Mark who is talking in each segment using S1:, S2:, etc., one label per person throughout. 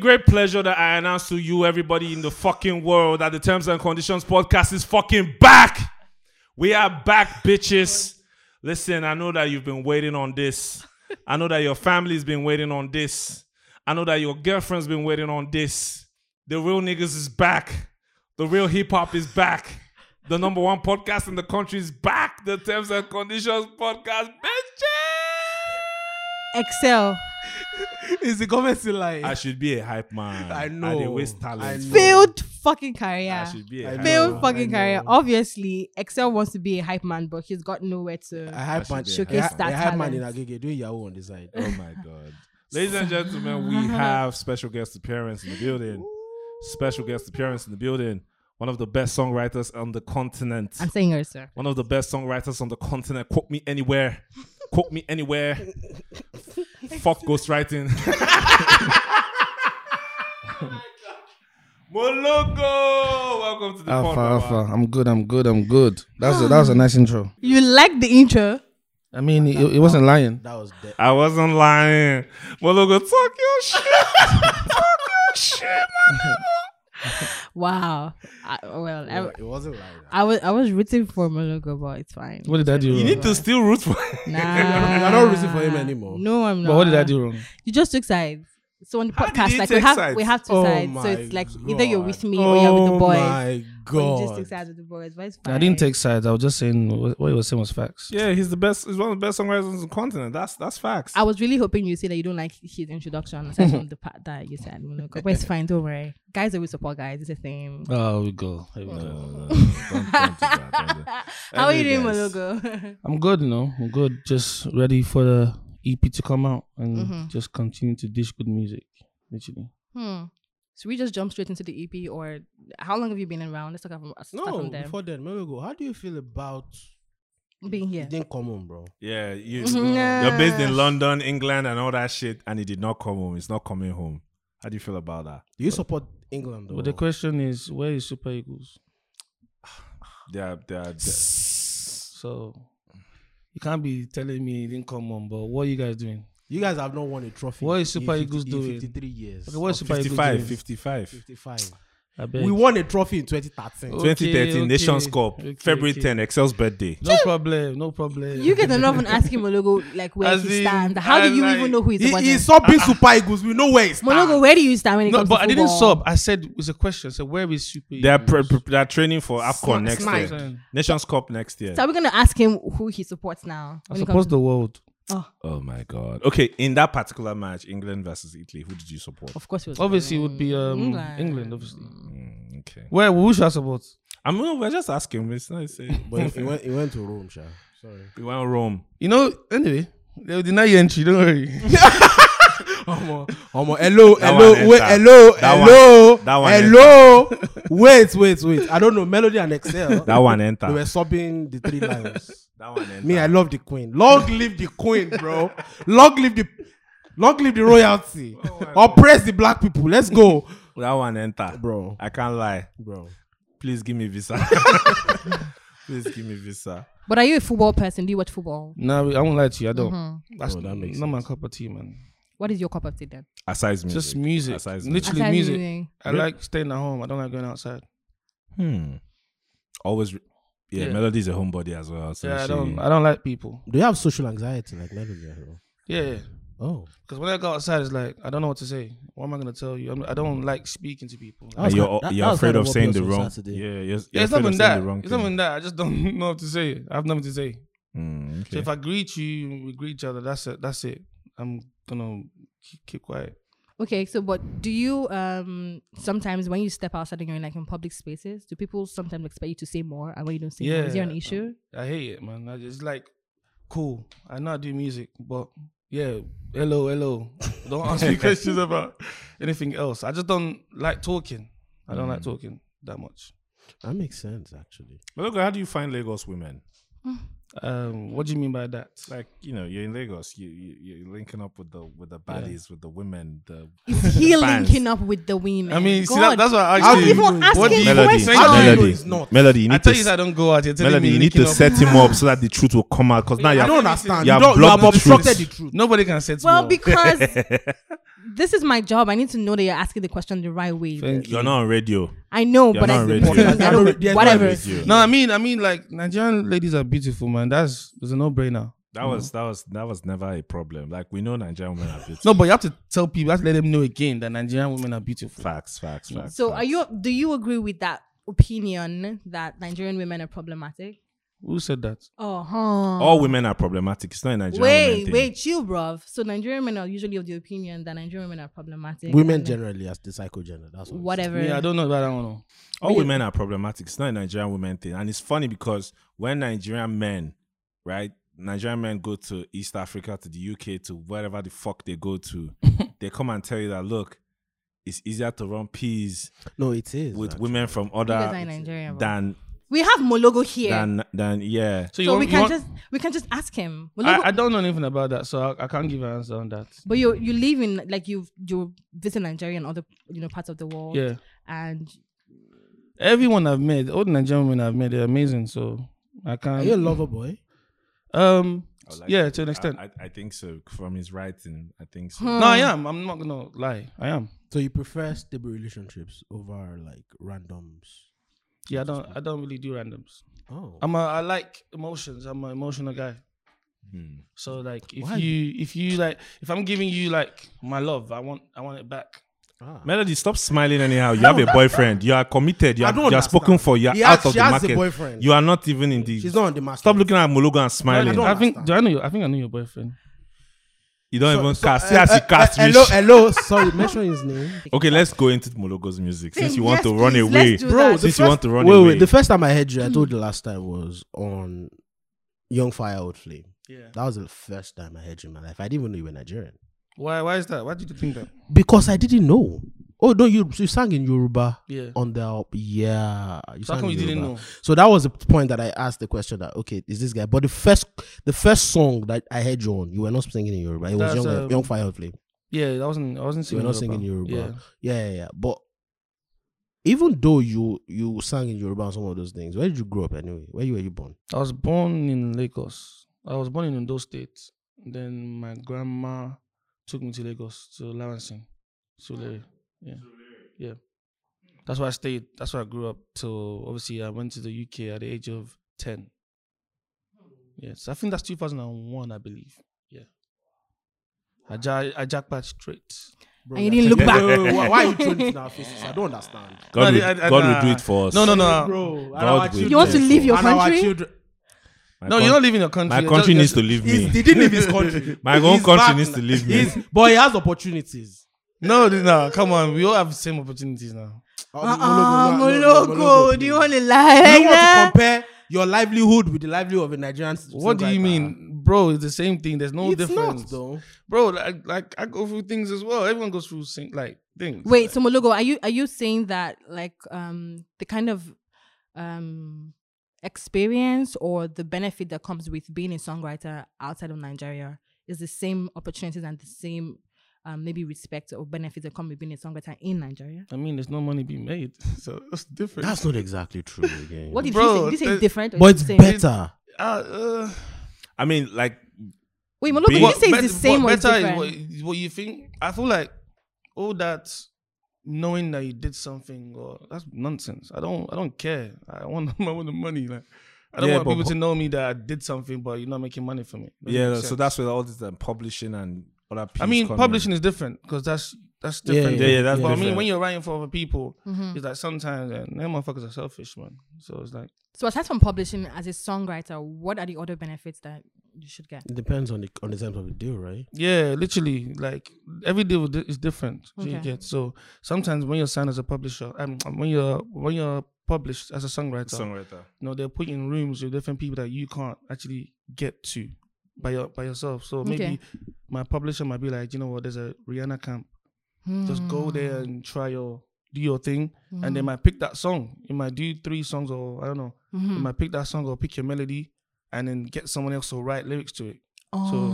S1: great pleasure that I announce to you, everybody in the fucking world, that the Terms and Conditions podcast is fucking back. We are back, bitches. Listen, I know that you've been waiting on this. I know that your family's been waiting on this. I know that your girlfriend's been waiting on this. The real niggas is back. The real hip hop is back. The number one podcast in the country is back. The Terms and Conditions podcast, bitches.
S2: Excel.
S3: Is the comment still like?
S1: I should be a hype man.
S3: I
S1: I
S3: know.
S1: dey waste talent.
S3: I know.
S2: Failed fucking
S1: I
S2: career.
S1: should be a
S3: I
S1: hype
S3: know.
S2: Failed
S1: man.
S2: fucking
S3: I
S2: career.
S3: know.
S2: Obviously, Excel wants to be a hype man, but she's got nowhere to.
S3: I hype
S1: should
S3: man.
S1: be a
S3: I
S1: Showcase
S3: hype-
S2: that
S3: I hype man in
S2: talent.
S3: Agege doing Yahoo on the side.
S1: Oh my god. Ladies and gentlemen, we have special guest appearance in the building. Special guest appearance in the building. One of the best songwriters on the continent.
S2: I'm saying her, sir.
S1: One of the best songwriters on the continent. Quote me anywhere. Quote me anywhere. Fuck ghostwriting. Moloko, welcome to the
S4: Alpha,
S1: pod,
S4: alpha.
S1: Baba.
S4: I'm good. I'm good. I'm good. That's a, that was a nice intro.
S2: You like the intro?
S4: I mean, it, it wasn't lying.
S3: That was dead.
S1: I wasn't lying. Moloko, talk your shit. talk your shit.
S2: Wow. I, well, I,
S3: It wasn't like that.
S2: I was I was rooting for Mologo, but it's fine.
S4: What did I do?
S1: You
S4: wrong?
S1: need to still root for
S2: Nah,
S3: You're not rooting for him anymore.
S2: No, I'm not.
S4: But what did I do wrong?
S2: You just took sides. So on the
S1: How did
S2: podcast,
S1: you
S2: like we
S1: take
S2: have
S1: sides?
S2: we have two
S3: Oh
S2: sides. So
S3: my
S2: it's like either you're
S3: God.
S2: with me or you're with the boys.
S3: Oh my
S2: Or you just
S3: god.
S2: took sides with the boys, but it's fine.
S4: I didn't take sides. I was just saying what what he was saying was facts.
S1: Yeah, he's the best. He's one of the best songwriters on the continent. That's that's facts.
S2: I was really hoping you say that you don't like his introduction aside from the part that you said. Mologo. But it's fine, don't worry. Guys always support guys, it's the same.
S4: Oh, we go. Here we
S1: No,
S4: go.
S1: no, no, no, don't- don't do that, don't do that.
S2: How are you doing,
S1: Anyways.
S2: Mologo?
S4: I'm good. You know, I'm good. Just ready for the EP to come out and
S2: Mhm.
S4: just continue to dish good music. Literally.
S2: hmm. So we just jump straight into the EP, or how long have you been around? Let's talk from, start
S3: No,
S2: from there.
S3: before then, maybe we go. How do you feel about
S2: Being here.
S3: it didn't come on, bro?
S1: Yeah, you.
S2: Nah.
S4: Mm-hmm.
S1: You're based in London, England, and all that shit, and he did not come home. It's not coming home. How do you feel about that?
S3: Do you support England though?
S4: But the question is, where is Super Eagles?
S1: Yeah, yeah,
S4: So you can't be telling me he didn't come on. But what are you guys doing?
S3: you guys have not won a trophy.
S4: What is
S3: in
S4: Super Eagles
S3: in
S4: doing?
S3: 53 years.
S4: Okay, what is
S3: Or
S4: Super Eagles
S1: 55,
S4: doing?
S1: 55.
S3: 55.
S4: I beg.
S3: We won a trophy in 2013.
S2: Oh.
S4: Okay,
S1: 2013 Nations
S4: okay,
S1: Cup,
S4: okay,
S1: February
S4: okay.
S1: 10, Excel's birthday.
S4: No problem. No problem.
S2: You get enough and asking Mologo like where
S4: As
S2: he
S4: in,
S2: stands. How do
S4: as
S2: you
S4: like-
S2: even know who he's
S3: He,
S2: the
S3: he
S2: is,
S3: subbed in Super Eagles. We know where it's
S2: Mologo, where do you stand when it
S4: No,
S2: comes
S4: but
S2: to
S4: I didn't
S2: football?
S4: sub. I said it was a question. So where is Super?
S1: They're
S4: Eagles?
S1: pre- pre- they're training for Afcon next
S3: smart.
S1: year,
S4: Saying,
S1: Nations Cup next year.
S2: So are we gonna ask him who he supports now?
S4: I
S2: when it
S4: suppose
S2: comes-
S4: the world.
S1: Oh my god. Okay, in that particular match, England versus Italy, who did you support?
S2: of course, it was
S4: Obviously, it would be um,
S2: England.
S4: England. Obviously,
S1: Mm, okay.
S4: where who should I support?
S1: I'm. We're just asking. It's not. It's,
S3: But he- he went, he went to Rome, sha. Sorry.
S1: we want Rome.
S4: You know. Anyway, they will deny you entry. Don't worry.
S3: Omo, hello,
S1: That
S3: hello,
S1: one
S3: wait,
S1: enter.
S3: hello,
S1: That one-
S3: hello,
S1: that one
S3: hello. wait, wait, wait. I don't know. Melody and Excel.
S1: That one
S3: They were
S1: enter.
S3: subbing the three lines.
S1: That one enter.
S3: Me, I love the queen. Long live the queen, bro. Long live the, long live the
S2: Oh
S3: royalty. Oppress the black people. Let's go,
S1: that one enter.
S3: bro.
S1: I can't lie.
S3: Bro,
S1: Please give me visa. Please give me visa.
S2: But are you a football person? Do you watch football?
S4: nah, I won't lie to you. I don't.
S2: Mm-hmm.
S4: That's
S3: Oh, that makes
S4: not my cup of tea, man.
S2: What is your cup of tea then?
S1: Asides music.
S4: Just music.
S1: Besides music.
S4: Literally
S2: Aside
S4: music.
S2: viewing.
S4: I like staying at home. I don't like going outside.
S1: Hmm. Always. Re- yeah,
S4: Yeah.
S1: Melody's a homebody as well. So
S4: Yeah, I
S1: she-
S4: don't. I don't like people.
S3: do you have social anxiety like Melody? bro?
S4: Yeah,
S3: Oh,
S4: because when I go outside, it's like I don't know what to say. What am I gonna tell you? I'm, I don't like speaking to people.
S3: That
S1: And
S3: was
S1: you're
S3: kind- that-
S1: you're
S3: that was
S1: afraid
S3: kind
S1: of
S3: of
S1: saying
S3: obvious
S1: the
S3: on
S1: wrong.
S3: Saturday.
S1: Yeah, you're, you're
S4: Yeah,
S1: afraid
S4: it's not
S1: of
S4: even
S1: saying
S4: that.
S1: the wrong
S4: It's not
S1: thing.
S4: even that. I just don't know what to say. I have nothing to say.
S1: Hmm,
S4: So
S1: okay.
S4: if I greet you, we greet each other. That's it. That's it. I'm gonna keep, keep quiet.
S2: Okay, so but do you um sometimes when you step outside and you're in like in public spaces, do people sometimes expect you to say more and when you don't say more? Is there an
S4: Yeah.
S2: issue?
S4: I hate it, man. I just like cool. I know I do music, but yeah, hello, hello. Don't ask me questions about anything else. I just don't like talking. I don't like
S1: Mm.
S4: talking that much.
S3: that makes sense actually.
S1: Melody, how do you find Lagos women?
S4: Um, what do you mean by that?
S1: Like you know, you're in Lagos. You, you you're linking up with the with the baddies, with the women. The
S2: Is he
S1: the fans.
S2: linking up with the women?
S4: I mean, see,
S2: God.
S4: that, that's what I
S3: How
S4: actually.
S3: do you
S2: even
S4: what do
S2: asking
S4: you-
S1: Melody,
S2: question.
S4: Thank you.
S3: How do you know
S1: Melody,
S3: it's not?
S1: Melody, you
S4: I
S1: need
S4: tell
S1: to
S4: you,
S1: s-
S4: I don't go out. You're telling
S1: Melody,
S4: me
S1: you need to
S4: linking up-
S1: set him up so that the truth will come out. Because now
S3: I
S1: you're
S3: don't understand.
S1: you
S3: You
S1: have
S3: don't. You have
S1: blocked the
S3: obstructed the
S1: truth.
S3: truth.
S4: Nobody can set me
S2: Well,
S4: up.
S2: because this is my job. I need to know that you're asking the question the right way.
S4: Thank
S1: You're not on radio.
S2: I know,
S1: You're
S2: but
S1: not
S2: I,
S1: ready.
S2: I don't,
S5: You're not
S2: whatever.
S1: With you.
S4: No, I mean, I mean, like Nigerian ladies are beautiful, man. That's it's a no-brainer.
S1: That was that was that was never a problem. Like we know Nigerian women are beautiful.
S4: No, but you have to tell people, you have to let them know again that Nigerian women are beautiful.
S1: Facts, facts, facts.
S2: So,
S1: facts.
S2: are you? Do you agree with that opinion that Nigerian women are problematic?
S4: Who said that?
S2: Oh, huh.
S1: all women are problematic. It's not a Nigerian women
S2: wait,
S1: thing.
S2: wait, chill, bruv. So Nigerian men are usually of the opinion that Nigerian women are problematic.
S5: Women
S2: and
S5: generally as the psycho gender. That's what
S2: whatever.
S4: Yeah, I don't know about that one. oh.
S1: All women are problematic. It's not a Nigerian women thing. And it's funny because when Nigerian men, right? Nigerian men go to East Africa, to the UK, to wherever the fuck they go to, they come and tell you that look, it's easier to run peas
S5: No, it is.
S1: with
S5: actually.
S1: women from
S2: Because I'm
S1: other
S2: Nigerian, bruv.
S1: than
S2: we have Mologo here,
S1: than than yeah.
S4: So, you
S2: so
S4: want,
S2: we
S4: you
S2: can
S4: want-
S2: just we can just ask him. Mologo,
S4: I, I don't know anything about that, so I, I can't give an answer on that.
S2: but you you live in like you you visit Nigeria and other you know parts of the world.
S4: Yeah,
S2: and
S4: everyone I've met, all the Nigerian women I've met, they're amazing. So I
S5: Are you a
S4: can't.
S5: lover boy?
S4: Um,
S1: I would like
S4: yeah, to an extent. Hmm.
S1: I, I, I think so. From his writing, I think so.
S4: no, I am. I'm not gonna lie. I am.
S5: So you prefer stable relationships over like randoms?
S4: Yeah, I don't. I don't really do randoms.
S5: Oh,
S4: I'm a, I like emotions. I'm an emotional guy.
S1: Hmm.
S4: So like, if
S5: Why?
S4: you if you like, if I'm giving you like my love, I want I want it back.
S5: ah.
S1: Melody, stop smiling anyhow. You have a boyfriend. You are committed. You
S5: I
S1: are,
S5: don't
S1: you are
S5: understand.
S1: spoken for. You are
S5: He
S1: out
S5: has-
S1: of
S5: she
S1: the
S5: has a
S1: market.
S5: boyfriend.
S1: You are not even in the.
S5: she's not on the market.
S1: Stop looking at Mologo and smiling.
S5: I don't
S4: I think.
S5: understand.
S4: Do I know you? I think I know your boyfriend.
S1: you don't
S5: So-
S1: even
S5: so,
S1: cast.
S4: eh,
S5: uh,
S1: See as he
S5: uh,
S1: cast
S5: uh,
S1: me.
S5: Hello, hello. Sorry, mention his name.
S1: Okay, let's go into Mologo's music since you want
S2: Yes,
S1: to run
S2: please,
S1: away.
S2: let's do
S5: Bro,
S2: that.
S1: Since
S5: the
S1: you
S5: first-
S1: want to run
S5: wait,
S1: away.
S5: wait. The first time I heard you, I
S4: Hmm.
S5: told you last time was on Young Fire Old Flame.
S4: Yeah.
S5: That was the first time I heard you in my life. I didn't even know you were Nigerian
S4: Why? Why is that? Why did you think that?
S5: because I didn't know. Oh no, you you sang in Yoruba
S4: Yeah.
S5: on the yeah. You
S4: So how
S5: sang
S4: come
S5: in
S4: you didn't
S5: Yoruba.
S4: know?
S5: So that was the point that I asked the question that okay, is this guy? But the first the first song that I heard you on, you were not singing in Yoruba. It was
S4: That's,
S5: Young,
S4: um,
S5: Young Fire Old Flame.
S4: Yeah, I wasn't. I wasn't
S5: You
S4: singing.
S5: were not singing Yoruba. Yeah, yeah, yeah. But even though you you sang in Yoruba and some of those things, where did you grow up anyway? Where were you born?
S4: I was born in Lagos. I was born in Ondo State. Then my grandma took me to Lagos to Lansing, Sule.
S1: Hmm.
S4: Yeah, yeah. That's where I stayed. That's where I grew up. So obviously, I went to the UK at the age of ten.
S1: Hmm.
S4: Yes, I think that's two thousand and one. I believe. Yeah. I, ja- I jackpot straight.
S5: Bro,
S2: And you didn't look back.
S5: why, why are you throwing it in our faces? I don't understand.
S1: God,
S4: No,
S1: will,
S4: I- I-
S1: God
S4: nah.
S1: will do it for us.
S4: No, no, no.
S5: Bro,
S1: God will.
S2: You want to leave your
S5: And our
S2: country?
S5: children-
S1: My
S4: No,
S1: con-
S4: you don't live in your country.
S1: My
S4: You're
S1: country
S4: just-
S1: needs to leave
S5: He's-
S1: me.
S5: He didn't leave his country.
S1: My own
S5: He's
S1: country
S5: back
S1: needs to
S5: now.
S1: leave me.
S5: He's- But he has opportunities.
S4: No, no, come on. We all have the same opportunities now.
S2: Ah,
S5: No, no, no,
S2: Mologo,
S5: no, no, no.
S2: do you want to lie
S5: Uh-uh, You
S2: like
S5: don't want to
S2: that?
S5: compare your livelihood with the livelihood of a Nigerian.
S4: What do you mean, bro? It's the same thing. There's no
S5: It's
S4: difference,
S5: not though.
S4: bro. Like, like I go through things as well. Everyone goes through same, like things.
S2: Wait, so Mologo, are you are you saying that like um the kind of um experience or the benefit that comes with being a songwriter outside of Nigeria is the same opportunities and the same um, maybe respect or benefits that come with being a songwriter in Nigeria?
S4: I mean, there's no money being made, so it's different.
S5: That's not exactly true again.
S2: What did you say?
S4: Bro,
S2: Did you say
S4: that-
S2: different? or
S5: but
S2: is
S5: it's
S2: it the same?
S5: better.
S4: uh, uh,
S1: I mean, like,
S2: Wait, Mologo, did
S1: Being-
S2: you say
S4: bet-
S2: it's the same or
S4: what
S2: it's
S4: better
S2: different?
S4: is what, what you think. I feel like all that knowing that you did something or that's nonsense. I don't, I don't care. I want, I want the money. Like, I don't
S1: Yeah,
S4: want
S1: but-
S4: people to know me that I did something, but you're not making money for me. Doesn't
S1: yeah.
S4: make
S1: So
S4: sense.
S1: that's where all this um, publishing and all that.
S4: I
S1: piece
S4: mean,
S1: come in.
S4: publishing is different because that's that's different.
S1: yeah, yeah, that's
S4: but I mean,
S1: different.
S4: when you're writing for other people,
S2: Mhm.
S4: it's like sometimes yeah, them motherfuckers are selfish, man. So it's like
S2: So aside from publishing as a songwriter, what are the other benefits that you should get?
S5: It depends on the on the terms of the deal, right?
S4: yeah, literally, like every deal di- is different. so You
S2: Okay.
S4: get so sometimes when you're signed as a publisher, um, when you're when you're published as a songwriter,
S1: songwriter.
S4: you know they're put you in rooms with different people that you can't actually get to by your by yourself. So maybe
S2: Okay.
S4: my publisher might be like, you know what, there's a Rihanna camp. Just
S2: Mm.
S4: go there and try your do your thing,
S2: Hmm.
S4: and they
S2: Mm-hmm.
S4: might pick that song. You might do three songs, or I don't know.
S2: Mm. Hmm.
S4: You might pick that song or pick your melody, and then get someone else to write lyrics to it.
S2: Oh.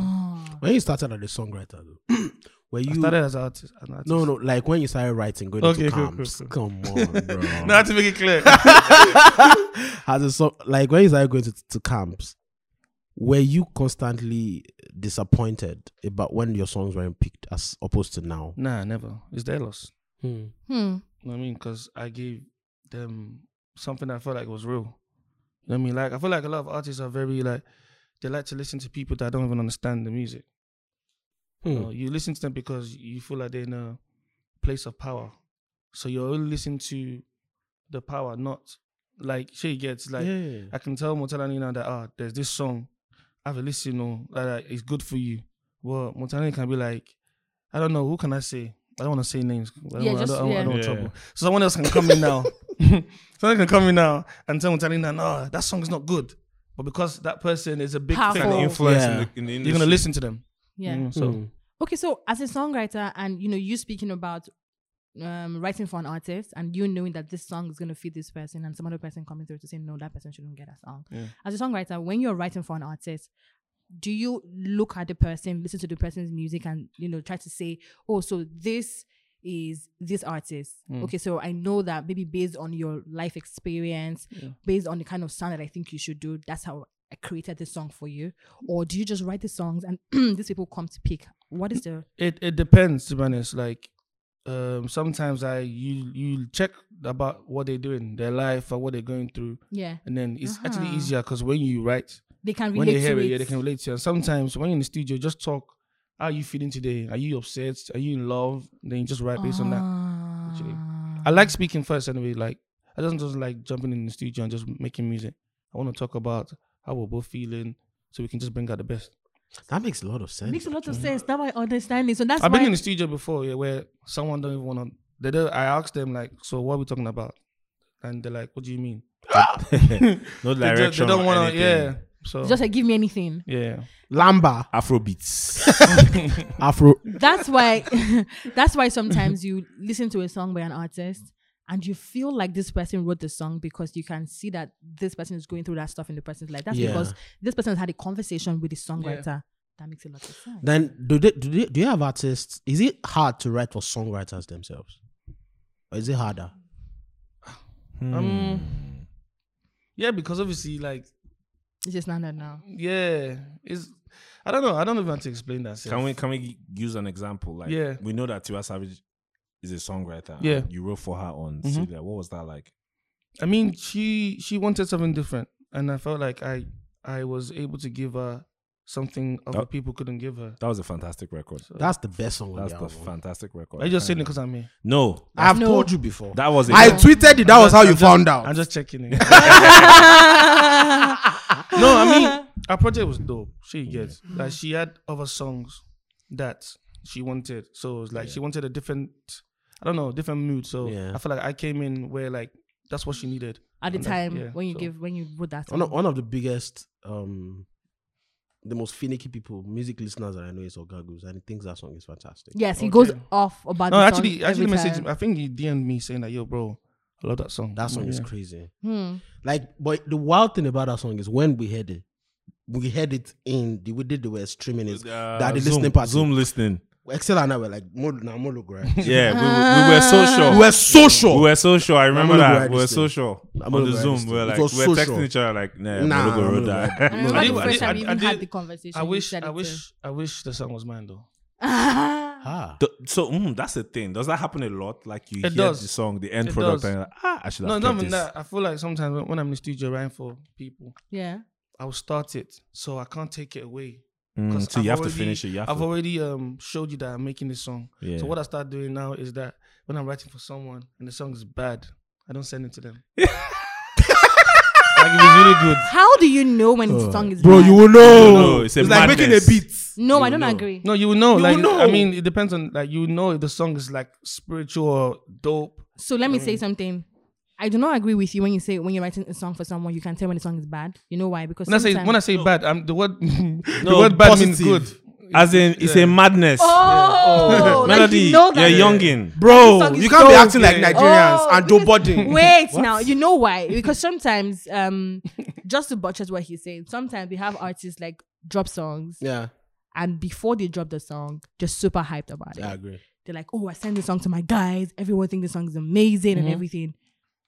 S5: When you started as a songwriter, though, were you
S4: I started as an artist. An artist.
S5: no no like when you started writing going
S4: Okay,
S5: into
S4: cool,
S5: camps?
S4: cool,
S5: Come on, bro.
S4: No, I had to make it clear.
S5: as a song, like when you started going to, to camps, were you constantly disappointed about when your songs weren't picked as opposed to now?
S4: Nah, never. It's their loss.
S2: Hmm.
S4: You know what I mean? Because I gave them something that I felt like was real. You know what I mean? Like, I feel like a lot of artists are very, like, they like to listen to people that don't even understand the music.
S2: Hmm.
S4: You, know, uh, you listen to them because you feel like they're in a place of power. So you're only listening to the power, not like she gets like
S5: yeah.
S4: I can tell Motalani now that ah, there's this song, have a listen or like that, it's good for you. Well, Motalani can be like, I don't know, who can I say? I don't want to say names. I don't,
S2: Yeah,
S4: want- I
S2: just-
S4: don't, I don't, I
S2: yeah.
S4: don't want
S1: Yeah.
S4: trouble. So someone else can come in now. someone can come in now and tell Motalani that no, that song's not good. But because that person is a big
S1: It's
S4: fan,
S1: an
S2: Powerful.
S4: Oh, you're
S1: influence
S5: Yeah.
S1: in the, in the industry.
S4: gonna listen to them.
S2: Yeah.
S4: Mm, so
S2: Okay, so as a songwriter, and you know, you speaking about um, writing for an artist, and you knowing that this song is going to fit this person, and some other person coming through to say, no, that person shouldn't get that song.
S4: Yeah.
S2: As a songwriter, when you're writing for an artist, do you look at the person, listen to the person's music, and you know, try to say, oh, so this is this artist. Okay, so I know that maybe based on your life experience, based on the kind of sound that I think you should do, that's how I created this song for you. Or do you just write the songs and these people come to pick? What is the
S4: It it depends to be honest. Like um, sometimes I you you check about what they're doing, their life or what they're going through,
S2: yeah?
S4: and then it's actually
S2: Uh-huh.
S4: easier because when you write,
S2: They can relate
S4: when they hear
S2: to
S4: it,
S2: it.
S4: yeah, they can relate to you. And sometimes when you're in the studio, just talk. How are you feeling today? Are you upset? Are you in love? Then you just write based on that. actually.
S2: Ah.
S4: I like speaking first anyway. Like I don't just like jumping in the studio and just making music. I want to talk about how we're both feeling, so we can just bring out the best.
S5: That makes a lot of sense.
S2: Makes a lot of sense. Now I understand it. So that's
S4: I've
S2: why.
S4: been in the studio before, yeah, where someone don't even want to. They don't, I asked them like, so what are we talking about? And they're like, what do you mean?
S5: no
S4: They, ju- they don't want to. Yeah. So
S2: just like give me anything.
S4: yeah,
S3: Lamba.
S1: Afrobeats.
S3: Afro.
S2: That's why. that's why sometimes you listen to a song by an artist and you feel like this person wrote the song because you can see that this person is going through that stuff in the person's life. That's
S5: Yeah.
S2: because this person has had a conversation with the songwriter. That makes a lot of sense.
S5: Then do they, do they, do you have artists? Is it hard to write for songwriters themselves, or is it harder?
S1: Hmm.
S4: um, yeah, because obviously, like,
S2: it's just standard now.
S4: yeah, it's. I don't know. I don't even have to explain that. self.
S1: can we can we use an example? Like
S4: Yeah.
S1: we know that Tiwa Savage is a songwriter.
S4: Yeah.
S1: and You wrote for her on
S4: Mhm.
S1: Celia. What was that like?
S4: I mean, she she wanted something different, and I felt like I I was able to give her something other
S1: Oh.
S4: people couldn't give her.
S1: That was a fantastic record.
S5: That's the best song. on
S1: That's
S5: the
S1: the
S5: album.
S1: fantastic record.
S4: Are you just saying it because I'm here?
S1: No,
S5: I've
S2: No.
S5: told you before.
S1: that was a
S3: I tweeted it. That was how you found out.
S4: I'm just checking it. no, I mean our project was dope. She gets like she had other songs that she wanted, so it was like she wanted a different, I don't know, different mood. So
S5: Yeah.
S4: I feel like I came in where like that's what she needed.
S2: At the
S4: And that-
S2: time
S4: yeah,
S2: when you
S4: so-
S2: give when you wrote that
S5: one
S2: song.
S5: of, one of the biggest, um, the most finicky people, music listeners that I know is Ogagus, and he thinks that song is fantastic.
S2: Yes, he
S4: Okay.
S2: goes off about.
S4: No,
S2: the
S4: actually,
S2: song
S4: actually,
S2: every
S4: messaged.
S2: time.
S4: I think he DM'd me saying that, "Yo, bro, I love that song.
S5: That song is
S4: Yeah.
S5: crazy.
S2: Hmm.
S5: Like, but the wild thing about that song is when we heard it, we heard it in the we did the were streaming it.
S1: Uh,
S5: that the
S1: Zoom,
S5: listening party.
S1: Zoom listening.
S5: Excel and I were like, "Mo- nah, Molo go right."
S1: Yeah, we, we were so sure.
S3: We were so sure.
S1: We were so sure. I remember
S5: gonna
S1: that.
S5: write
S1: We were
S5: this
S1: so
S5: thing.
S1: sure.
S5: I'm
S1: On
S5: gonna
S1: the
S5: write
S1: Zoom,
S5: this
S1: we were
S5: thing. It
S1: like,
S5: was
S1: we were
S5: so
S1: texting
S5: sure.
S1: each other like, nah,
S5: Nah,
S1: nah,
S5: I'm
S1: wrote
S5: gonna
S1: that.
S5: write
S2: I
S5: that.
S2: remember
S4: I
S2: the
S4: did- I
S2: first
S4: did-
S2: time you
S4: I-
S2: even
S4: I
S2: had
S4: did-
S2: the conversation.
S4: I
S2: you
S4: wish,
S2: said
S4: I
S2: it to.
S4: wish, I wish the song was mine though.
S5: Ah.
S1: Th- So mm, that's the thing. Does that happen a lot? Like you hear
S4: It does.
S1: the song, the end
S4: It
S1: product,
S4: does.
S1: and you're like, ah, I should
S4: No,
S1: have
S4: not
S1: kept
S4: even
S1: this.
S4: that. I feel like sometimes when- when I'm in the studio writing for people,
S2: yeah.
S4: I will start it, so I can't take it away.
S1: Mm,
S4: 'Cause
S1: so you have
S4: I've
S1: to
S4: already-
S1: finish it. You have
S4: I've
S1: to.
S4: already um showed you that I'm making this song.
S1: Yeah.
S4: So what I start doing now is that when I'm writing for someone and the song is bad, I don't send it to them. like it was really good.
S2: How do you know when the song is
S3: Uh, Bro,
S2: bad?
S3: you will know.
S1: You will know. It's
S3: It's,
S1: a
S3: like making a
S1: madness.
S3: beat.
S2: No, I
S1: you
S2: don't
S1: will know.
S2: agree.
S4: No, you will know.
S3: You
S4: like
S3: will know.
S4: I mean, it depends on like you will know if the song is like spiritual or dope.
S2: So let me
S3: Mm.
S2: say something. I do not agree with you when you say when you're writing a song for someone, you can tell when the song is bad. You know why? Because
S4: When I say
S2: sometimes-
S4: when I say bad, I'm the word the
S1: No,
S4: word bad means
S1: positive.
S4: good.
S1: As in, it's a madness.
S2: oh, like
S1: Melody,
S2: you know that.
S1: are youngin.
S3: Bro,
S2: song is
S3: you can't be
S2: so
S3: acting like
S4: gay.
S3: Nigerians
S2: Oh,
S3: and
S2: because-
S3: nobody.
S2: Wait now, you know why? Because sometimes, um, just to buttress what he's saying, sometimes we have artists like drop songs,
S5: Yeah,
S2: and before they drop the song, just super hyped about it.
S5: I agree.
S2: They're like, "Oh, I sent this song to my guys. Everyone think this song is amazing and everything,"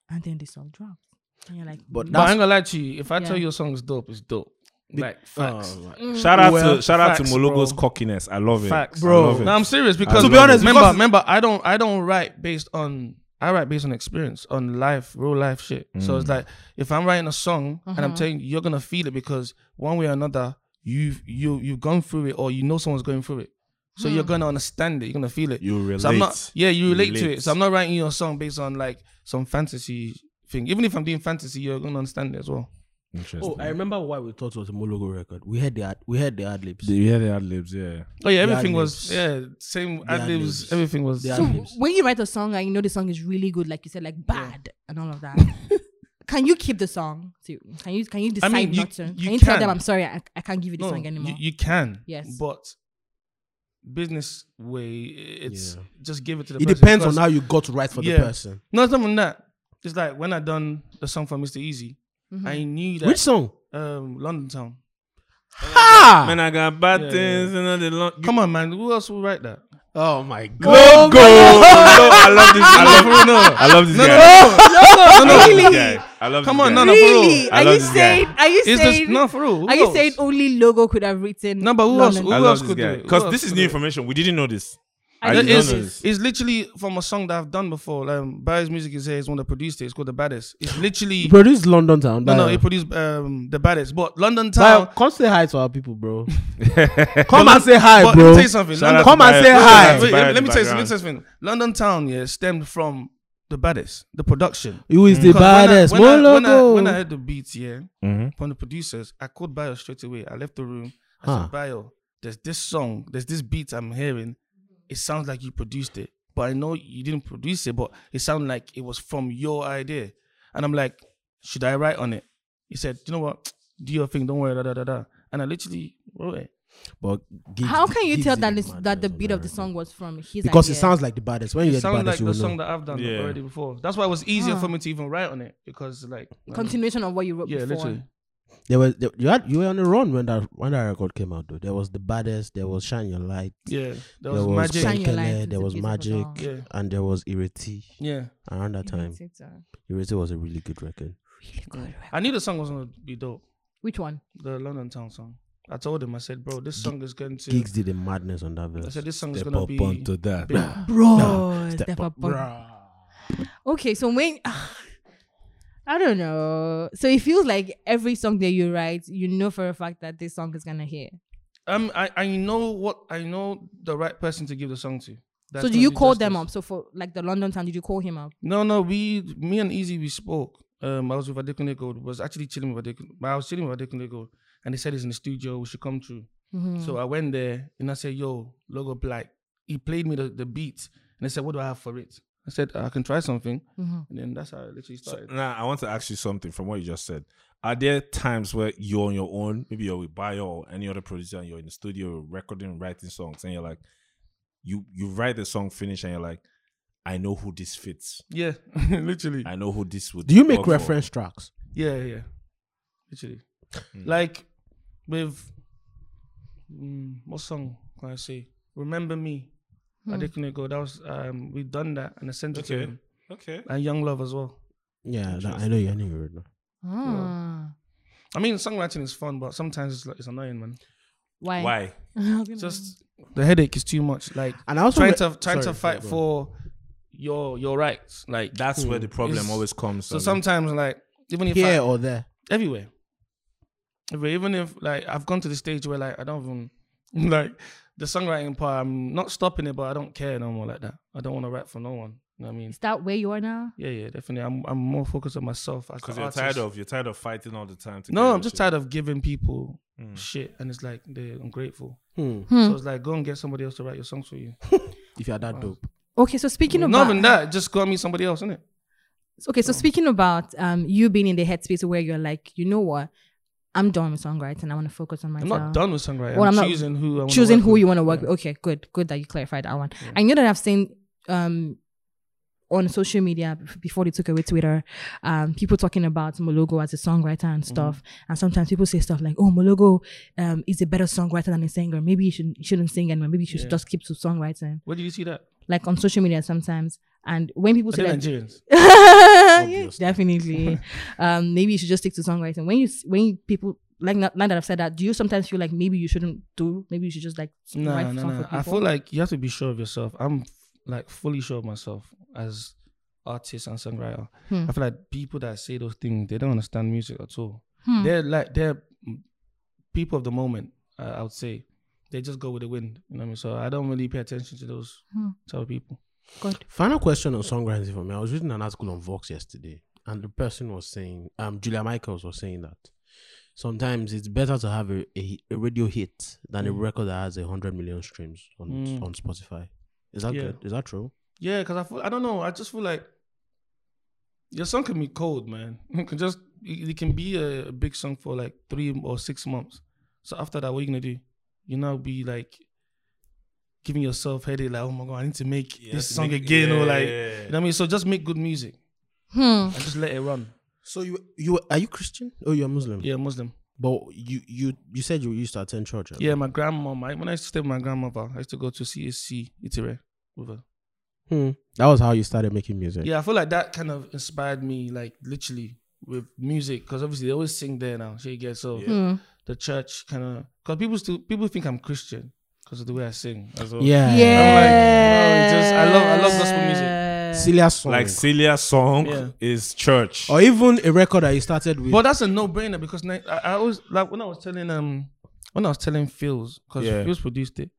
S2: and then the song drops, and you're like,
S5: But
S2: "Mm,
S4: But I ain't gonna lie to you. If I
S2: Yeah.
S4: tell you a song is dope, it's dope. Like facts.
S5: Oh, right.
S1: Shout out
S4: Well,
S1: to shout out to
S4: facts,
S1: Mologo's
S4: bro.
S1: cockiness. I love it. I
S4: Facts,
S3: bro.
S1: love it.
S4: No, I'm serious because
S3: To be honest,
S4: remember,
S3: because-
S4: remember, I don't, I don't write based on, I write based on experience, on life, real life shit. So
S1: Mm.
S4: it's like if I'm writing a song and I'm telling you, you're gonna feel it because one way or another, you've you you've gone through it or you know someone's going through it, so you're gonna understand it, you're gonna feel it.
S1: You relate.
S4: So I'm not, yeah, you relate, to
S1: Relate.
S4: it. So I'm not writing you a song based on like some fantasy thing. Even if I'm doing fantasy, you're gonna understand it as well.
S5: Oh,
S1: Interesting.
S5: I remember why we thought it was a Mologo record. We had the ad, we had the ad libs.
S1: you hear the ad libs? Yeah.
S4: Oh yeah, everything was
S5: ad-libs.
S4: yeah same ad
S5: ad-libs.
S4: libs. Everything was
S5: The
S2: So
S5: ad libs.
S2: when you write a song and you know the song is really good, like you said, like bad and all of that, can you keep the song? So can you can you decide
S4: mean, you-
S2: not to?
S4: you
S2: can you tell
S4: can.
S2: them I'm sorry, I, I can't give you the song
S4: you-
S2: anymore?
S4: You, can.
S2: Yes.
S4: But business way, it's
S5: Yeah.
S4: just give it to the
S5: It
S4: person.
S5: depends on
S4: because-
S5: how you got to write for
S4: Yeah.
S5: the person.
S4: No, it's not even that. It's like when I done the song for Mr. Easy,
S2: Mm-hmm.
S4: I knew that
S5: Which song?
S4: um London Town.
S5: Ha!
S4: Ah!
S1: Man, I got bad
S4: Yeah,
S1: things and the long.
S4: Come on, man. Who else will write that?
S5: Oh my god.
S1: Let go. I love this. I love, I love this guy.
S4: No, no,
S1: I love
S4: no.
S1: this guy. I love
S4: Come
S1: this
S4: on,
S1: guy.
S4: no, no.
S2: really?
S1: I
S2: Are
S1: love
S2: you
S1: this guy.
S2: saying? Are you
S4: It's just
S2: saying?
S4: not for real. Who
S2: are you
S4: else?
S2: saying only logo could have written?
S4: No, but who
S2: London?
S4: else-
S1: I
S4: who
S1: love this
S4: could do
S1: guy
S4: it? Who
S1: because
S4: else
S1: this is
S4: could
S1: new
S4: do it?
S1: information. We didn't know this.
S2: I
S1: I
S2: didn't
S1: didn't
S4: it's,
S1: know
S2: know
S1: this.
S4: it's literally from a song that I've done before. Like, um, Barry's music is here. He's one that produced it. It's called The Baddest. It's
S5: You
S4: literally
S5: produced London Town.
S4: no, no.
S5: Bio.
S4: He produced um, The Baddest, but London
S5: Bio,
S4: Town.
S5: come say hi to our people, bro. come and say hi,
S4: But let
S5: bro.
S4: me tell you something.
S1: Shout out to
S4: London,
S5: Come and
S1: Bayo-
S5: say
S1: shout
S5: hi.
S1: out to Bayo
S4: Wait, let,
S1: in
S4: let me
S1: the
S4: tell you
S1: background.
S4: something. let me tell you something. London Town, yeah, stemmed from the baddest, the production.
S5: Who is the
S4: 'Cause when I-
S5: baddest?
S4: When I, when, I, when I
S5: Mologo.
S4: heard the beats, yeah,
S1: Mhm.
S4: from the producers, I called Bio straight away. I left the room. I
S5: Huh.
S4: said, Bio, there's this song, there's this beat I'm hearing. It sounds like you produced it, but I know you didn't produce it, but it sounded like it was from your idea. And I'm like, should I write on it? He said, you know what? Do your thing. Don't worry. Da, da, da, da. And I literally wrote it.
S5: But gigs-
S2: How can you
S5: gigs
S2: tell
S5: is
S2: that
S5: the
S2: it's, that the
S5: madness
S2: beat
S5: on
S2: of the
S5: earth.
S2: song was from his
S5: Because it
S2: idea?
S5: sounds like the baddest. When you
S4: It
S5: hear the
S4: sounded
S5: baddest,
S4: like
S5: you
S4: the
S5: will
S4: song
S5: know. Ah.
S4: that I've done
S1: Yeah.
S4: already before. That's why it was easier for me to even write on it because like I don't know.
S2: continuation of what you wrote
S4: yeah,
S2: before.
S4: literally.
S5: There was there, you had you were on the run when that when that record came out though. There was the baddest. There was shine your light.
S4: Yeah, that
S5: there
S4: was
S5: was
S4: magic.
S2: Shine Your
S5: Kenkele,
S2: Light is
S5: There
S2: a
S5: was
S2: beautiful
S5: magic,
S2: song.
S4: Yeah,
S5: and there was Ireti.
S4: yeah.
S5: Around that time,
S2: It's a
S5: Ireti was a really good record.
S2: really good record.
S4: I knew the song was gonna be dope.
S2: Which one?
S4: The London Town song. I told him, I said, bro, this song is going to.
S5: Gigs did a madness on that verse.
S4: I said, this song is
S5: Step
S4: gonna
S5: up
S4: be.
S5: onto that.
S4: big."
S2: Bro,
S5: step
S2: step
S5: up,
S2: up, bro. Okay, so when I don't know, so it feels like every song that you write, you know for a fact that this song is gonna hit.
S4: Um, I I know what I know the right person to give the song to. That's
S2: so do
S4: gonna
S2: you call them
S4: justice.
S2: up? So for like the London town, did you call him up?
S4: No, no, we, me and Easy, we spoke. Um, I was with Adekunle Gold. Was actually chilling with Adekunle. I was chilling with Adekunle Gold, and he said he's in the studio. We should come through.
S2: Mm-hmm. Mm.
S4: So uh, I went there and I said, "Yo, Logo Black." He played me the, the beat, and I said, "What do I have for it?" I said, "I can try something,"
S2: Mm-hmm.
S4: and then that's how I literally started.
S1: Nah, I want to ask you something from what you just said. Are there times where you're on your own, maybe you're with Bio or any other producer, and you're in the studio recording, writing songs, and you're like, you you write the song, finish, and you're like, I know who this fits.
S4: yeah, literally.
S1: I know who this would.
S5: Do you make
S1: work for."
S5: reference tracks?
S4: Yeah, yeah, literally.
S1: Hmm.
S4: Like with mm, what song can I say? Remember me, Adekunle Gold. That was um, we done that and I sent it to
S1: Okay.
S4: him
S1: Okay.
S4: and Young Love as well.
S5: Yeah, that, I know you. I know you right now.
S4: uh,
S2: Ah,
S4: I mean, songwriting is fun, but sometimes it's, like, it's annoying, man.
S2: why?
S1: Why?
S4: Just the headache is too much. Like
S5: And I also
S4: trying
S5: re-
S4: to trying to
S5: sorry,
S4: fight
S5: go on.
S4: for your your rights. Like
S1: That's where the problem
S4: Hmm. It's-
S1: always comes.
S4: so
S1: Sonny.
S4: sometimes like even if
S5: here
S4: I,
S5: or there.
S4: everywhere, everywhere, even if like I've gone to the stage where like I don't even like the songwriting part. I'm not stopping it, but I don't care no more like that. I don't want to rap for no one. You know what I mean?
S2: Is that where you are now?
S4: Yeah, yeah, definitely. I'm I'm more focused on myself as
S1: because
S4: the
S1: you're
S4: artist.
S1: tired of you're tired of fighting all the time. to Hmm.
S4: No,
S1: get
S4: I'm
S1: your
S4: just
S1: shit.
S4: tired of giving people shit, and it's like they're ungrateful. So it's like go and get somebody else to write your songs for you.
S5: Hmm. If you're that dope,
S2: Okay, so speaking
S4: Not
S2: about
S4: even that, just go and meet somebody else, innit?
S2: Okay, so speaking about um you being in the headspace where you're like, you know what, I'm done with songwriting. I want to focus on
S4: I'm
S2: myself.
S4: not done with songwriting.
S2: Well, I'm
S4: I'm,
S2: not
S4: choosing who I wanna
S2: choosing
S4: work
S2: who
S4: with.
S2: you want to work with. Okay, good, good that you clarified that one. I know that I've seen um on social media bef- before they took away Twitter, um, people talking about Mologo as a songwriter and
S4: Mm-hmm.
S2: stuff. And sometimes people say stuff like, "Oh, Mologo um, is a better songwriter than a singer. Maybe you shouldn't you shouldn't sing anymore. Maybe you should
S4: Yeah.
S2: just keep to songwriting."
S4: Where do you see that?
S2: Like on social media sometimes. And when people
S4: Are
S2: say
S4: they
S2: like,
S4: Nigerians?
S2: yeah,
S5: Obviously.
S2: definitely. um, maybe you should just stick to songwriting. When you s- when you- people like not, now that I've said that, do you sometimes feel like maybe you shouldn't do? Maybe you should just like s-
S4: No,
S2: write
S4: no,
S2: song
S4: no.
S2: for
S4: I
S2: people?
S4: feel like you have to be sure of yourself. I'm like fully sure of myself as artist and songwriter.
S2: Hmm.
S4: I feel like people that say those things, they don't understand music at all.
S2: Hmm.
S4: They're like they're people of the moment. I, I would say they just go with the wind. You know what I mean? So I don't really pay attention to those
S2: Hmm.
S4: type of people.
S2: God.
S5: Final question on songwriting for me. I was reading an article on Vox yesterday, and the person was saying, um, Julia Michaels was saying that sometimes it's better to have a, a, a radio hit than a record that has a hundred million streams on
S4: Mm.
S5: on Spotify. Is that
S4: Yeah.
S5: good? Is that true?
S4: Yeah, because I feel I don't know. I just feel like your song can be cold, man. It can just it, it can be a, a big song for like three or six months. So after that, what you gonna do? You now be like giving yourself headache, like oh my god, I need to make this song again, or like you know what I mean. So just make good music
S2: Hmm.
S4: and just let it run.
S5: So you you are you Christian? Oh, you're Muslim.
S4: Yeah, Muslim.
S5: But you you you said you used to attend church. right?
S4: Yeah, my grandma. My, when I used to stay with my grandmother, I used to go to CSC Itire with her.
S5: Hmm. That was how you started making music.
S4: Yeah, I feel like that kind of inspired me, like literally with music, because obviously they always sing there now. So you get so.
S2: Hmm.
S4: the church kind of because people still people think I'm Christian because of the way I sing as well.
S5: Yeah.
S4: I'm like, bro, just- I love- I love gospel music.
S2: Yeah.
S5: Silly ass song.
S1: Like Celia's song
S4: Yeah.
S1: is church.
S5: or even a record that you started with.
S4: But that's a no brainer because na- I, I always like when I was telling um when I was telling Phils because
S1: Yeah.
S4: Phils produced it,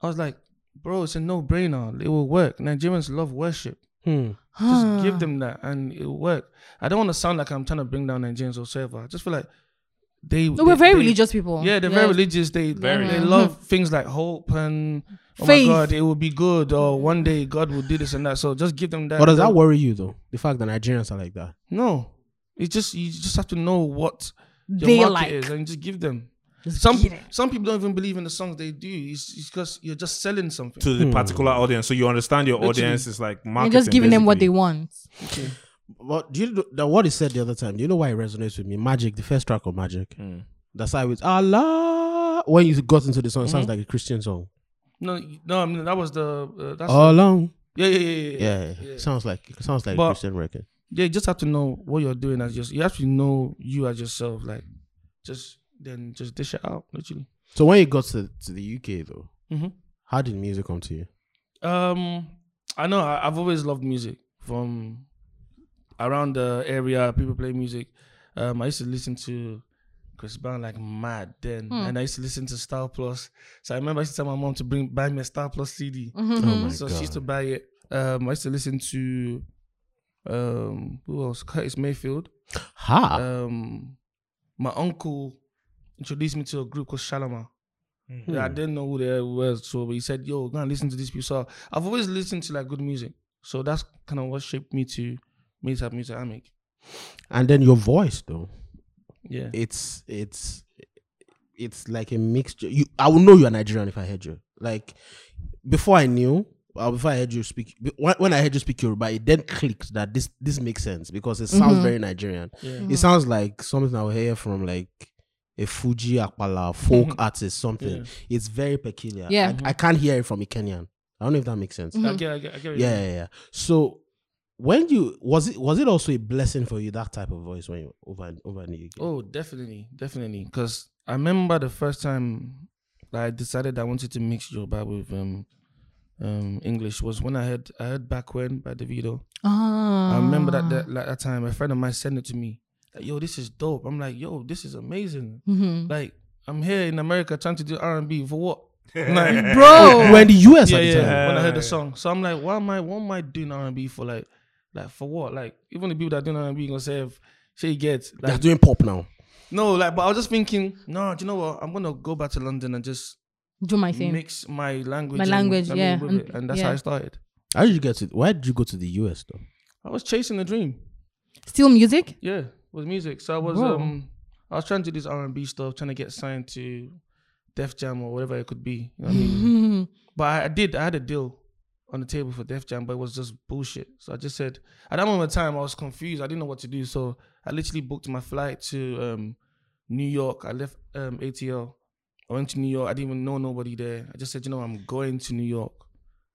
S4: I was like, bro, it's a no brainer. It will work. Nigerians love worship.
S5: Hmm.
S4: Just
S2: Huh.
S4: give them that and it'll work. I don't want to sound like I'm trying to bring down Nigerians or whatever. I just feel like they
S2: No, we're very
S4: they-
S2: religious people.
S4: Yeah, they're very religious. They
S1: Very.
S4: they love things like hope and oh
S2: Faith.
S4: my God, it will be good or one day God will do this and that. So just give them that.
S5: Or does that
S4: They'll-
S5: worry you though? The fact that Nigerians are like that.
S4: No, it's just you just have to know what your
S2: They
S4: market
S2: like.
S4: is and just give them.
S2: Just
S4: Some
S2: give it.
S4: some people don't even believe in the songs they do. It's because you're just selling something.
S1: to the particular audience, so you understand your
S4: Literally.
S1: audience is like
S2: You're
S1: marketing.
S2: just giving them what they
S1: basically.
S2: want.
S5: But do you know the, what he said the other time? Do you know why it resonates with me? Magic, the first track of Magic. That's how it's Allah. When you got into the song, it sounds like a Christian song.
S4: No, no, I mean that was the uh, that's
S5: All along.
S4: yeah, yeah, yeah, yeah,
S5: Oh. Yeah, Sounds like it sounds like a
S4: But-
S5: Christian record.
S4: Yeah, you just have to know what you're doing as just you have to know you as yourself. Like, just then just dish it out literally.
S5: So when you got to, to the UK though,
S4: Mhm.
S5: how did music come to you?
S4: Um, I know I, I've always loved music from around the area. People play music. Um, I used to listen to Chris Brown like mad
S5: Hmm.
S4: then, and I used to listen to Star Plus. So I remember I used to tell my mom to bring buy me a Star Plus CD.
S5: Oh
S2: Mm-hmm.
S5: my
S4: so
S5: god.
S4: she used to buy it. Um, I used to listen to um who else? Curtis Mayfield.
S5: ha.
S4: Um, my uncle introduced me to a group called Shalama. Yeah, I didn't know who they were, so but he said, "Yo, go and listen to these people." So I've always listened to like good music, so that's kind of what shaped me to make type of music I make.
S5: and then your voice though.
S4: Yeah,
S5: It's it's it's like a mixture. You I would know you're Nigerian if I heard you. Like before I knew uh, before I heard you speak, when when I heard you speak Yoruba, it then clicked that this this makes sense because it sounds very Nigerian.
S4: yeah,
S5: It sounds like something I would hear from like a Fuji Akpala folk artist, something.
S4: Yeah.
S5: It's very peculiar.
S2: Yeah.
S5: I, I can't hear it from a Kenyan. I don't know if that makes sense.
S4: I get, I get, I get what you
S5: Yeah,
S4: mean.
S5: yeah, yeah. So when you was it was it also a blessing for you that type of voice when you were over over in the UK?
S4: Oh, definitely, definitely. Because I remember the first time that I decided I wanted to mix Yoruba with um, um, English was when I heard I heard back when by Davido.
S2: Ah.
S4: I remember that that, like, that time a friend of mine sent it to me. Like, yo, this is dope. I'm like, yo, this is amazing.
S2: Mhm.
S4: Like, I'm here in America trying to do R and B for what? Like,
S2: Bro.
S5: You were in the US
S4: yeah,
S5: at the
S4: yeah.
S5: time.
S4: When I heard the song, so I'm like, why am I, what am I doing R and B for? Like, like for what? Like, even the people that do R and B gonna say, if she gets
S5: They're
S4: like,
S5: doing pop now.
S4: no, like, but I was just thinking, no, do you know what? I'm gonna go back to London and just
S2: Do my thing.
S4: mix my language,
S2: My
S4: and-
S2: language,
S4: I mean,
S2: yeah,
S4: with
S2: and-
S4: it. and that's
S2: yeah.
S4: how I started.
S5: How did you get to why did you go to the US though?
S4: I was chasing a dream,
S2: Still music?
S4: yeah, with music. So I was,
S2: Whoa.
S4: um, I was trying to do this R and B stuff, trying to get signed to Def Jam or whatever it could be. You know what I mean?
S2: Mhm.
S4: But I, I did. I had a deal on the table for Def Jam, but it was just bullshit. So I just said at that moment in time I was confused. I didn't know what to do. So I literally booked my flight to um, New York. I left um, ATL. I went to New York. I didn't even know nobody there. I just said, you know, I'm going to New York.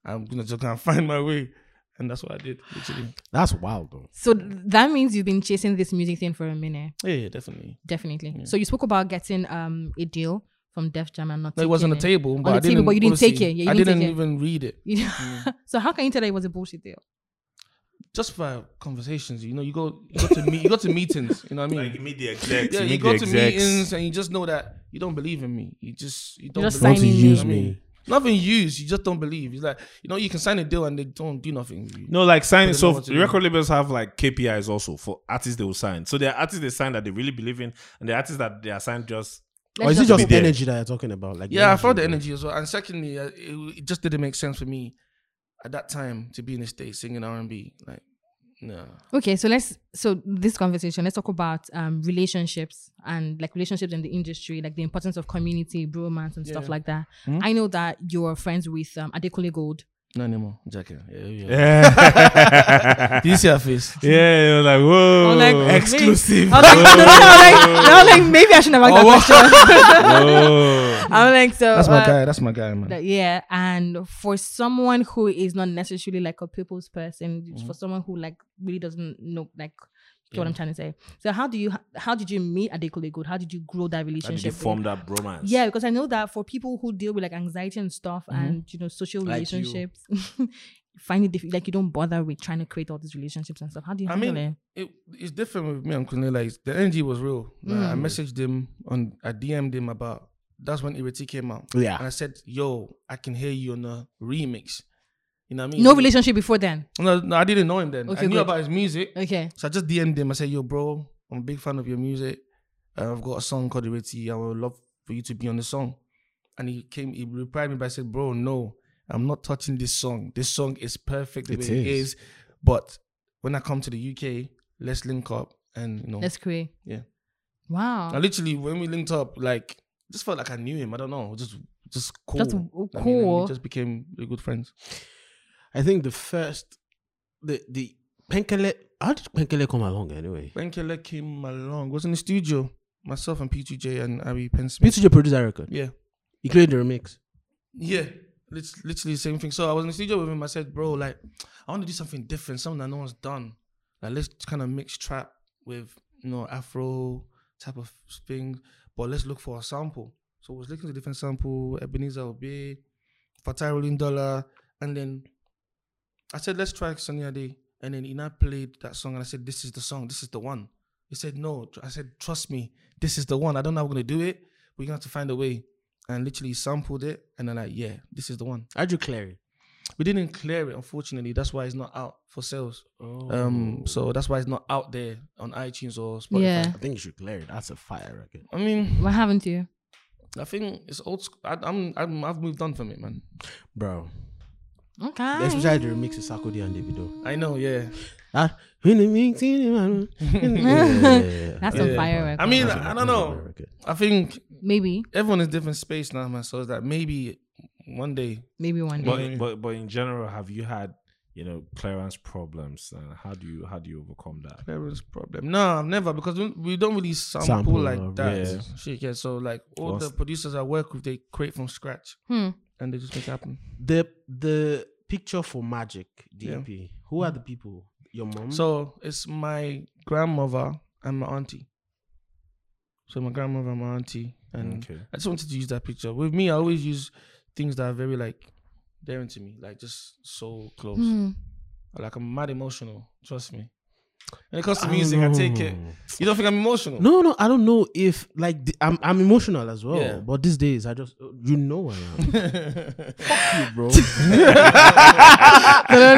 S4: I'm gonna just gonna find my way. And that's what I did, literally.
S5: That's wild though.
S2: So th- that means you've been chasing this music thing for a minute,
S4: Yeah, yeah definitely.
S2: definitely. So you spoke about getting um a deal from Def Jam and not.
S4: No, it was on the
S2: taking
S4: table,
S2: the
S4: but I
S2: table,
S4: didn't.
S2: but you didn't take
S4: obviously,
S2: it. Yeah, you
S4: I
S2: didn't take
S4: didn't
S2: it.
S4: even read it.
S2: You know? so how can you tell that it was a bullshit deal?
S4: Just by conversations, you know, you go, you go to meet, you go to meetings. You know what I mean?
S1: Like, meet the execs.
S4: yeah, you
S1: meet
S4: go
S1: the
S4: to
S1: execs.
S4: meetings and you just know that you don't believe in me. You just you don't
S2: just
S4: believe.
S5: Want to
S2: signing
S5: use
S4: I
S5: me?
S4: mean, nothing used. You just don't believe. It's like you know you can sign a deal and they don't do nothing. with you.
S1: No, like signing.
S4: But they know
S1: So
S4: what to
S1: the
S4: do.
S1: record labels have like KPIs also for artists they will sign. So there are artists they sign that they really believe in, and the artists that they are signed just
S5: or is
S2: Let's
S5: it just
S1: be there.
S5: energy that you're talking about? Like
S4: Yeah, I felt the
S5: bro.
S4: energy as well. And secondly, uh, it, it just didn't make sense for me at that time to be in the states singing R and B. Like, no.
S2: Okay, so let's so this conversation, let's talk about um relationships and like relationships in the industry, like the importance of community, bromance and stuff
S4: Yeah. Hmm?
S2: like that. I know that you're friends with um Adekunle Gold.
S4: Not anymore, Jackie. Yeah, yeah.
S1: yeah,
S4: Do you see her face?
S1: you're like whoa,
S2: I'm like,
S1: exclusive.
S2: I was like, no, no, no, I'm like,
S4: Oh,
S2: no, like maybe I shouldn't have asked that question.
S1: Whoa.
S2: I'm like, so
S4: That's my
S2: uh,
S4: guy. That's my guy, man.
S2: that- yeah, and for someone who is not necessarily like a people's person, for someone who like really doesn't know like get what I'm trying to say. So how do you how did you meet Adekunle Gold? How did you grow that
S1: How did
S2: relationship?
S1: you
S2: with-
S1: form that bromance?
S2: Yeah, because I know that for people who deal with like anxiety and stuff and you know social
S5: Like you.
S2: relationships, find it difficult. Like you don't bother with trying to create all these relationships and stuff. How do you
S4: I
S2: handle
S4: mean,
S2: it?
S4: it, it's different with me and Kunle. Like the energy was real. Like, I
S2: Hmm.
S4: messaged him on, I DM'd him about. That's when Iriti came out.
S5: Yeah.
S4: and I said, "Yo, I can hear you on a remix." You know what I mean?
S2: No relationship before then.
S4: No, no, I didn't know him then.
S2: Okay,
S4: I knew
S2: good.
S4: about his music,
S2: Okay.
S4: so I just DM'd him. I said, "Yo, bro, I'm a big fan of your music. Uh, I've got a song called Iriti. I would love for you to be on the song." And he came. He replied me by saying, "Bro, no, I'm not touching this song. This song is perfect the
S5: It
S4: way it
S5: is.
S4: is. But when I come to the UK, let's link up and you know."
S2: Let's create.
S4: Oh. Yeah.
S2: Wow.
S4: I literally when we linked up, like just felt like I knew him. I don't know, just just cool.
S2: Just w-
S4: I mean, and
S2: cool.
S4: we just became really good friends.
S5: I think the first, the the Penkele. How did Penkele come along anyway?
S4: When Keller came along, was in the studio. Myself and P2J and Abby Penn Smith.
S5: P2J produced that record,
S4: Yeah,
S5: including the remix.
S4: yeah. It's literally the same thing. So I was in the studio with him. I said, "Bro, like, I want to do something different, something that no one's done. Like, let's kind of mix trap with you know Afro type of thing, but let's look for a sample." So I was looking at different sample, Ebenezer Obey, Fatai Rolling Dollar, and then I said, let's try Sunny Ade. And then Ina played that song, and I said, this is the song, this is the one. He said, no. I said, trust me, this is the one. I don't know how we're gonna do it. We're gonna have to find a way. And literally sampled it, and then like, yeah, this is the one.
S5: How'd you clear it?
S4: We didn't clear it, unfortunately. That's why it's not out for sales. Um, so that's why it's not out there on iTunes or Spotify.
S2: yeah.
S5: Oh. I think you should clear it. That's a fire record.
S4: I mean,
S2: What haven't you?
S4: I think it's old school. I, I'm, I'm, I've moved on from it, man.
S5: Bro.
S2: Okay.
S5: Especially the remix with Sakodi and Davido.
S4: I know, yeah.
S5: Ah, when the mix in the- Yeah, yeah, yeah.
S2: That's
S4: Yeah.
S2: a fire record.
S4: I mean,
S5: That's a-
S4: I don't
S5: that's a
S4: know.
S5: record.
S4: I think
S2: maybe,
S4: everyone is different space now, man. So it's like maybe one day.
S2: maybe one day.
S1: But, but but in general, have you had you know clearance problems? And how do you how do you overcome that?
S4: Parents problem. No, I've never because we- we don't really sample,
S5: Sample or-
S4: like that.
S1: yeah.
S4: Shit, yeah. So like all
S1: Lost.
S4: the producers I work with, they create from scratch
S2: Hmm.
S4: and they just make it happen.
S5: The the picture for Magic
S4: Yeah.
S5: DP. Who are the people? Your mom.
S1: Hmm?
S4: So it's my grandmother and my auntie. So my grandmother and my auntie, and
S1: Okay.
S4: I just wanted to use that picture. With me, I always use things that are very like daring to me, like just so close.
S2: Hmm.
S4: Like I'm mad emotional. Trust me. When it comes
S1: Ah.
S4: to music, I take it. You don't think I'm emotional?
S5: No, no, I don't know if like the, I'm I'm emotional as well,
S4: Yeah.
S5: but these days I just uh, you know I am. Fuck you, bro.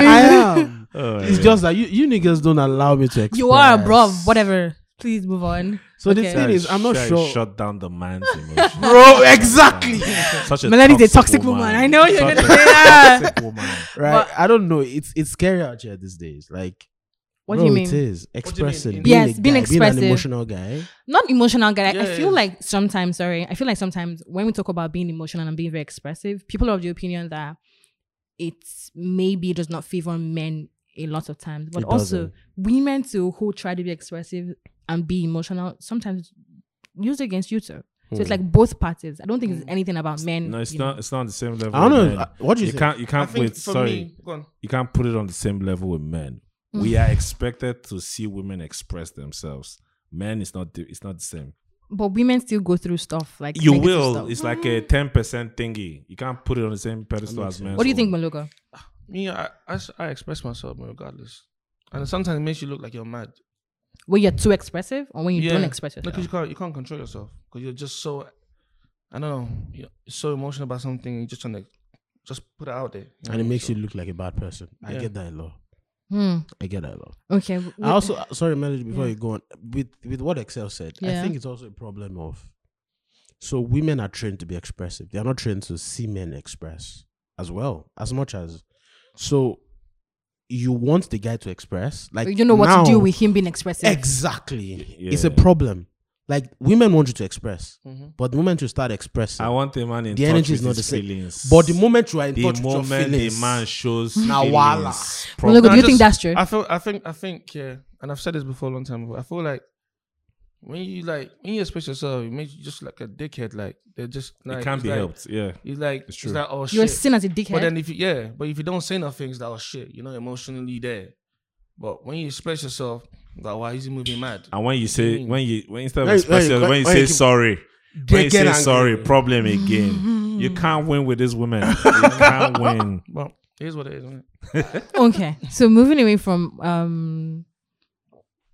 S5: I am. It's just that you you niggas don't allow me to express.
S2: You are a bro, whatever. Please move on.
S5: So the thing is, I'm not
S1: Shy
S5: sure.
S1: Shut down the man's emotions.
S5: Bro, exactly.
S1: Such a
S2: Melanie's a toxic woman. I know you're
S1: Such
S2: gonna
S1: a
S2: say that.
S1: Toxic woman.
S5: right? I don't know. It's it's scary out here these days. Like,
S2: What
S5: bro,
S2: do you mean?
S5: It is expressing.
S4: In-
S5: being a
S2: Yes, being
S5: guy,
S2: expressive.
S5: Being an emotional guy.
S2: not emotional guy. I- I
S4: Yeah.
S2: feel like sometimes, sorry, I feel like sometimes when we talk about being emotional and being very expressive, people are of the opinion that it maybe does not favor men a lot of times, but
S5: It
S2: also
S5: doesn't.
S2: women too who try to be expressive and be emotional sometimes use against you too. So it's like both parties. I don't think it's anything about men.
S1: No, Hmm. it's
S2: you know.
S1: not. It's not on the same level.
S5: I don't
S1: with
S5: know.
S1: men.
S5: uh, What do you,
S1: You
S5: say?
S1: can't. You
S4: I
S1: can't.
S4: think
S1: Wait.
S4: for
S1: Sorry.
S4: me, go on.
S1: You can't put it on the same level with men. We are expected to see women express themselves. Men, it's not. The, it's not the same.
S2: But women still go through stuff like
S1: You
S2: negative
S1: will.
S2: stuff.
S1: It's like a ten percent thingy. You can't put it on the same pedestal as men.
S2: What do you think, Maluka?
S4: Me, I, I, s- I express myself regardless, and sometimes it makes you look like you're mad.
S2: When you're too expressive or when you
S4: Yeah.
S2: don't express yourself?
S4: because you can't you can't control yourself because you're just so I don't know you're so emotional about something. You just trying to just put it out there, you
S5: and
S1: Oh,
S4: know,
S5: it makes
S4: so-
S5: you look like a bad person. I
S4: Yeah.
S5: get that a lot.
S2: Hmm.
S5: I get that a lot.
S2: Okay. w-
S5: I also uh, sorry, Melody, before
S2: Yeah.
S5: you go on with with what Excel said, I
S2: Yeah.
S5: think it's also a problem of so women are trained to be expressive. They are not trained to see men express as well as much as so. You want the guy to express, like
S2: uh, you don't know what to do
S5: now-
S2: with him being expressive.
S5: Exactly, it's a
S1: Yeah.
S5: problem. Like women want you to express,
S4: Mhm.
S5: but the moment you start expressing,
S1: I want a man in
S5: The
S1: touch
S5: energy
S1: with
S5: is not
S1: his
S5: the same.
S1: Feelings.
S5: but the moment you are in
S1: the
S5: touch
S1: moment
S5: with your feelings,
S1: a man shows
S5: Now, voila.
S1: feelings,
S2: Maluka,
S4: No,
S2: do
S4: I
S2: you
S4: just-
S2: think that's true?
S4: I feel I think I think yeah, and I've said this before a long time ago. I feel like when you like when you express yourself, it makes you just like a dickhead. Like they're just like,
S1: it can't
S4: it's
S1: be
S4: like,
S1: helped. Yeah.
S4: It's like it's,
S1: true.
S4: like oh
S2: You're
S4: shit.
S2: seen as a dickhead.
S4: But then if you yeah, but if you don't say nothing, it's like oh shit. You know, emotionally there. But when you express yourself, like why is he moving mad?
S1: And when you say
S4: Mm.
S1: when you when instead of
S5: When- when you-
S1: expressing when,
S5: when-
S1: you
S5: Mm-hmm. when
S1: say
S5: you keep-
S1: sorry,
S5: They
S1: when you say
S5: get angry.
S1: sorry, problem again.
S2: Mm-hmm.
S1: you can't win with this woman. You can't win.
S4: Well, here's what it is. isn't it?
S2: okay so moving away from um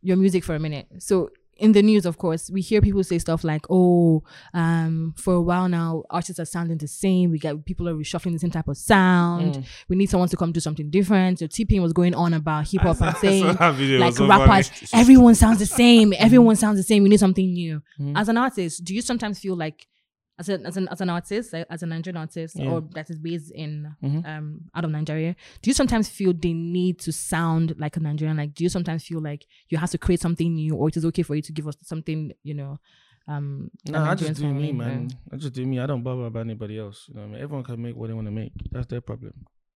S2: your music for a minute so in the news of course we hear people say stuff like oh um for a while now artists are sounding the same we get people are reshuffling the same type of sound
S4: Mm.
S2: we need someone to come do something different so t-pain was going on about hip-hop and saying
S1: That video
S2: like
S1: was so
S2: rappers
S1: funny.
S2: everyone sounds the same everyone sounds the same we need something new
S4: Mm-hmm.
S2: as an artist do you sometimes feel like as, a, as, an, as an artist like, as a nigerian artist
S4: Yeah.
S2: or that is based in
S4: Mhm.
S2: um out of nigeria do you sometimes feel the need to sound like a nigerian like do you sometimes feel like you have to create something new or it is okay for you to give us something you know um that
S4: Nah, I
S2: Nigerians
S4: just do
S2: can
S4: me,
S2: relate,
S4: man. I just do me. I don't bother about anybody else. You know what I mean? Everyone can make what they want to make. That's their problem.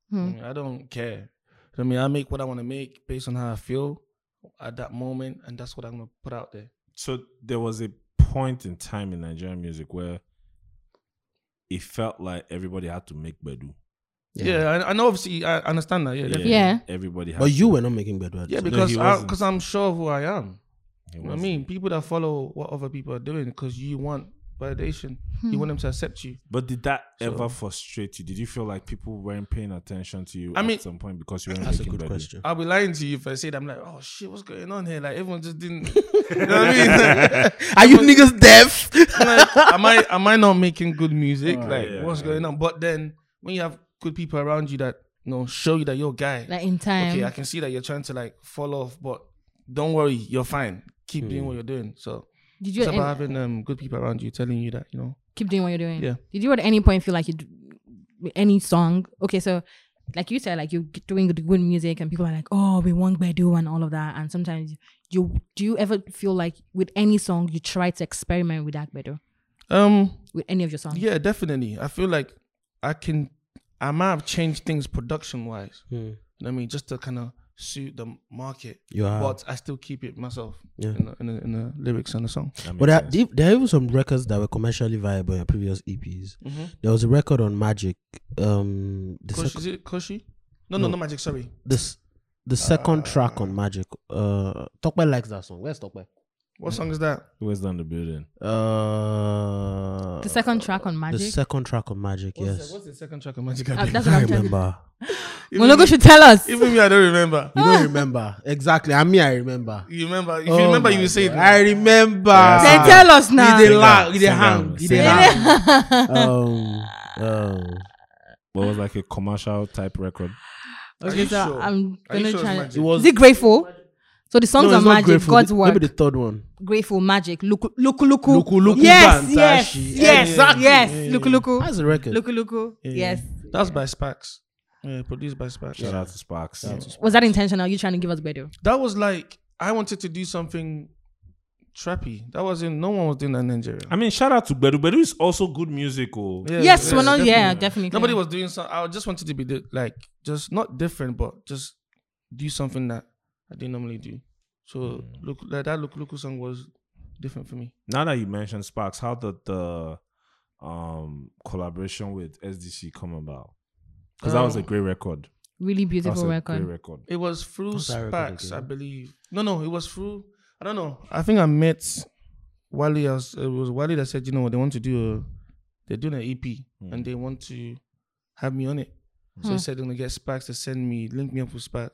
S2: yeah. Hmm.
S4: I, mean, I don't care. You know what I mean, I make what I want to make based on how I feel at that moment, and that's what I'm gonna put out there.
S1: so there was a point in time in Nigerian music where it felt like everybody had to make Bedu.
S5: Yeah.
S4: Yeah, I, I know. Obviously, I understand that. Yeah, definitely.
S2: Yeah.
S1: Everybody had
S5: But you
S1: to.
S5: were not making bad words.
S4: yeah,
S1: he
S4: because I
S1: wasn't.
S4: because I'm sure of who I am.
S1: It
S4: You know what I
S1: was-
S4: mean, people that follow what other people are doing because you want validation.
S2: Hmm.
S4: You want them to accept you.
S1: But did that
S4: So-
S1: ever frustrate you? Did you feel like people weren't paying attention to you
S4: I
S1: at
S4: mean-
S1: some point because you weren't
S5: that's a
S1: making
S5: good
S1: Bedu?
S5: question.
S4: I'll be lying to you if I said I'm like, oh shit, what's going on here? Like everyone just didn't. you know what I mean?
S5: Are you niggas deaf?
S4: like, am I am I not making good music?
S5: Oh,
S4: like
S1: yeah,
S4: what's
S1: yeah.
S4: going on? But then when you have good people around you that you know show you that you're a guy,
S2: like um, in time
S4: okay, I can see that you're trying to like fall off, but don't worry, you're fine. Keep
S5: Hmm.
S4: doing what you're doing. So
S2: did you
S4: it's
S2: at
S4: about
S2: any-
S4: having um good people around you telling you that you know.
S2: keep doing what you're doing.
S4: Yeah.
S2: Did you at any point feel like you, d- any song? Okay, so like you said, like you're g- doing good good music, and people are like, "Oh, we want Bedu and all of that." And sometimes you do you ever feel like with any song you try to experiment with that Bedu
S4: Um,
S2: with any of your songs?
S4: yeah, definitely. I feel like I can. I might have changed things production wise.
S5: Hmm.
S4: You know what I mean, just to kind of suit the market,
S5: You are.
S4: but I still keep it myself
S5: Yeah.
S4: in, the, in, the, in the lyrics and the song.
S1: That makes
S5: But there,
S1: sense.
S5: there- there are even some records that were commercially viable in previous EPs.
S4: Mm-hmm.
S5: There was a record on Magic. Um, the,
S4: Kush,
S5: sec-
S4: is it Kushi? No, no,
S5: No.
S4: no, Magic. Sorry.
S5: the, s- the second track on Magic. Uh, Tokwe likes that song. Where's Tokwe?
S4: What song is that?
S1: Who was down the building?
S5: Uh,
S2: The second track on
S5: the
S2: Magic.
S5: second track on Magic. yes,
S4: What's the second track of Magic?
S2: Uh, that's what
S5: I can't
S2: I'm trying.
S5: remember.
S2: Monogo should tell us.
S4: Even me, I don't remember.
S5: you don't remember exactly. I mean, I remember.
S4: You remember? If you
S5: Oh
S4: remember,
S5: my
S4: you will say it.
S5: God. I remember.
S1: Yeah,
S2: Then tell us now.
S5: He
S1: Sing
S5: did
S1: out,
S5: laugh. He
S1: sing
S5: did hang.
S1: out,
S5: He
S1: sing
S5: did
S1: out.
S5: hang. Um, um,
S1: What was like a commercial type record?
S4: Are
S2: Okay,
S4: you
S2: so
S4: sure?
S2: I'm
S4: Are you
S2: gonna
S4: sure it's
S2: try.
S4: Magic?
S5: it was.
S2: Is it grateful? So the songs
S5: no,
S2: are
S5: it's not
S2: magic,
S5: Grateful.
S2: God's
S5: Maybe
S2: word,
S5: the third one.
S2: grateful, magic, luku luku luku,
S5: Luku Luku
S2: yes,
S5: Bantashi.
S2: yes,
S5: Yeah,
S2: yes,
S5: exactly.
S2: yes,
S5: Yeah, yeah,
S2: luku luku.
S5: That's a record.
S2: Luku Luku. Yes.
S4: That's by Spax. Yeah, produced by Spax.
S1: Shout out to Sparks.
S2: Was that intentional? You trying to give us better?
S4: That was like I wanted to do something trappy. That wasn't. No one was doing that in Nigeria.
S1: I mean, shout out to Bedu. Bedu is also good music. Oh,
S4: Yeah,
S2: yes,
S4: yeah,
S2: we're not. Yeah,
S4: definitely.
S2: definitely.
S4: Nobody was doing so. I just wanted to be di- like just not different, but just do something that I didn't normally do. So look, like that look, look song was different for me.
S1: now that you mentioned Sparks, how did the um collaboration with SDC come about? Because that
S2: Oh.
S1: was a
S4: Um,
S1: great record.
S2: really
S1: That was
S2: beautiful
S1: a
S2: record.
S1: Great record.
S4: It was through
S5: What's that record
S4: Spax,
S5: again?
S4: I believe. No, no, it was through. I don't know. I think I met Wally. As, it was Wally that said, you know what, they want to do a, they're doing an EP
S5: Hmm.
S4: and they want to have me on it. So he
S2: Hmm.
S4: said they're gonna get Spax to send me, link me up with Spax.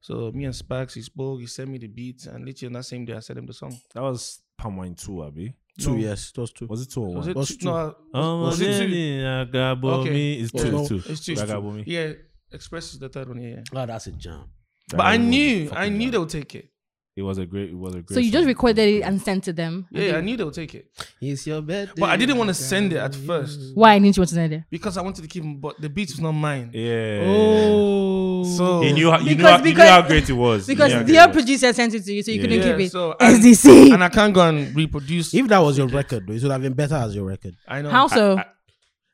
S4: So me and Spax, he spoke, he sent me the beats, and literally on that same day I sent him the song.
S1: That was Palm Wine Two, Abby.
S5: Two
S4: No.
S5: yes, it was two.
S1: Was it two or
S4: Was
S1: one?
S4: it
S5: What's
S4: two?
S5: two?
S4: No, uh, I-
S1: Oh,
S4: was it two?
S1: Ragabomi. It's
S5: Yeah.
S1: two.
S5: No,
S1: It's two.
S4: It's two. it's two.
S1: Ragabomi.
S4: Yeah, Express is the third one. Yeah, yeah.
S5: Oh, that's a jam.
S4: But I
S1: Ragabomi.
S4: knew,
S1: Fucking
S4: I knew
S1: jam.
S4: they would take it.
S1: It was a great. It was a great.
S2: So you just
S1: song.
S2: recorded it and sent to them. and
S4: Yeah, I
S2: they-
S4: knew they would take it.
S5: It's your birthday.
S4: But I didn't want to send it at first
S2: Why didn't you want to send it?
S4: because I wanted to keep him. But the beat was not mine.
S1: Yeah.
S5: Oh,
S4: So
S1: He knew how, you, knew
S2: Because-
S1: how, you knew
S2: because-
S1: how great it was. You knew
S2: Because
S1: how
S2: the
S1: great
S2: their
S1: it was.
S2: producer sent it to you, so you
S1: Yeah.
S2: couldn't
S4: yeah,
S2: keep it.
S4: so and,
S2: SDC.
S4: and I can't go and reproduce.
S5: if that was your record, though, it would have been better as your record.
S4: I know.
S2: How so?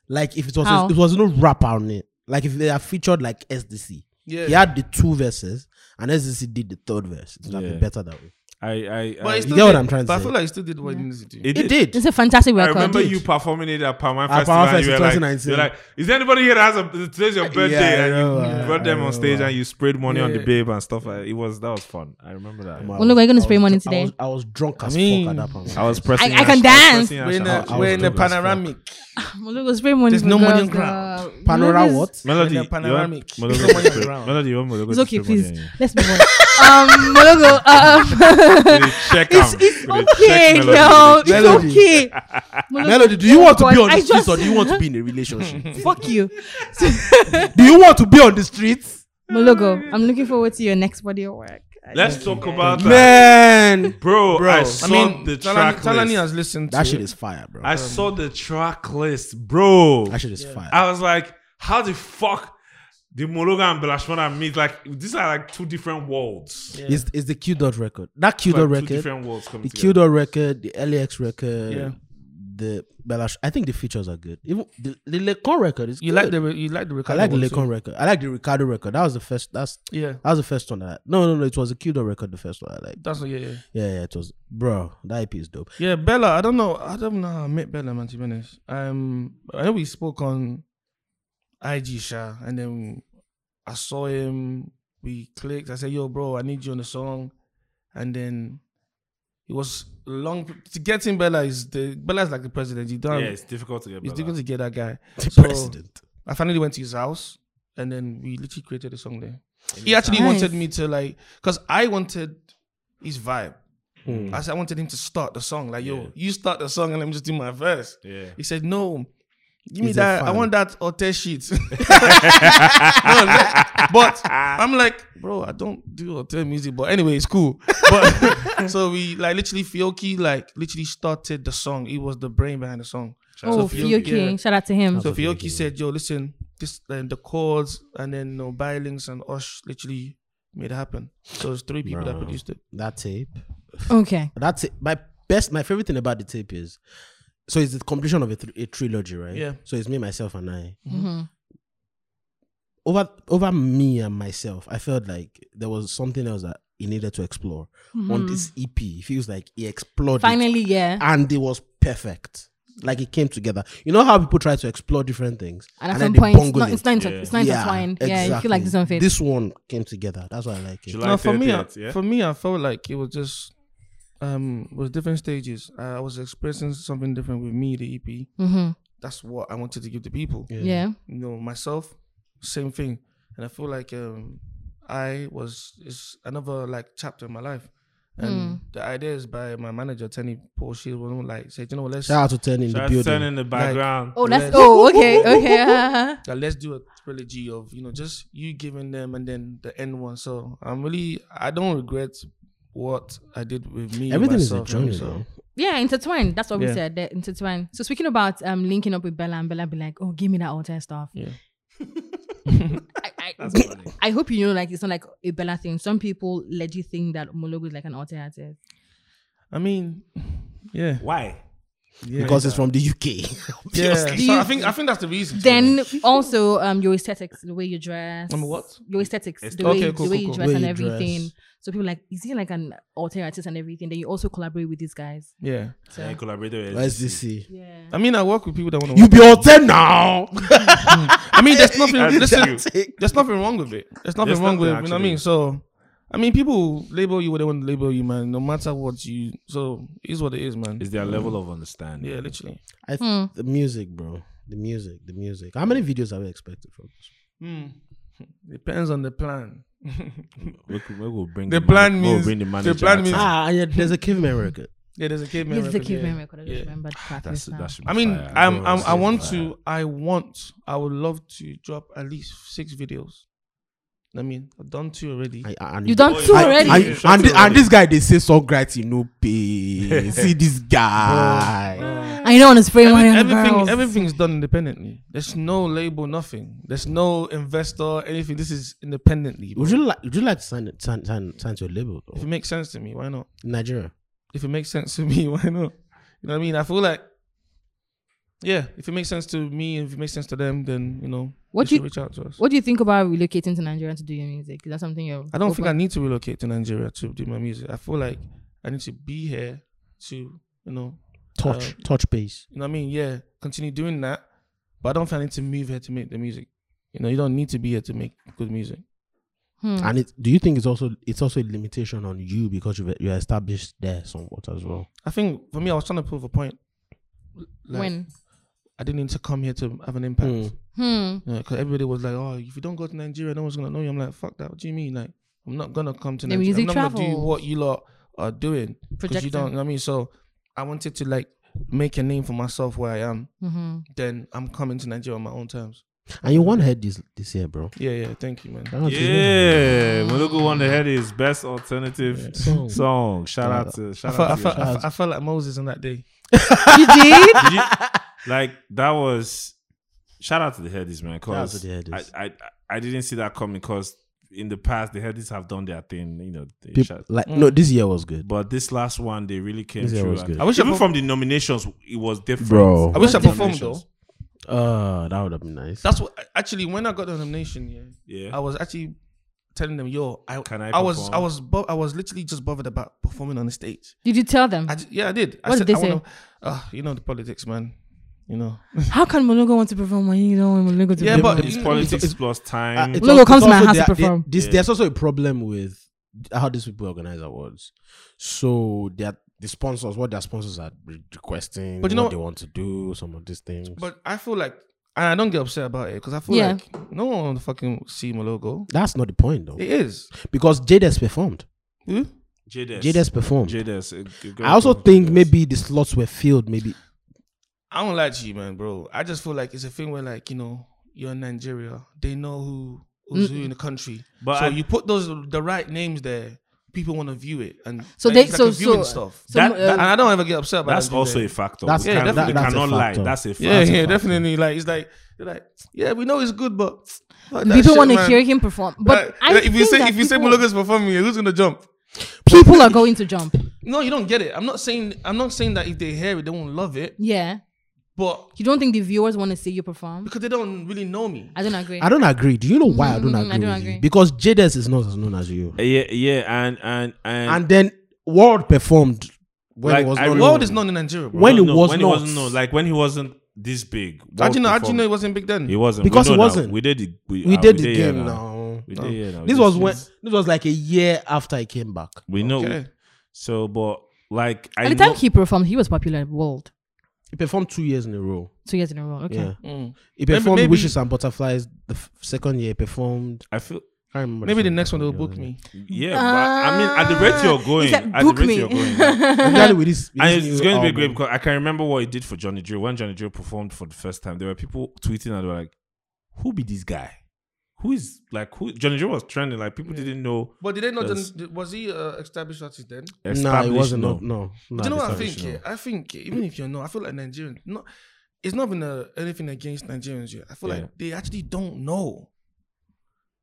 S5: Like if it was
S2: How?
S5: it was no rap on it. Like if they are featured like SDC.
S4: Yeah.
S5: He had the two verses and SDC did the third verse. It would have
S1: Yeah.
S5: been better that way.
S1: I, I,
S4: But
S1: I,
S4: he
S5: you
S4: still
S5: get what
S4: did-
S5: I'm trying to
S4: But I
S5: say.
S4: feel like he still did what he needed to do.
S1: it
S5: It
S1: did.
S5: did.
S2: it's a fantastic
S1: I
S2: record.
S1: remember
S5: did.
S1: you performing it at Palm Wine
S5: At
S1: Festival.
S5: Palm
S1: and
S5: Fest
S1: you were
S5: in
S1: like,
S5: 2019.
S1: you're like, is there anybody here that has a, today's your birthday?
S5: I
S1: and
S5: know,
S1: you
S5: I-
S1: brought them
S5: I
S1: on stage
S5: know.
S1: and you sprayed money on the
S4: Yeah.
S1: babe and stuff. Like, it was, that was fun. I remember that.
S5: Man,
S2: We're not going to
S5: I
S2: spray
S5: was-
S2: money
S5: I
S2: today.
S5: was- I was drunk as
S4: mean-
S5: fuck at that point.
S1: I was pressing.
S2: I
S1: Ash-
S2: can
S1: was pressing Ash
S2: dance.
S4: We're in
S1: and
S4: the,
S1: I
S5: I
S1: was
S4: we're in the
S1: drunk as fuck.
S4: panoramic.
S2: Mologo's very money.
S4: There's no
S2: for
S4: money on
S2: girls,
S4: ground.
S2: girl.
S5: Panorama
S2: Mologo's-
S5: what?
S1: Melody,
S4: We're
S1: you
S4: in the
S1: want
S4: panoramic.
S1: Mologo
S4: Someone
S1: to
S4: on
S1: spray-
S4: ground.
S1: Melody, you want Mologo
S2: It's
S1: to
S2: okay,
S1: spray money
S2: please.
S1: on you?
S2: Let's move on. Um, Mologo, um,
S1: They check
S2: it's,
S1: am.
S2: it's
S1: They check
S2: okay,
S1: Melody.
S2: no, it's
S5: Melody.
S2: okay. Mologo,
S5: Melody, do you want to be
S2: God,
S5: on
S2: I
S5: the streets
S2: just-
S5: or do you want to be in a relationship?
S2: Fuck you,
S5: do you want to be on the streets?
S2: Mologo. I'm looking forward to your next body of work. Oh, I
S1: Let's
S2: just-
S1: talk about that.
S5: Man,
S1: Bro, I
S4: I
S1: saw
S4: mean,
S1: the
S4: Talani,
S1: track
S4: Talani
S1: list.
S4: has listened.
S5: that
S4: to
S5: shit
S4: it.
S5: is fire, bro.
S1: I saw the track list, bro.
S5: That shit is fire.
S1: I was like, how the fuck did Mologa and Belashmana meet? Like, these are like two different worlds.
S4: Yeah.
S5: It's, it's the Q dot record. That Q
S1: Like,
S5: dot
S1: Two
S5: record,
S1: different worlds coming
S5: the
S1: together.
S5: Q dot record, the LAX record,
S4: Yeah.
S5: the Belash. I think the features are good. Even the, the Lecon record is.
S4: You
S5: good.
S4: like the re- you like the
S5: I
S4: record.
S5: like the Lecon record. I like the Ricardo record. That was the first. That's
S4: Yeah,
S5: that was the first one that. No, no, no. It was the Q dot record. The first one I like.
S4: that's what, yeah, yeah.
S5: Yeah, yeah. It was bro. That EP is dope.
S4: Yeah, Bella. I don't know. I don't know how I met Bella, man. To be honest, um, I know we spoke on IG, Sha, and then I saw him. We clicked. I said, "Yo, bro, I need you on the song," and then it was a long to get him. Bella is the Bella's like the president. You don't.
S1: Yeah, it's difficult to get.
S4: it's
S1: Bella.
S4: difficult to get that guy.
S5: The
S4: So-
S5: president.
S4: I finally went to his house, and then we literally created a song there.
S1: Anytime.
S4: He actually
S2: Nice.
S4: wanted me to like, cause I wanted his vibe.
S5: Hmm.
S4: I said I wanted him to start the song. Like,
S1: Yeah.
S4: yo, you start the song and let me just do my verse.
S1: Yeah.
S4: He said, no, give me
S5: He's a
S4: that. I
S5: fan.
S4: want that hotel sheet. No, no, but I'm like, bro, I don't do hotel music. But anyway, it's cool. But so we like literally Fioki like literally started the song. He was the brain behind the song.
S2: Oh,
S4: So
S2: Fioki,
S4: Fioki, yeah.
S2: shout out to him.
S4: So
S5: That's what
S4: Fioki
S5: Fioki
S4: said, yo, listen, this um, the chords and then you know, Bylinks and Osh literally made it happen. So it's three people that
S5: Bro.
S4: produced it.
S5: That tape.
S2: Okay,
S5: That's it. My best, my favorite thing about the tape is, so it's the completion of a, thr- a trilogy, right?
S4: Yeah.
S5: So it's me, myself, and I.
S2: Mhm.
S5: Over over me and myself, I felt like there was something else that he needed to explore on this EP. It feels like he explored it,
S2: Mm-hmm. finally, yeah.
S5: and it was perfect. Like it came together. You know how people try to explore different things,
S2: And at
S5: then
S2: some
S5: they
S2: point, it's
S5: bungle
S2: not,
S5: it?
S2: it's not, inter-
S1: Yeah.
S2: it's not intertwined. Yeah, you feel like this
S5: exactly.
S2: one fits.
S5: This one came together. That's why I like it.
S1: July
S4: no, for me, I,
S1: 30th, yeah?
S4: for me, I felt like it was just um it was different stages. I was expressing something different with me, the EP.
S2: hmm
S4: That's what I wanted to give to people.
S2: Yeah.
S4: You know, myself, same thing. And I feel like um I was is another like chapter in my life. And the idea is by my manager, Tenny Paul. She was like, say, you know, what, let's
S5: Shout out to Ten in the
S1: Shots
S5: building.
S1: turn in the background.
S2: Oh, that's
S4: Yes.
S2: oh okay okay.
S4: that let's do a trilogy of you know just you giving them and then the end one. So I'm really I don't regret what I did with me.
S5: Everything is a
S4: myself,
S5: journey,
S4: so-
S5: though.
S2: yeah, intertwined. That's what we
S4: Yeah.
S2: said. They're intertwined. So speaking about um linking up with Bella and Bella be like, oh, give me that alter stuff.
S4: Yeah.
S2: I,
S1: That's
S2: I,
S1: funny.
S2: I hope you know, like it's not like a Bella thing. Some people legit think that Mologo is like an alter artist.
S4: I mean, yeah,
S1: Why?
S4: yeah.
S5: because it's from the UK.
S4: yeah.
S5: obviously.
S4: So I think I think that's the reason.
S2: Then also um your aesthetics, the way you dress.
S4: I mean, what?
S2: Your aesthetics, the
S4: Okay,
S2: way,
S4: cool,
S2: the way you
S4: cool, cool.
S2: dress
S5: Way
S2: and
S5: you dress.
S2: everything. So people like, is he like an alter artist and everything? Then you also collaborate with these guys.
S4: Yeah.
S2: So,
S1: I collaborated with
S5: Let's just see.
S2: yeah.
S4: I mean, I work with people that want to.
S5: You
S4: Work.
S5: be all ten now.
S4: I mean, there's nothing.
S1: I
S4: listen,
S1: did
S4: there's nothing wrong with it. There's nothing
S1: There's
S4: wrong with it.
S1: nothing,
S4: You know what I
S1: actually.
S4: mean? So, I mean, people label you what they want to label you, man. No matter what you. So, it is what it is, man.
S1: Is their level of understanding?
S4: yeah, literally.
S5: I th-
S2: Hmm.
S5: The music, bro. The music. The music. How many videos are we expected from? this?
S4: Hmm. Depends on the plan.
S1: We could, we will bring
S4: The
S1: man-
S4: plan
S1: we'll
S4: means-
S1: bring the
S4: the
S1: manager
S4: plan
S1: out.
S4: means-
S1: Ah,
S5: Ah, yeah, there's a caveman record.
S4: Yeah, there's a caveman.
S2: Yes, the
S4: record, yeah.
S2: caveman record. I just
S4: Yeah.
S2: remembered that
S1: that's
S2: now.
S1: that should be
S4: I mean,
S1: fire.
S4: I'm,
S1: Bro,
S4: I'm,
S1: that
S4: I
S1: should be
S4: want
S1: fire.
S4: to, I want, I would love to drop at least six videos. I mean, I've done two already.
S5: I, I, and
S2: You've done two
S5: I-
S2: already.
S5: I-
S1: Yeah,
S5: and,
S1: shut
S5: thi-
S1: it
S5: and
S1: already.
S5: this guy, they say songwriting, you no pay. See this guy.
S2: I know on his frame.
S4: Every-
S2: why on the
S4: everything,
S2: barrels.
S4: everything's done independently. There's no label, nothing. There's no investor, anything. This is independently. bro.
S5: Would you like? Would you like to sign sign sign, sign to a label
S4: If it
S5: though?
S4: makes sense to me, why not?
S5: in Nigeria?
S4: If it makes sense to me, why not? You know what I mean? I feel like, yeah, if it makes sense to me, if it makes sense to them, then you know,
S2: What
S4: they
S2: do
S4: should
S2: you-
S4: reach out to us.
S2: What do you think about relocating to Nigeria to do your music? Is that something you're?
S4: I don't think I
S2: open-
S4: need to relocate to Nigeria to do my music. I feel like I need to be here to, you know,
S5: Touch
S4: Uh,
S5: touch base.
S4: you know what I mean? Yeah, continue doing that. But I don't think I need to move here to make the music. You know, you don't need to be here to make good music.
S2: Hmm.
S5: And it, do you think it's also it's also a limitation on you because you you're established there somewhat as well?
S4: I think for me, I was trying to prove a point. Like,
S2: when?
S4: I didn't need to come here to have an impact.
S5: Hmm.
S2: Hmm.
S4: Because everybody was like, "Oh, if you don't go to Nigeria, no one's gonna know you." I'm like, "Fuck that! What do you mean? Like, I'm not gonna come to
S2: Then we
S4: Nigeria. I'm
S2: usually
S4: not gonna do
S2: travel.
S4: what you lot are doing because you
S2: Projecting.
S4: don't. You know what I mean, so I wanted to like make a name for myself where I am.
S2: Mm-hmm.
S4: Then I'm coming to Nigeria on my own terms.
S5: And you won head this this year, bro.
S4: Yeah, yeah. Thank you, man.
S5: Shout out to you.
S1: Yeah, Mologo won the head is best alternative
S5: Song.
S1: song. Shout out to
S4: I
S1: shout
S4: felt, I,
S1: out
S4: felt,
S1: to
S4: I, felt, I felt like Moses on that day.
S2: You did.
S1: you. Did you- like that was shout out to the headies man.
S5: out to
S1: Cause
S5: the Headies.
S1: I, I I didn't see that coming because in the past the headies have done their thing, you know. They
S5: Peop-
S1: shout-
S5: like
S2: Mm.
S5: no, this year was good,
S1: but this last one they really came
S5: This year
S1: through.
S5: was good.
S4: I wish I
S1: Even
S4: perf-
S1: from the nominations, it was different.
S5: Bro.
S4: I wish I
S1: From the
S4: performed though.
S1: nominations.
S5: Uh, that would have been nice.
S4: That's what actually when I got the nomination, yeah,
S1: Yeah.
S4: I was actually telling them, "Yo, I
S1: Can
S4: Can
S1: I
S4: I, I was I
S1: perform?
S4: was bo- I was literally just bothered about performing on the stage.
S2: Did you tell them?
S4: I j- yeah, I did. I
S2: What did
S4: said,
S2: they
S4: I Wanna, uh, you know the politics, man. You know,
S2: How can Monogo want to perform when you don't want Monogo to?
S4: Yeah,
S2: perform?
S4: but-
S1: it's
S4: it's-
S1: politics
S5: it's-
S1: plus
S5: Uh,
S1: time.
S5: it's
S2: Logo
S5: al-
S2: comes
S5: it's
S2: to my
S5: also
S2: house to
S5: there- there-
S2: perform.
S5: this,
S1: Um, Yeah.
S5: There's also a problem with how these people organize awards. So they're the sponsors, what their sponsors are re- requesting,
S4: But you
S5: what
S4: know-
S5: they want to do, some of these things.
S4: but I feel like and I don't get upset about it because I feel
S2: Yeah.
S4: like no one on the fucking see my logo.
S5: that's not the point though,
S4: It is.
S5: because JDS performed.
S4: Hmm?
S1: JDS.
S5: JDS performed.
S1: JDS. uh, go-
S5: I also
S1: go-
S5: think
S1: JDS.
S5: maybe the slots were filled. Maybe
S4: I don't lie to you, man, bro. I just feel like it's a thing where like you know you're in Nigeria, they know who who's who in the country.
S1: But
S4: so
S1: I-
S4: you put those the right names there, people want to view it, and
S2: So
S4: like,
S2: they
S4: it's like
S2: so
S4: a viewing
S2: so,
S4: stuff.
S2: so,
S1: That-
S2: uh,
S1: that-
S4: and I don't ever get upset about
S1: That's
S4: them, do
S1: also
S4: they?
S1: a factor.
S5: That's
S1: yeah,
S4: kind-
S1: definitely
S5: that- that's a
S1: cannot lie.
S5: factor.
S1: That's a factor.
S4: Yeah,
S1: That's a
S4: yeah,
S1: factor.
S4: definitely. Like it's like they're like, yeah, we know it's good, but fuck that
S2: people
S4: shit,
S2: want to
S4: man.
S2: hear him perform. But
S4: Like,
S2: I
S4: like, if you
S2: think
S4: say
S2: that
S4: if you say
S2: people,
S4: Mologo's performing, here, who's gonna jump?
S2: people are going to jump.
S4: No, you don't get it. I'm not saying I'm not saying that if they hear it, they won't love it,
S2: Yeah,
S4: but
S2: you don't think the viewers want to see you perform?
S4: because they don't really know me.
S2: I don't agree.
S5: I don't agree. Do you know why I don't
S2: Mm, I
S5: agree?
S2: don't
S5: with you?
S2: agree.
S5: Because JDS is not as known as you.
S1: Yeah, yeah, and and and,
S5: And then World performed when
S1: Like,
S5: it was
S1: I
S5: not
S1: don't
S4: The
S1: know.
S4: world is not in Nigeria, bro.
S5: When- it was
S1: when
S5: not.
S1: it wasn't known, like when he wasn't this big.
S4: how do you know? How do you know it
S1: It
S4: wasn't big then?
S1: wasn't We
S5: Because
S1: know
S5: it
S1: now.
S5: wasn't.
S1: We did it. We,
S5: we
S1: ah,
S5: did the
S1: yeah
S5: game now. Um,
S1: We did yeah now.
S5: This
S1: We
S5: was
S1: did
S5: when
S1: this.
S5: this was like a year after I came back.
S1: we know.
S4: Okay.
S1: So, but like I
S2: At the
S1: know,
S2: time he performed, he was popular world
S5: He performed two years in a row.
S2: two years in a row. Okay,
S5: Yeah.
S4: Mm.
S5: He
S4: Maybe-
S5: performed
S4: maybe-
S5: Wishes and Butterflies the f- second year. He performed.
S1: I feel
S5: I can't remember.
S4: Maybe the
S5: second
S4: next one they'll
S5: year.
S4: book me.
S1: yeah. but, I mean, at the rate
S2: Ah,
S1: you're going,
S2: he said,
S1: at the
S2: book
S1: rate
S2: me.
S1: you're going.
S5: Especially with this, with
S1: And
S5: this
S1: it's, it's
S5: new
S1: going to be great
S5: album.
S1: because I can remember what it did for Johnny Drew. When Johnny Drew performed for the first time, there were people tweeting and they were like, "Who be this guy? Who is like who?" Johnny Drew was trending. Like people didn't know.
S4: But did they not?
S1: Yes.
S4: Was he uh, established artist then?
S5: Nah, it
S1: established,
S5: wasn't.
S1: no.
S5: No, no.
S4: Do you know
S5: nah,
S4: what I
S5: this
S4: think?
S5: one.
S4: Yeah, I think even if you're not, I feel like Nigerians. Not, it's not been a, anything against Nigerians. Yeah, I feel
S1: Yeah.
S4: like they actually don't know.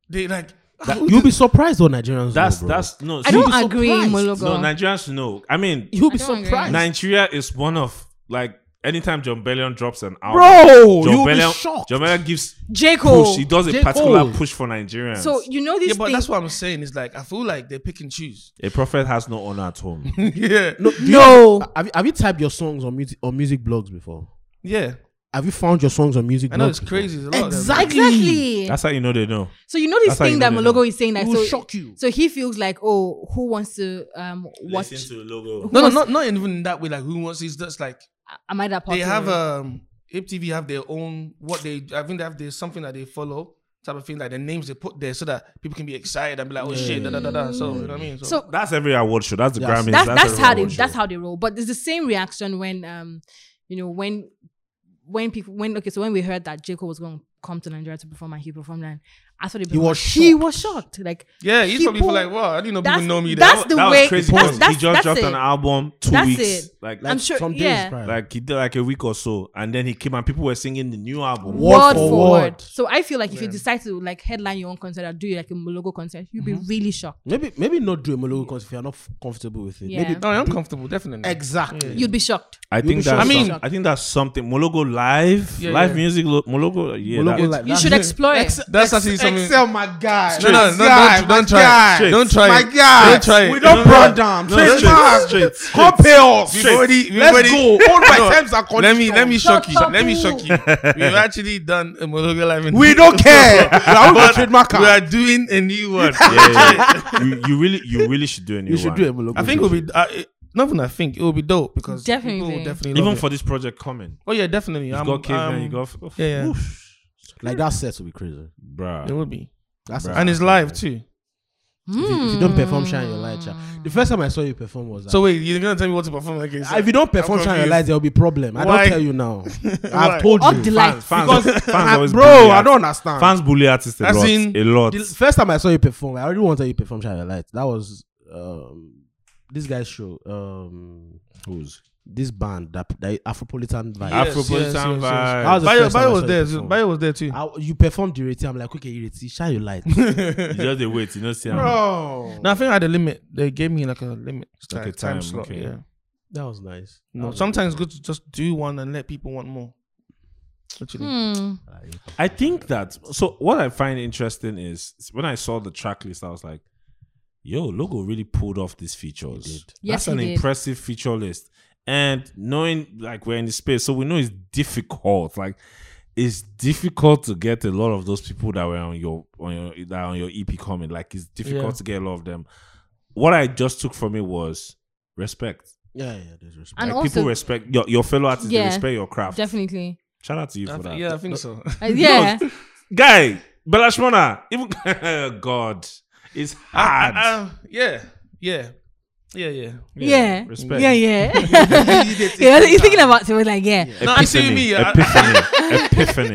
S4: They like
S5: You'll be surprised what Nigerians
S1: That's
S5: know, bro.
S1: that's no.
S2: I
S1: see-
S2: don't
S5: be
S2: agree,
S5: surprised.
S2: Mologo.
S1: No, Nigerians know. I mean,
S5: You'll be
S2: I don't agree.
S5: surprised,
S1: Nigeria is one of like anytime John Bellion drops an album,
S5: bro.
S1: John
S5: You'll be
S1: Bellion,
S5: shocked.
S1: John Bellion gives
S2: J. Cole.
S1: push. He does a
S5: J.
S1: particular
S5: Cole.
S1: push for Nigerians.
S2: So you know these
S4: Yeah, but
S2: things.
S4: that's what I'm saying. Is like I feel like they pick and choose.
S1: a prophet has no honor at home.
S4: yeah,
S5: No, do you-
S2: No.
S5: have, you, have you typed your songs on music on music blogs before?
S4: yeah.
S5: Have you found your songs on music?
S4: I know
S5: blogs
S4: it's
S5: before?
S4: crazy. There's a lot Of
S5: Exactly.
S2: exactly.
S1: That's how you know they know.
S2: so you know this
S1: that's how you
S2: thing
S1: know
S2: that
S1: they know.
S2: Mologo is saying that.
S5: It will
S2: So,
S5: shock you.
S2: so he feels like, oh, who wants to um watch?
S1: to logo.
S4: them. no, no, not not even in that way. Like who wants is just like
S2: Am I that
S4: they
S2: popular?
S4: have um MTV have their own what they I think they have their something that they follow type of thing like the names they put there so that people can be excited and be like oh shit da da da da. So you know what I mean.
S2: So
S1: That's every award show. That's the
S5: That's-
S1: Grammys.
S2: that's that's,
S1: every
S2: how they
S1: award show.
S2: that's how they roll. But it's the same reaction when um you know when when people when okay so when we heard that Jacob was going to come to Nigeria to perform and he performed and after the performance,
S5: was
S2: he
S5: shocked.
S2: was shocked like
S4: yeah, you probably
S2: people-
S4: feel like wow I didn't know people
S2: that's,
S4: know me.
S2: that's
S4: that.
S2: the
S1: that
S2: way
S1: was crazy.
S2: that's,
S1: because
S2: that's,
S1: he just
S2: that's
S1: dropped
S2: it.
S1: an album two
S2: That's
S1: weeks.
S2: it.
S1: Like,
S2: I'm
S1: like,
S2: sure-
S5: Some days,
S2: yeah.
S5: prior.
S1: like he did like a week or so, and then he came and people were singing the new album.
S5: Word
S2: word
S5: for
S2: for word.
S5: word.
S2: So I feel like if you decide to like headline your own concert or do like a Mologo concert, you'll be really shocked.
S5: maybe maybe not do a Mologo because if you're not f- comfortable with it,
S2: Yeah.
S5: maybe
S4: no, I'm comfortable definitely.
S5: exactly.
S2: You'd be shocked.
S1: I
S5: be
S1: think
S5: shocked.
S1: that's.
S4: I mean-
S1: some- I think that's something. Mologo live,
S4: Yeah,
S1: live
S4: yeah.
S1: music. lo- Mologo, yeah,
S5: Mologo
S1: that-
S5: like
S2: You
S5: that.
S2: should explore it.
S4: that's actually something.
S3: Excel, my guy.
S4: No, no, no, don't, don't try. it. Don't try.
S3: My
S4: it.
S3: guy.
S4: Don't try. it.
S3: We don't burn down.
S1: No,
S3: Trademark.
S1: straight, straight,
S3: Come pay us.
S4: We've already- we've
S3: Let's
S4: already-
S3: go. All my
S4: No,
S3: terms are
S4: Let me let me shock you.
S2: Shut
S4: Let me shock
S2: up.
S4: you. We've actually done a Mologo live. in-
S3: We don't care. I will trademark.
S4: We are doing a new one.
S1: Yeah, yeah. you, you really, you really should do a new
S5: You should
S1: one.
S5: do a Mologo.
S4: I think it'll be uh, it, nothing. I think it will be dope because
S2: Definitely.
S4: people will definitely love
S1: Even
S4: it.
S1: for this project coming,
S4: oh yeah, definitely.
S1: you
S4: I'm- um,
S1: got Cave
S4: I'm-
S1: and you got,
S4: yeah, yeah.
S5: like that set will be crazy.
S4: It
S1: bruh.
S4: will be,
S5: That's
S1: Bruh.
S4: and it's live too.
S3: Mm.
S5: if, you,
S2: Hmm.
S5: if you don't perform, shine your light. Child. The first time I saw you perform was like,
S4: So wait, you're gonna tell me what to perform against?
S5: if you don't perform, shine your
S4: confused.
S5: light, there will be problem. I
S4: Why?
S5: don't tell you now.
S4: Why?
S5: I've told
S2: Up
S5: you.
S2: the
S5: Fine.
S2: light.
S1: Fans, fans
S5: Ah,
S1: always
S3: Bro,
S1: bully
S3: I
S1: artists.
S3: don't understand.
S1: Fans bully artists a
S4: As
S1: lot,
S4: in-
S1: a lot.
S5: The first time I saw you perform, I already wanted you to perform Shine Your Light. That was um, this guy's show. Um,
S1: Who's
S5: this band that, that Afropolitan vibe.
S4: Yes,
S1: Afropolitan
S4: yes, yes, yes.
S1: vibe.
S5: That was the
S4: Bayo,
S5: first time
S4: Bayo
S5: I
S4: was
S5: saw
S4: there.
S5: you
S4: too.
S5: perform.
S4: Bayo was there too.
S5: I, you performed Ireti. I'm like, okay, Ireti, shine your light.
S1: you just they wait. You know, see, I'm-
S3: Bro.
S4: No, I think I had a limit. They gave me like a limit, it's
S1: Like
S4: like
S1: a
S4: a time,
S1: time,
S4: slot.
S1: okay.
S4: Yeah.
S5: that was nice. That
S4: No,
S5: was
S4: sometimes it's good to just do one and let people want more. Literally.
S2: Hmm.
S5: nice.
S1: I think that. So what I find interesting is when I saw the track list, I was like, "Yo, Logo really pulled off these features.
S5: He did.
S2: Yes,
S1: That's an
S2: he did.
S1: impressive feature list." And knowing like we're in the space, so we know it's difficult. Like it's difficult to get a lot of those people that were on your on your that are on your EP coming. Like it's difficult
S4: Yeah.
S1: to get a lot of them. What I just took from it was respect.
S5: Yeah, yeah, there's respect.
S2: And
S1: like people
S2: also-
S1: respect your, your fellow artists. They
S2: Yeah.
S1: respect your craft.
S2: Definitely.
S1: Shout out to you
S4: I
S1: for
S4: thi-
S1: that.
S4: yeah, I think so.
S2: Uh, yeah.
S1: guy Belashmona, even God, it's hard.
S4: I- I- Ah, um, yeah, yeah, yeah, yeah.
S2: Yeah.
S1: respect.
S2: Yeah, yeah. yeah he's thinking about it. We're like, yeah.
S4: No, you see with me. I,
S1: epiphany,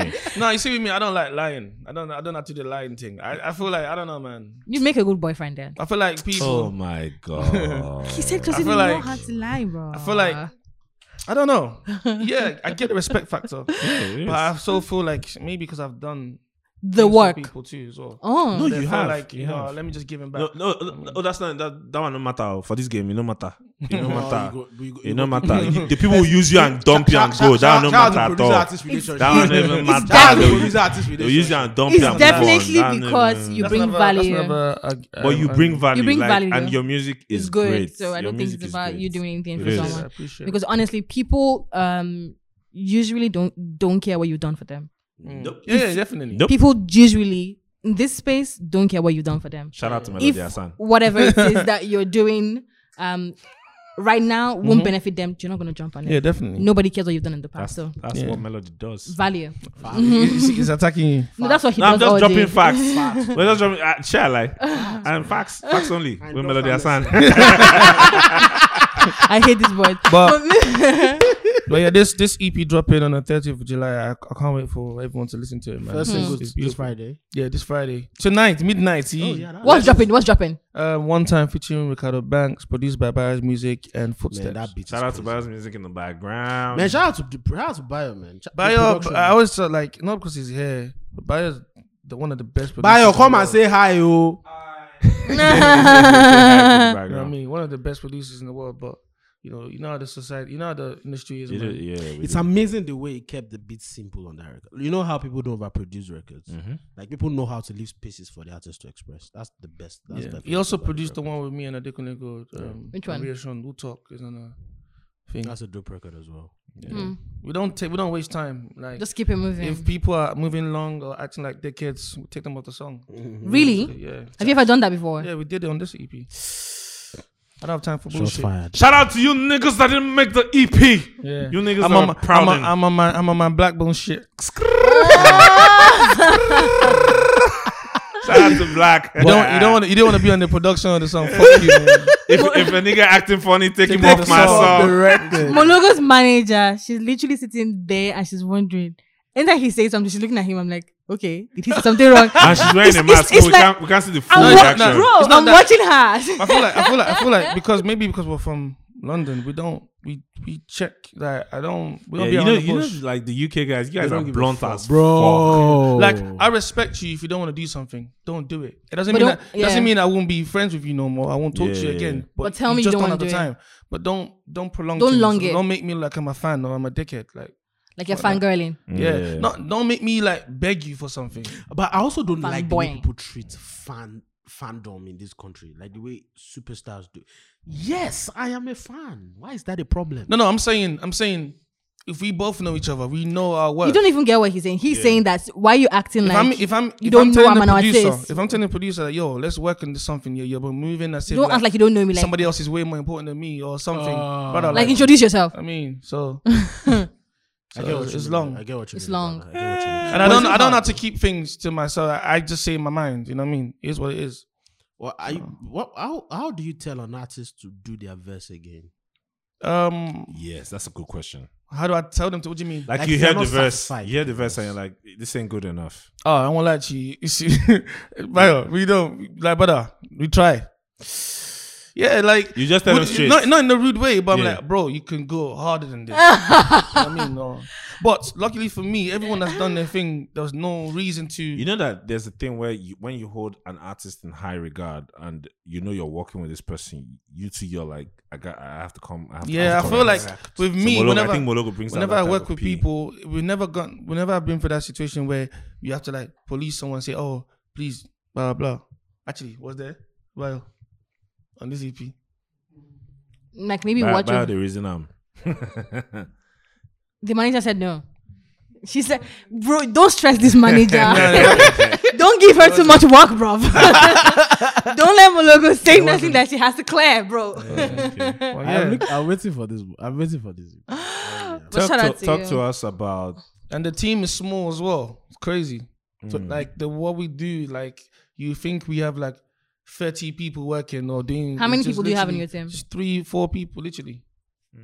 S1: epiphany.
S4: no, you see with me. I don't like lying. I don't. I don't have to do the lying thing. I, I feel like I don't know, man.
S2: You make a good boyfriend then.
S4: I feel like people.
S1: Oh my God!
S2: He said, because
S4: I
S2: you
S4: feel
S2: know
S4: like-
S2: how to lie, bro.
S4: I feel like I don't know. Yeah, I get the respect factor, but I also feel like maybe because I've done
S2: the
S4: things for
S2: work.
S4: people too as well.
S2: Oh.
S1: No,
S4: They
S1: you
S4: feel
S1: have.
S4: Like you,
S1: you
S4: know,
S1: have.
S4: let me just give him back.
S1: No, no, no, no, that's not that. That one no matter oh, for this game. It no matter. It
S2: Oh,
S1: no
S5: No,
S1: matter.
S5: you go- you go-
S1: It
S5: you
S1: no
S5: go-
S1: matter. You- The people who use you and dump you and go. That one no
S3: Shout out to
S1: matter at
S3: producer
S1: all.
S3: artist relationship.
S1: That one never
S2: It's
S1: matter.
S3: Shout out to
S1: They will use-
S3: producer artist
S1: They will
S3: relationship.
S1: use you and dump
S2: It's
S1: you. and move on.
S2: definitely
S1: That one
S2: because
S1: never-
S2: you bring
S4: another- that's
S2: value.
S4: another, uh,
S1: But you
S4: um,
S1: bring
S4: um,
S1: value.
S2: bring
S1: like,
S2: value,
S1: And
S2: though.
S1: your music
S2: It's
S1: is
S2: good.
S1: Great.
S2: So I
S1: Your
S2: don't think
S1: music
S2: it's
S1: is
S2: about
S1: great.
S2: you doing anything
S1: It
S2: for
S1: is.
S4: I
S2: someone.
S4: appreciate
S2: Because honestly, people um usually don't don't care what you've done for them.
S4: it. Mm.
S1: Nope.
S4: Yeah, yeah, definitely.
S1: Nope.
S2: People usually in this space don't care what you've done for them.
S1: Shout out to Melody
S2: if
S1: Hassan.
S2: whatever it is that you're doing um right now
S1: Mm-hmm.
S2: won't benefit them, you're not gonna jump on it.
S4: Yeah, definitely.
S2: Nobody cares what you've done in the
S1: That's,
S2: past. So
S1: that's
S4: Yeah.
S1: what Melody does.
S2: value.
S4: It's, it's attacking you.
S2: No, that's what he
S1: No, I'm
S2: does
S1: just
S2: all
S1: dropping
S2: day.
S1: facts. We're just dropping. Uh, share like and facts, facts only. With Melody Hassan.
S2: I hate this word.
S4: But but yeah, this this EP dropping on the 30th of July. I, I can't wait for everyone to listen to it, man.
S5: First
S2: Hmm.
S4: It's-
S5: single
S4: it's
S5: this
S4: beautiful.
S5: Friday.
S4: Yeah, this Friday tonight, midnight.
S2: Oh,
S4: see?
S2: What's dropping? What's dropping?
S4: Uh, one time featuring Ricardo Banks, produced by Barry's Music and Footsteps.
S5: Man, that beat
S1: Shout
S5: is
S1: out to
S5: crazy.
S1: Baz Music in the background.
S5: Man, shout out to shout out to Bio, man. Ch- the
S4: Bayo,
S5: production.
S4: I always thought like not because he's here, but Bayo's the, one of the best.
S3: Bayo,
S4: producers in
S3: come
S4: the
S3: and
S4: world.
S3: say hi, oh.
S2: yeah,
S4: You know what I mean? One of the best producers in the world, but you know, you know how the society, you know how the industry is.
S1: It
S4: man.
S1: is- yeah, we
S5: It's
S1: do.
S5: amazing the way he kept the beat simple on that record. You know how people don't overproduce records.
S4: Mm-hmm.
S1: Mhm.
S5: Like people know how to leave spaces for the artist to express. That's the best. That's
S4: Yeah.
S5: definitely
S4: He also
S5: the best
S4: produced the
S5: record.
S4: one with me and Adekunle Gold. Um,
S2: Which one?
S4: Reaction. We'll talk. Is on a thing.
S5: That's a dope record as well.
S4: We don't take. We don't waste time. Like
S2: Just keep it moving.
S4: if people are moving long or acting like dickheads, we take them off the song.
S1: Mm-hmm.
S2: really?
S4: Yeah.
S2: Have you ever done that before?
S4: Yeah, we did it on this EP. I don't have time for
S5: Shots
S4: bullshit.
S5: fired.
S1: Shout out to you niggas that didn't make the E EP.
S4: Yeah.
S1: You niggas
S4: I'm
S1: are
S4: on, my,
S1: proud.
S4: I'm, on,
S1: and-
S4: I'm on my I'm on my Blackbone shit.
S1: Shout out to Black.
S4: You don't you don't want you don't want to be on the production of the song. Fuck you. Man.
S1: if, if a nigga acting funny, take, him
S4: Take
S1: off
S4: him
S1: my
S4: off
S1: song.
S2: Monologo's manager, she's literally sitting there and she's wondering. And then he says something, she's looking at him. I'm like, okay, did he say something wrong?
S1: And she's wearing a
S2: It's-
S1: mask,
S2: it's-
S1: so we,
S2: it's
S1: can't, we can't see the full
S2: I'm,
S4: No,
S2: wa-
S4: it's
S1: reaction.
S2: bro,
S4: It's not
S2: I'm
S4: that-
S2: watching her.
S4: I feel like I feel like I feel like because maybe because we're from London, we don't we we check that I don't we
S1: Yeah,
S4: don't
S1: you
S4: be
S1: know,
S4: around the
S1: you know,
S4: bush.
S1: like the UK guys, you guys
S5: don't
S1: are
S5: give a
S1: blunt
S5: fuck,
S1: as fuck.
S5: Bro.
S4: Like
S1: Oh.
S4: I respect you if you don't want to do something, don't do it. It doesn't
S2: But
S4: mean
S2: don't-
S4: that it doesn't
S2: yeah.
S4: mean I won't be friends with you no more. I won't talk to
S1: Yeah,
S4: you
S1: yeah,
S4: again. But,
S2: But tell me you
S4: just
S2: don't wanna
S4: have the
S2: do it.
S4: time. But don't don't prolong.
S2: Don't
S4: things.
S2: long it.
S4: Don't make me like I'm a fan or I'm a dickhead. Like
S2: like you're fangirling.
S4: yeah, Not, don't make me like beg you for something.
S5: But I also don't like the way
S2: Fanboying.
S5: people treat fan fandom in this country, like the way superstars do. Yes, I am a fan. Why is that a problem?
S4: No, no, I'm saying I'm saying if we both know each other, we know our work.
S2: You don't even get what he's saying. He's saying that why are you acting
S4: if
S2: like
S4: I'm if I'm
S2: you
S4: if
S2: don't
S4: I'm
S2: know
S4: telling
S2: I'm
S4: the
S2: an
S4: producer,
S2: artist.
S4: if I'm telling the producer that yo, let's work into something, you're, you're moving as if
S2: don't act like you don't know me. Like,
S4: somebody else is way more important than me or something.
S5: Uh,
S4: Brother,
S2: like introduce yourself.
S4: I mean, so,
S5: I
S4: so
S5: get what
S4: it's,
S5: you
S4: it's
S5: mean.
S4: long. Eh.
S5: I get what you
S2: It's
S5: mean,
S2: long.
S5: brother. I get what you mean.
S4: And I don't I don't have to keep things to myself. I, I just say in my mind, you know what I mean? It is what it is.
S5: Well, I, what, how, how do you tell an artist to do their verse again?
S4: Um
S1: Yes, that's a good question.
S4: how do I tell them to what do you mean?
S1: Like,
S5: Like,
S1: you
S5: if you're
S1: hear the
S5: not
S1: verse, you
S5: satisfied
S1: hear the
S5: with the
S1: verse, and
S5: verse.
S1: you're like, this ain't good enough.
S4: Oh, I won't lie to you. You see, Bayo, we don't like brother, we try. Yeah, like
S1: You just tell them
S4: Would-
S1: straight.
S4: Not, not in a rude way, but I'm
S1: Yeah.
S4: like, bro, you can go harder than this. You know what I mean, no. But luckily for me, everyone that's done their thing, there was no reason to.
S1: You know that there's a thing where you, when you hold an artist in high regard and you know you're working with this person, you two, you're like, I got, I have to come. I have to
S4: yeah,
S1: come
S4: I feel like
S1: correct.
S4: with
S1: So
S4: me,
S1: Mologo-
S4: whenever
S1: I think Mologo brings that
S4: whenever I
S1: type
S4: work
S1: of
S4: with
S1: P.
S4: people, we never gone, whenever I've been through that situation where you have to like police someone, say, oh, please, blah blah. blah. Actually, was there? Well, on this E EP,
S2: Like maybe
S1: By-
S2: watch
S1: Uh, by
S2: him.
S1: the reason I'm.
S2: The manager said no. She said, bro, don't stress this manager. don't give her too much work, bro. don't let Mologo say nothing that she has to clear, bro.
S4: Well,
S5: I'm,
S4: yeah.
S5: look, I'm waiting for this. I'm waiting for this.
S2: but
S1: talk
S2: shout
S1: to,
S2: out to,
S1: talk
S2: you.
S1: to us about
S4: and the team is small as well. It's crazy. So like the what we do, like you think we have like thirty people working or doing.
S2: How many
S4: it's just
S2: people do you have in
S4: literally
S2: your team?
S4: Just three, four people, literally.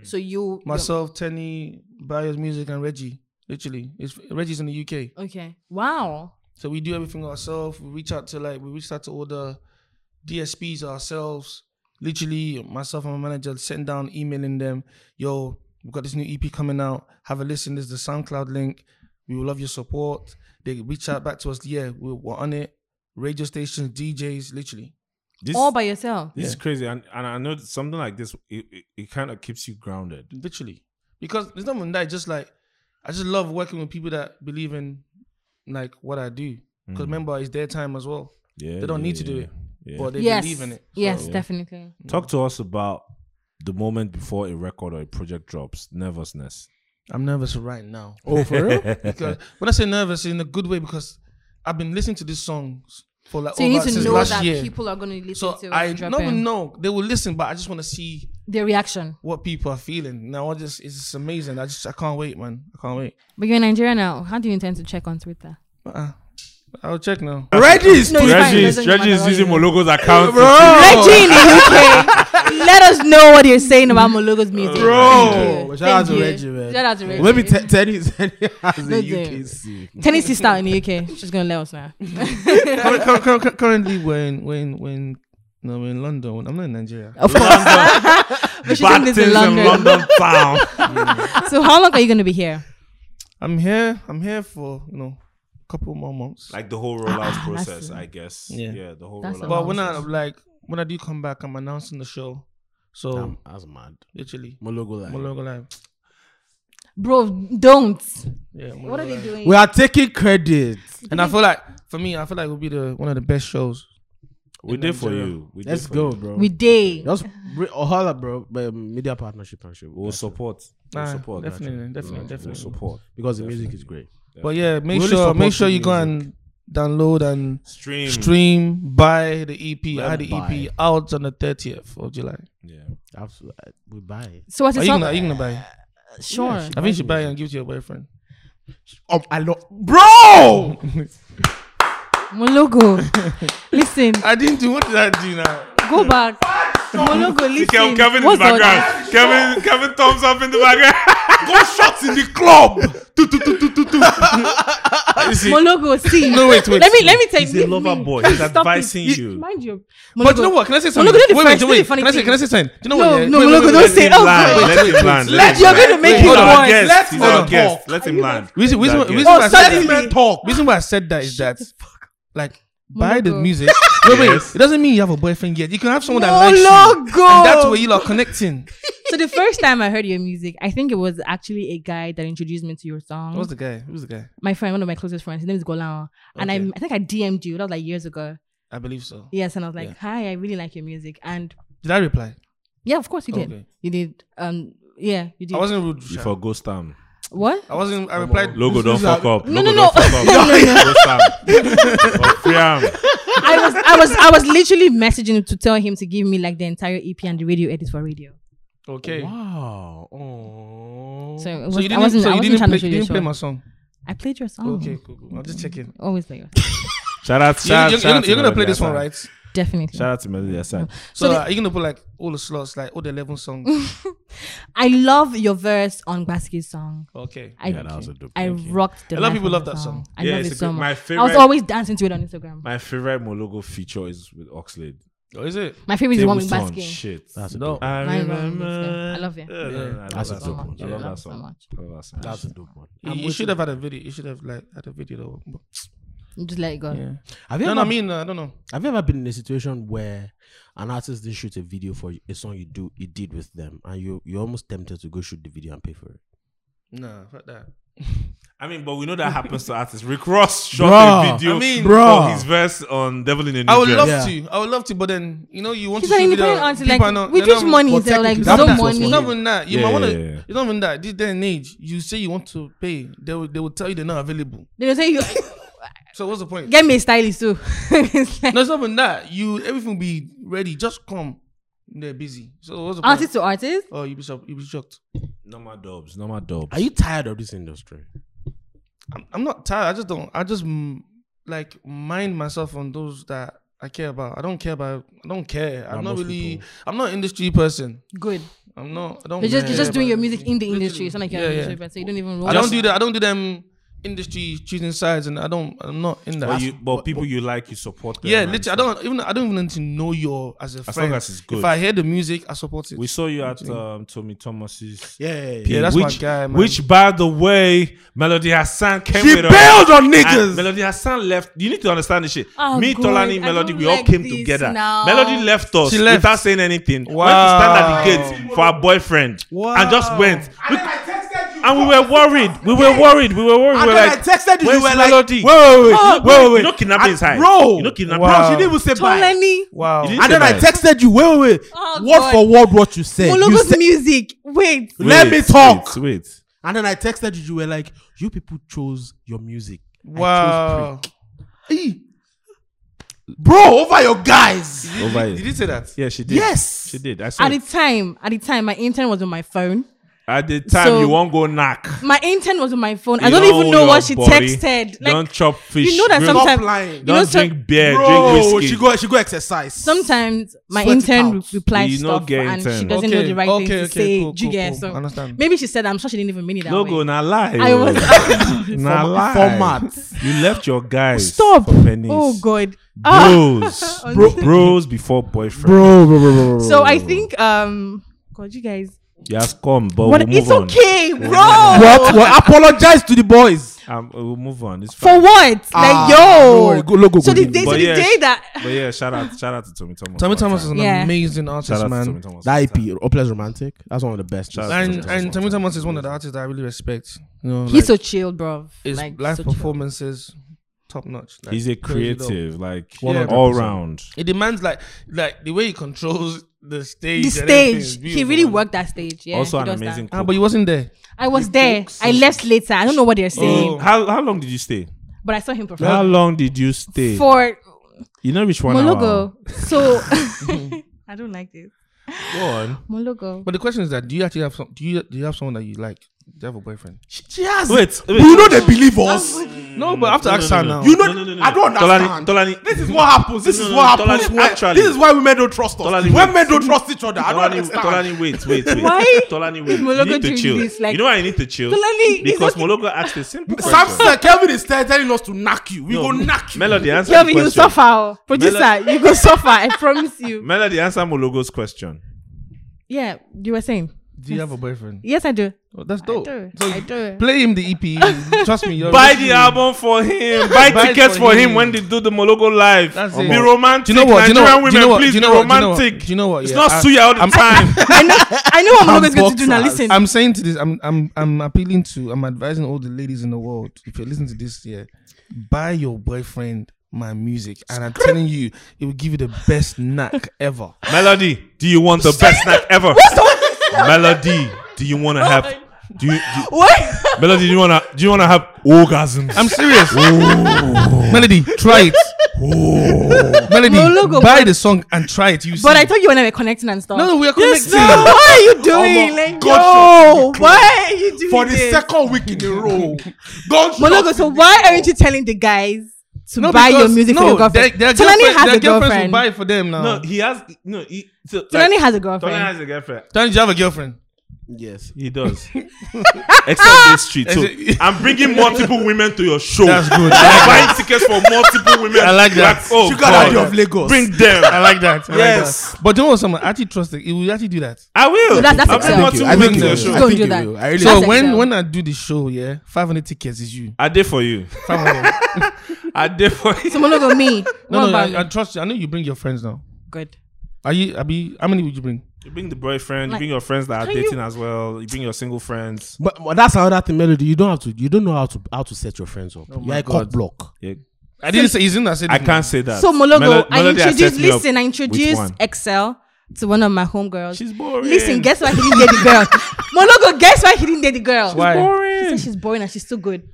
S2: So you
S4: Myself, Tenny, Bios Music, and Reggie. Literally, it's Reggie's in the UK.
S2: Okay. Wow.
S4: So we do everything ourselves. We reach out to like we reach out to all the DSPs ourselves. Literally, myself and my manager sitting down, emailing them, yo, we've got this new EP coming out. Have a listen. There's the SoundCloud link. We will love your support. They reach out back to us. Yeah, we're, we're on it. Radio stations, DJs, literally.
S1: this.
S2: All by yourself.
S1: this is crazy, and, and I know that something like this, it, it, it kind of keeps you grounded.
S4: Literally. Because there's not even that, it's just like I just love working with people that believe in like what I do. Because
S1: Mm.
S4: remember, it's their time as well.
S1: Yeah,
S4: They don't
S1: yeah,
S4: need to do
S1: yeah,
S4: it.
S1: yeah.
S4: But they
S2: yes.
S4: believe in it. So-
S2: yes, definitely.
S1: Talk to us about the moment before a record or a project drops, nervousness.
S4: I'm nervous right now.
S3: Oh, for real?
S4: because when I say nervous, in a good way, because I've been listening to these songs for like
S2: So you need
S4: over-
S2: to
S4: since
S2: know
S4: last
S2: that
S4: year.
S2: people are going to listen
S4: so
S2: to it.
S4: I
S2: and drop
S4: not
S2: in.
S4: even know they will listen, but I just want to see
S2: their reaction.
S4: what people are feeling. Now I just it's just amazing. I just I can't wait, man. I can't wait.
S2: But you're in Nigeria now. How do you intend to check on Twitter?
S4: Uh-uh. I'll check now.
S3: Reggie is
S2: No,
S3: too.
S2: it's fine.
S1: Reggie,
S2: It
S1: is-
S2: doesn't
S1: Reggie is
S2: matter.
S1: using Mologo's account.
S2: Reggie in the UK. Let us know what you're saying about Mologo's music.
S3: Bro.
S2: Thank
S3: Shout out
S2: you.
S3: to Reggie, man.
S2: Shout out to Reggie.
S3: Maybe Te- Teddy Teddy has a
S2: No,
S3: UK
S2: dude.
S3: scene.
S2: Tennis sister in the UK. She's gonna let us know.
S4: Cur- cur- cur- cur- currently, we're in we're in, we're in no, we're in London. I'm not in Nigeria.
S2: Of course. but she's
S1: Bad
S2: in
S1: things
S2: this
S1: in
S2: in London.
S1: London town.
S2: So how long are you gonna be here?
S4: I'm here. I'm here for you know a couple more months.
S1: Like the whole rollout
S2: Ah, that's
S1: process,
S2: it.
S1: I guess. Yeah,
S4: Yeah.
S1: the whole
S2: That's a
S1: rollout.
S4: but when I
S2: nonsense.
S4: like when I do come back, I'm announcing the show. So
S5: Damn, that's mad.
S4: literally,
S5: Mologo like.
S4: Mologo Live.
S2: Bro, don't.
S4: Yeah.
S2: What are
S4: Mologo
S2: they
S4: Live.
S2: doing?
S3: We are taking credit.
S4: And I feel like for me, I feel like it would be the one of the best shows.
S1: we
S4: in
S1: did for
S4: Nigeria.
S1: you. We did
S5: Let's
S1: for
S5: go,
S1: you.
S5: bro.
S2: we day.
S5: Just br- or holla, bro. but, um, media partnership and shit.
S1: We'll support. We'll
S4: Nah,
S1: support.
S4: definitely,
S1: actually.
S4: definitely,
S1: We'll
S4: definitely.
S1: support.
S5: because the music is great.
S4: But yeah, make
S5: We only
S4: sure
S5: support
S4: make sure
S5: the
S4: you go
S5: music.
S4: and download and
S1: Stream.
S4: Mm. stream, buy the EP. I had the
S5: Buy.
S4: EP out on the thirtieth of July.
S1: Yeah.
S5: Absolutely, we buy it.
S2: So what
S4: Are
S2: is
S4: you
S2: up?
S4: gonna, are you gonna buy? it?
S2: Sure.
S4: I think you should buy it and give it to your boyfriend.
S5: Um, I love, bro.
S2: Mologo. listen,
S4: I didn't do. What did I do now?
S2: go back. Mologo,
S1: Ke-
S2: listen.
S1: Kevin in
S2: What's
S1: the
S2: the order?
S1: background. Kevin, Kevin, thumbs up in the background.
S5: Gunshots in the club. Tu, tu, tu, tu, tu, tu.
S2: Mologo, see.
S4: No, wait, wait.
S2: Let me let me tell
S1: He's
S2: you.
S1: a lover boy. He's advising you.
S2: Mind you.
S4: But you know
S2: Mologo.
S4: what? Can I say
S2: Mologo,
S4: something?
S2: don't be
S4: wait,
S2: funny,
S4: wait,
S2: don't be
S4: wait.
S2: funny
S4: Can I say?
S2: thing.
S4: Can I say something? Do you know
S2: No,
S4: what? yeah?
S2: no,
S4: Wait, wait,
S2: Mologo,
S4: wait,
S2: don't
S4: wait,
S2: say.
S4: wait.
S2: Oh,
S1: Land.
S2: God.
S1: Let him land. Let
S2: Let-
S1: him
S2: you're
S1: land.
S2: going to make
S4: Wait,
S2: him
S1: He's
S4: hold on.
S1: our
S2: one.
S1: guest.
S3: Let
S1: He's our
S4: him
S1: guest. Let him land.
S4: Reason,
S1: He's
S4: reason,
S1: our
S4: why-
S1: guest.
S4: reason, why I
S2: Oh,
S4: said
S2: sorry.
S4: that,
S5: Talk.
S4: reason why I said that is that like buy the
S2: Mologo.
S4: music. Wait, wait.
S1: Yes.
S4: It doesn't mean you have a boyfriend yet. You can have someone that likes you. And that's where you lot connecting.
S2: So the first time I heard your music, I think it was actually a guy that introduced me to your song.
S4: What was the guy? Who was the guy?
S2: my friend, one of my closest friends, his name is Golan. And
S4: Okay.
S2: I, I think I DM'd you. That was like years ago.
S4: I believe so.
S2: Yes, and I was like,
S4: Yeah.
S2: "Hi, I really like your music." And
S4: Did I reply?
S2: yeah, of course you did.
S4: Okay.
S2: You did. Um, yeah, you did.
S4: I wasn't rude.
S1: You
S4: Sha.
S1: for Ghost Town.
S2: what?
S4: I wasn't. I replied.
S1: Logo,
S4: this-
S1: don't
S4: this is
S1: fuck up.
S2: No,
S1: Logo,
S2: no,
S1: don't fuck up. Ghost Town. Free am.
S2: I was, I was, I was literally messaging him to tell him to give me like the entire EP and the radio edit for radio.
S4: how- Okay.
S5: Wow. Oh.
S2: So, it was,
S4: So you
S2: I
S4: didn't.
S2: wasn't,
S4: So
S2: I
S4: you
S2: wasn't
S4: didn't
S2: trying to
S4: play.
S2: show Oh.
S4: You didn't play
S2: your
S4: my
S2: show.
S4: song.
S2: I played your song.
S4: Okay. Cool. cool. I'm just checking.
S2: Always play your
S1: Shout out,
S4: You're,
S1: shout
S4: you're,
S1: out,
S4: you're,
S1: shout out
S4: gonna,
S1: to
S4: you're gonna play
S1: Melody
S4: this one,
S1: Hassan.
S4: right?
S2: Definitely.
S1: Shout out to Melody Hassan.
S4: So,
S2: So
S4: uh, you're gonna put like all the slots, like all the eleven songs.
S2: I love your verse on Basqui's song.
S4: okay.
S2: I,
S1: Yeah, that was a dope.
S2: I
S1: thank you.
S2: rocked the
S4: A lot of
S2: life
S4: people
S2: out
S4: love
S2: the
S4: that song.
S2: I
S1: Yeah,
S2: love
S1: it's
S2: it
S1: a
S2: so
S1: good- my
S2: much. I was
S1: favorite-
S2: always dancing to it on Instagram. My,
S1: My favorite Mologo feature is with Oxlade.
S4: Oh, is it?
S2: favorite is the one with
S1: Tablesong,
S2: Baskin.
S1: Shit.
S5: That's a
S4: No.
S5: dope.
S1: I
S2: Mine wrong,
S1: remember.
S2: yeah. I love it.
S1: Yeah, no, no, I
S5: That's
S1: love
S5: a
S1: that
S5: dope
S1: song.
S5: one.
S1: I love
S2: Yeah.
S1: that
S2: So
S1: song.
S2: much.
S1: I love that song.
S5: That's a dope one.
S4: You, you should have had a video. You should have like had a video though.
S2: You Just let it go.
S4: Yeah.
S5: Have you
S4: No,
S5: ever
S4: no, I mean, uh, I don't know.
S5: Have you ever been in a situation where an artist did shoot a video for a song you do you did with them, and you you're almost tempted to go shoot the video and pay for it?
S4: Nah, fuck that.
S1: I mean, but we know that happens to artists. Rick Ross shot a
S5: Bruh.
S1: video
S4: I mean,
S1: for
S5: bruh.
S1: his verse on Devil in a New
S4: I would
S1: Dress.
S4: love
S5: Yeah.
S4: to. I would love to, but then you know you want
S2: He's
S4: to
S2: an
S4: shoot video,
S2: independent artist.
S4: people are
S2: Like,
S4: not-
S2: with
S4: they're
S2: which
S4: not-
S2: money?
S5: But
S2: They're like,
S5: technically-
S4: It's
S2: no
S5: That's
S4: not-
S2: money.
S4: It's not even that. You
S1: Yeah,
S4: might want to.
S1: yeah, yeah.
S4: It's not even that. This day and age, you say you want to pay, they will, they will tell you they're not available.
S2: They will say you
S4: So what's the point?
S2: get me a stylist too. It's like
S4: No, it's not even that. You everything be ready. Just come. They're busy. So what's the point?
S2: artist to artist.
S4: Oh, you be shocked. You be shocked.
S1: Normal dubs, normal dubs.
S5: Are you tired of this industry?
S4: I'm, I'm not tired. I just don't. I just mm, like mind myself on those that I care about. I don't care about. I don't care. I'm
S5: Not
S4: not
S5: most
S4: really.
S5: people.
S4: I'm not an industry person.
S2: Good.
S4: I'm not. I don't.
S2: You're just you're
S4: care
S2: just doing
S4: about
S2: your music
S4: everything.
S2: in the
S4: Literally.
S2: industry. It's not like you're
S4: Yeah,
S2: an
S4: yeah.
S2: industry, so you don't even roll.
S4: I don't
S2: it.
S4: do that. I don't do them industry choosing sides, and I don't. I'm not in that.
S1: But, you, but people you like, you support them.
S4: yeah,
S1: and
S4: literally. I don't even. I don't even need to know your as a
S1: As
S4: friend.
S1: long as it's good.
S4: If I hear the music, I support it.
S1: We saw you at um, Tommy Thomas's.
S5: Yeah, yeah,
S1: P,
S4: Yeah, that's my
S1: which,
S4: guy, man.
S1: Which, by the way, Melody Hassan came
S5: She
S1: with
S5: bailed on
S1: And
S5: niggas.
S1: Melody Hassan left. You need to understand this shit.
S2: Oh,
S1: Me,
S2: God,
S1: Tolani,
S2: I
S1: Melody,
S2: don't
S1: we all
S2: like
S1: came
S2: this
S1: together.
S2: now.
S1: Melody left us
S4: She left.
S1: without saying anything.
S4: Wow.
S1: Went to stand at the gate for her boyfriend
S4: Wow.
S1: and just went.
S3: And then I texted you.
S1: And we were worried. We were worried. We were worried.
S3: And
S1: we were
S3: then
S1: like,
S3: I texted you. You
S1: "Where's
S3: were
S1: Melody?"
S3: like, wait, wait, wait,
S2: Oh,
S3: wait, wait,
S1: You know, kidnapping
S3: And-
S1: is high.
S3: Bro,
S1: You know, kidnapping.
S4: Wow.
S3: bro, she didn't even say bye.
S2: Tolani,
S4: Wow.
S1: You didn't-
S3: And then I
S1: Bye.
S3: texted you. Wait, wait, wait.
S2: Oh,
S3: word
S2: God.
S3: for word, what you said. You
S2: Mologo's
S3: said-
S2: music. Wait.
S3: Let me talk.
S1: Wait. wait.
S5: And then I texted you. You were like, "You people chose your music.
S4: Wow.
S3: bro, over your guys.
S1: Over
S4: Did
S1: it.
S4: you say that?
S1: Yeah, she did.
S3: Yes.
S1: She did. I saw.
S2: At the
S1: it.
S2: time, at the time, my intern was on my phone.
S1: At the time,
S2: So-
S1: you won't go knock.
S2: My intern was on my phone. I
S1: You
S2: don't even know
S1: your
S2: what she
S1: body.
S2: texted. Like,
S1: don't chop fish.
S2: you know that
S1: Real-
S3: Stop
S2: sometimes
S3: lying.
S2: you
S1: Don't
S2: know, so-
S1: drink beer. drink
S3: Bro,
S1: whiskey.
S3: she go, she go exercise.
S2: sometimes my
S3: Sweat it
S2: intern re-
S3: out.
S2: replies
S1: You no
S2: stuff
S1: get
S2: and she
S1: intern.
S2: doesn't know
S4: Okay,
S2: the right
S4: okay,
S2: thing to
S4: okay,
S2: say.
S4: cool,
S2: Do you
S4: cool,
S2: get
S4: cool.
S2: so-
S4: Understand.
S2: Maybe she said, that, I'm sure she didn't even mean it that
S1: Logo,
S2: way.
S1: na lie.
S2: I
S1: oh.
S2: was.
S1: na lie.
S5: format.
S1: You left your guys.
S2: Stop.
S1: For pennies.
S2: oh God. Ah.
S1: Bros. Bro- bros before boyfriend.
S5: Bro, bro, bro, bro, bro.
S2: So I think um God, you guys.
S1: You have come, but
S2: What
S1: Oh, we'll
S2: it's
S1: move on.
S2: okay, bro.
S5: What? Well, apologize to the boys.
S1: Um, we'll move on. It's
S2: For
S1: fine.
S2: what?
S3: Ah, don't
S2: like
S3: worry,
S2: yo.
S3: go- logo,
S2: so
S3: go
S2: the
S3: get
S2: day,
S3: it.
S2: so
S1: But
S2: the
S1: yeah,
S2: day that
S1: But yeah, shout out, shout out to Tommy Thomas.
S4: Tommy
S1: one
S4: Thomas
S1: time.
S4: is an
S2: Yeah.
S4: amazing
S1: shout
S4: artist,
S1: out to Tommy
S4: man.
S1: Thomas.
S5: That
S1: one
S5: EP,
S1: time.
S5: Hopeless Romantic, that's one of the best.
S1: Shout out to
S4: And
S1: Thomas
S4: and
S1: one
S4: Tommy
S1: time.
S4: Thomas is one of the artists that I really respect. You know,
S2: he's so
S4: like,
S2: chilled, bro.
S4: his
S2: like,
S4: live
S2: so chilled.
S4: performances, top notch. Like,
S1: He's a
S4: crazy dope.
S1: creative, like
S4: Yeah.
S1: all round.
S4: It demands like like the way he controls the stage.
S2: The
S4: and everything is
S2: stage, he
S4: beautiful,
S2: really
S4: man.
S2: worked that stage. Yeah,
S1: also
S2: he
S1: an
S2: does that.
S1: amazing.
S4: Ah,
S1: cook.
S4: but he wasn't there.
S2: I was there. I left later. I don't know what they're saying,
S4: Oh.
S1: how how long did you stay?
S2: but I saw him
S1: How
S2: perform
S1: long did you stay?
S2: for
S1: You know which one?
S2: Mologo. So I don't like this
S1: Go on.
S2: Mologo.
S4: But the question is that do you actually have some? Do you do you have someone that you like? Do you have a boyfriend?
S3: She, she has. it.
S1: Wait, wait.
S3: But you know they believe us.
S4: Mm, No, but after ask her now.
S3: You know, I don't understand.
S1: Tolani, Tolani,
S3: This is what happens. This
S1: No,
S3: is
S1: no,
S3: what
S1: no,
S3: happens.
S1: Tolani,
S3: when-
S1: actually-
S3: this is why women don't trust us.
S1: Tolani,
S3: when
S1: wait.
S3: men don't trust each other, I don't
S1: Tolani,
S3: understand.
S1: Tolani, wait, wait, wait.
S2: Why
S1: Tolani,
S2: is
S1: wait. you
S2: Mologo
S1: need to
S2: doing
S1: chill.
S2: this? Like-
S1: you know why I need to chill?
S2: Tolani, he's
S1: because
S2: not-
S1: Mologo asked a simple question.
S3: Samson, Kelvin is tell- telling us to knock you. We
S1: No,
S3: go knock you.
S1: Melody, answer
S2: Kelvin,
S1: the
S2: you
S1: question.
S2: suffer, oh. producer. you go suffer. I promise you.
S1: Melody, answer Mologo's question.
S2: Yeah, you were saying.
S4: Do you have a boyfriend?
S2: Yes, I do.
S4: Oh, that's dope.
S2: I do.
S4: So
S2: I do.
S4: play him the EP. Trust me. you're
S1: Buy
S4: listening.
S1: the album for him. Buy
S4: Buy it
S1: tickets
S4: for
S1: for him
S4: him.
S1: when they do the Mologo live.
S4: That's
S1: be
S4: it.
S1: romantic.
S4: Do you know what? Do you know
S1: Nigerian women,
S4: what? Do you know what?
S1: please
S4: Do you know
S1: be
S4: what? Do you know what?
S1: romantic.
S4: Do you know what?
S1: It's
S4: Yeah,
S1: not
S4: I-
S1: suya all the time.
S2: I know. I know what Mologo is going to do now.
S3: boxers.
S2: Listen,
S4: I'm saying to this, I'm I'm I'm appealing to, I'm advising all the ladies in the world. If you're listening to this, yeah, buy your boyfriend my music, and I'm telling you, it will give you the best knack ever.
S1: Melody, do you want the best snack ever? Melody, do you want to have? Do you, do,
S2: what?
S1: Melody, do you wanna do you wanna have orgasms?
S4: I'm serious. Melody, try it.
S2: Oh.
S4: Melody,
S2: Mologo,
S4: buy the song and try it. You
S2: But
S4: see.
S2: I thought you and I were connecting and stuff.
S4: no, no, we are connecting.
S2: what are you doing?
S3: Omo,
S2: like,
S3: God
S2: yo, Oh, why are you doing
S3: for the
S2: this?
S3: second week in a row. Don't
S2: Mologo, so why aren't you telling the guys to
S4: No,
S2: buy your
S4: because-
S2: music for
S4: no,
S2: your girlfriend?
S4: Their, their
S2: Tolani
S4: girlfriend-
S2: has
S4: their
S2: a
S4: girlfriends will
S2: girlfriend.
S4: buy it for them now.
S1: no, he has no. He, so,
S2: Tolani has a
S1: Tolani
S2: girlfriend.
S1: has a girlfriend.
S4: Tolani, do you have a girlfriend?
S5: Yes.
S1: He does. Except this street. So
S4: Is it-
S1: I'm bringing multiple women to your show.
S4: That's good.
S1: I'm buying tickets for multiple women.
S4: I like that.
S1: oh
S3: Sugar
S1: God.
S3: daddy of Lagos.
S1: Bring them.
S4: I like that.
S2: Oh
S4: I
S1: Yes.
S4: Like that. But don't want someone. I actually trust it. It will actually do that.
S1: I will.
S2: So that's- that's
S1: I'll
S2: Excel.
S1: bring
S2: Thank
S1: multiple
S5: I think
S1: women
S5: you
S1: to your
S5: will.
S1: show.
S5: I
S2: Don't
S5: think
S2: do
S5: you
S2: that.
S5: will. I really
S4: So
S2: That's
S4: when
S2: Excel.
S4: when I do the show, yeah, five hundred tickets is you.
S1: I did for you.
S4: Five hundred.
S1: I did for you.
S2: So Mologo, me.
S4: no,
S2: what
S4: no,
S2: about
S4: I, I
S2: me?
S4: trust you. I know you bring your friends now.
S2: Good.
S4: Are you? Are be? How many would you bring?
S1: You bring the boyfriend.
S2: Like,
S1: you bring your friends that are
S2: can you-
S1: dating as well. You bring your single friends.
S5: But, but that's another thing, Melody. You don't have to. You don't know how to how to set your friends
S4: Oh
S5: up. You're a cock block.
S1: Yeah.
S4: I didn't say. He's in. I said.
S1: I can't say that.
S2: So Mologo,
S1: Melo-
S2: I
S1: Melody has
S2: introduced.
S1: set me up
S2: Listen, I
S1: with
S2: introduced
S1: one.
S2: Excel to one of my homegirls.
S1: She's boring.
S2: Listen, guess why he didn't date the girl? Mologo, guess why he didn't date the girl?
S4: Why?
S2: She
S1: boring.
S2: said she's boring and she's too good.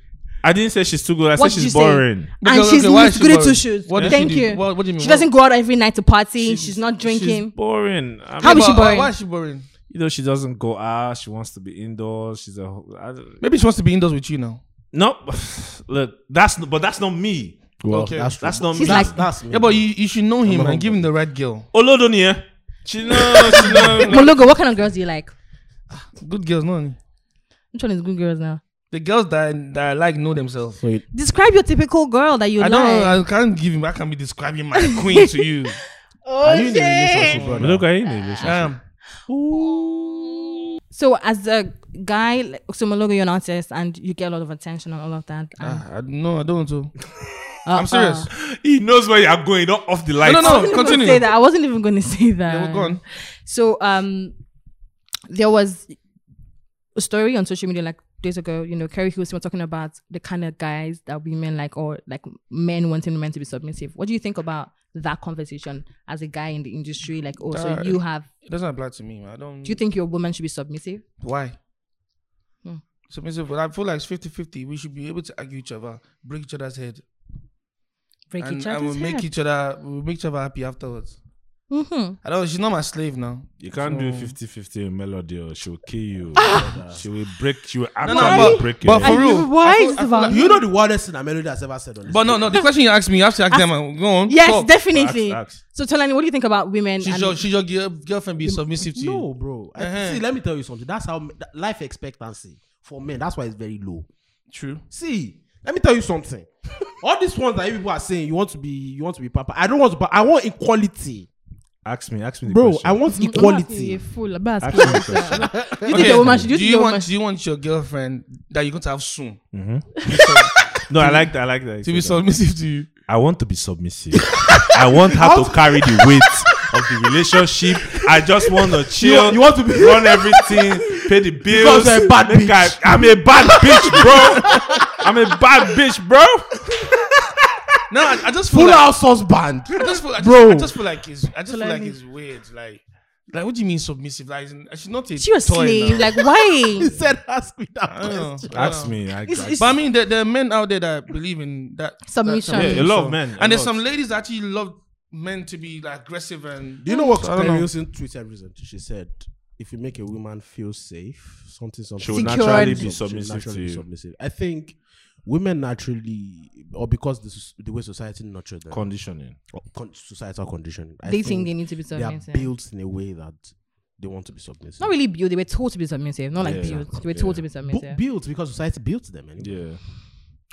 S1: I didn't say she's too good. I
S2: What
S1: said
S2: did you
S1: she's
S2: say?
S1: boring.
S4: Because-
S2: and she's
S4: okay, why
S2: in
S4: is she
S2: good two
S4: boring?
S2: shoes.
S4: What does she
S2: Thank
S4: do?
S2: you.
S4: What- what do you mean?
S2: She doesn't go out every night to party. She's, not drinking.
S1: She's boring. I mean,
S2: Um, How is she
S4: But uh, why-
S2: boring?
S4: Why is she boring?
S1: you know, she doesn't go out. She wants to be indoors. She's a whole- I don't-
S4: Maybe she wants to be indoors with you now.
S1: no. Look, that's but that's not me.
S5: Well,
S4: Okay.
S5: that's true.
S1: That's not
S2: She's
S1: me.
S2: like,
S5: that's me.
S4: Yeah, but you, you should know him
S5: a
S4: and give him the right girl.
S1: Olodoniye. She no. She no.
S2: Mologo, what kind of girls do you like?
S4: Good girls, no. honey.
S2: Which one is good girls now?
S4: The girls that I, that I like know themselves.
S5: Wait,
S2: Describe your typical girl that you
S4: I
S2: like.
S4: don't. I can't give him. I can't be describing my queen to you.
S2: oh,
S5: are you in a relationship, brother?
S1: Look, I ain't in a relationship.
S2: Ah.
S4: Um,
S2: So as a guy, like, so Mologo, you're an artist and you get a lot of attention and all of that. And,
S4: I, I- no, I don't want to.
S2: Uh-uh.
S4: Ah. I'm serious.
S1: He knows where you're going. Don't off the lights.
S4: No,
S2: I
S4: no,
S2: wasn't
S4: no.
S2: even gonna
S4: Continue.
S2: Say that. I wasn't even going to say
S4: Yeah,
S2: that.
S4: we're gone.
S2: So um, there was a story on social media like days ago. You know, Kerry Houston was talking about the kind of guys that women like, or like men wanting women to be submissive. What do you think about that conversation as a guy in the industry? Like, oh, so
S4: Uh,
S2: you have?
S4: It doesn't apply to me. man. I don't.
S2: Do you think your woman should be submissive?
S4: Why?
S2: Hmm.
S4: Submissive, but I feel like it's 50 50. We should be able to argue each other, break each other's head,
S2: Break
S4: and,
S2: each
S4: and
S2: other's
S4: we'll make Oh,
S2: head.
S4: each other we'll make each other happy afterwards.
S2: hmm
S4: I don't, she's not my slave now.
S1: You can't do
S4: So-
S1: 50 50 in melody or she'll kill you. she will break, she will actually
S4: no, but-
S1: break your
S4: but for
S1: head.
S4: real, I
S2: why is
S4: feel- I
S2: this
S4: feel
S2: about?
S4: like-
S5: you know the wildest thing that Melody has ever said on this.
S4: But no, no, the question you asked me, you have to ask, them. and Go on.
S2: yes,
S4: Talk.
S2: definitely.
S1: Ask- ask.
S2: So Tolani, what do you think about women?
S4: Should
S2: and-
S4: your, should your girl- girlfriend be submissive to you?
S5: No, bro. I-
S4: Uh-huh.
S5: See, let me tell you something. That's how that life expectancy for men. That's why it's very low.
S4: True.
S5: See, let me tell you something. All these ones that you people are saying, you want to be, you want to be papa. I don't want to. But I want equality.
S1: Ask me. Ask me the
S3: Bro,
S1: question.
S3: I want
S2: I'm asking you a
S3: equality.
S2: fool. I'm not
S1: Ask me
S2: asking
S1: the
S2: you.
S1: question.
S2: You think the woman should
S4: do
S2: you, think
S4: you
S2: the
S4: want
S2: woman
S4: do you want your girlfriend that you're going to have soon
S1: No, I like that. I like that.
S4: to be submissive to you?
S1: I want to be submissive. I want her to carry the weight of the relationship. I just want to chill.
S3: You, you want to be
S1: run everything, pay the
S3: Because
S1: bills.
S3: you're a bad
S1: Make I,
S3: bitch.
S1: I'm a bad bitch, bro. I'm a bad bitch, bro.
S4: No, I, I just feel
S3: full
S4: like,
S3: house husband.
S4: I just feel, I just,
S3: Bro.
S4: I just feel like it's I just feel
S2: let
S4: like
S2: me-
S4: it's weird. Like, like what do you mean submissive? Like, isn't- she's not a
S2: She was
S4: toy
S2: slave.
S4: now.
S2: Like why?
S3: He said, "Ask me that
S4: I don't know.
S3: question."
S4: I don't
S1: Ask
S4: know.
S1: me. I,
S2: It's-
S1: I-
S2: it's-
S4: But I mean, there, there are men out there that believe in that that
S2: Submission.
S4: submission.
S1: a
S2: Yeah,
S1: lot of men, a
S4: and there's
S1: lot.
S4: some ladies that actually love men to be like aggressive and.
S5: Do you know what
S4: I don't
S5: Perry
S4: know.
S5: Wilson tweeted recently? She said, "If you make a woman feel safe, something something
S1: she will
S2: Secured.
S1: naturally be
S5: She'll
S1: submissive
S5: naturally be
S1: to you.
S5: submissive. I think women naturally, or because the, soc- the way society nurtures them,
S1: Conditioning.
S5: or con- societal condition, I
S2: They think they need to be submissive.
S5: They are built in a way that they want to be submissive.
S2: Not really built. They were told to be submissive. Not like
S1: Yeah.
S2: built. They were told to be
S5: Bu-
S2: submissive.
S5: built because society built them. Anyway.
S1: Yeah.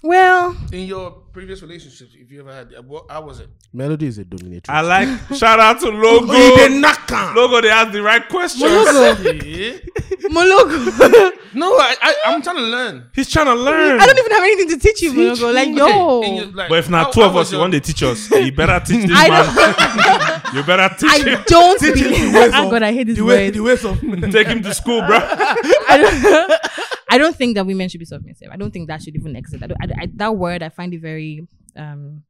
S2: well,
S4: In your previous relationships, if you ever had, what, how was it?
S5: Melody is a dominatrix.
S1: I like. shout out to Logo. Logo, they asked the right questions.
S2: Mologo.
S4: Yeah.
S2: Mologo.
S4: No, I, I, I'm trying to learn.
S1: He's trying to learn.
S2: I don't even have anything to teach you, Mologo. Like yo,
S4: In your- like,
S1: But if
S4: how-
S1: not two of
S4: how
S1: us,
S4: was
S1: you
S4: your-
S1: want to teach us. You better teach this
S2: I
S1: man. you better teach him.
S2: I don't.
S3: Teach him
S2: believe-
S3: the ways
S2: oh
S3: of-
S2: God, I hate this
S3: The way,
S2: word.
S3: the ways of
S1: Take him to school, bro.
S2: I don't, I don't think that women should be submissive. I don't think that should even exist. I don't, I, I, that word I find it very um,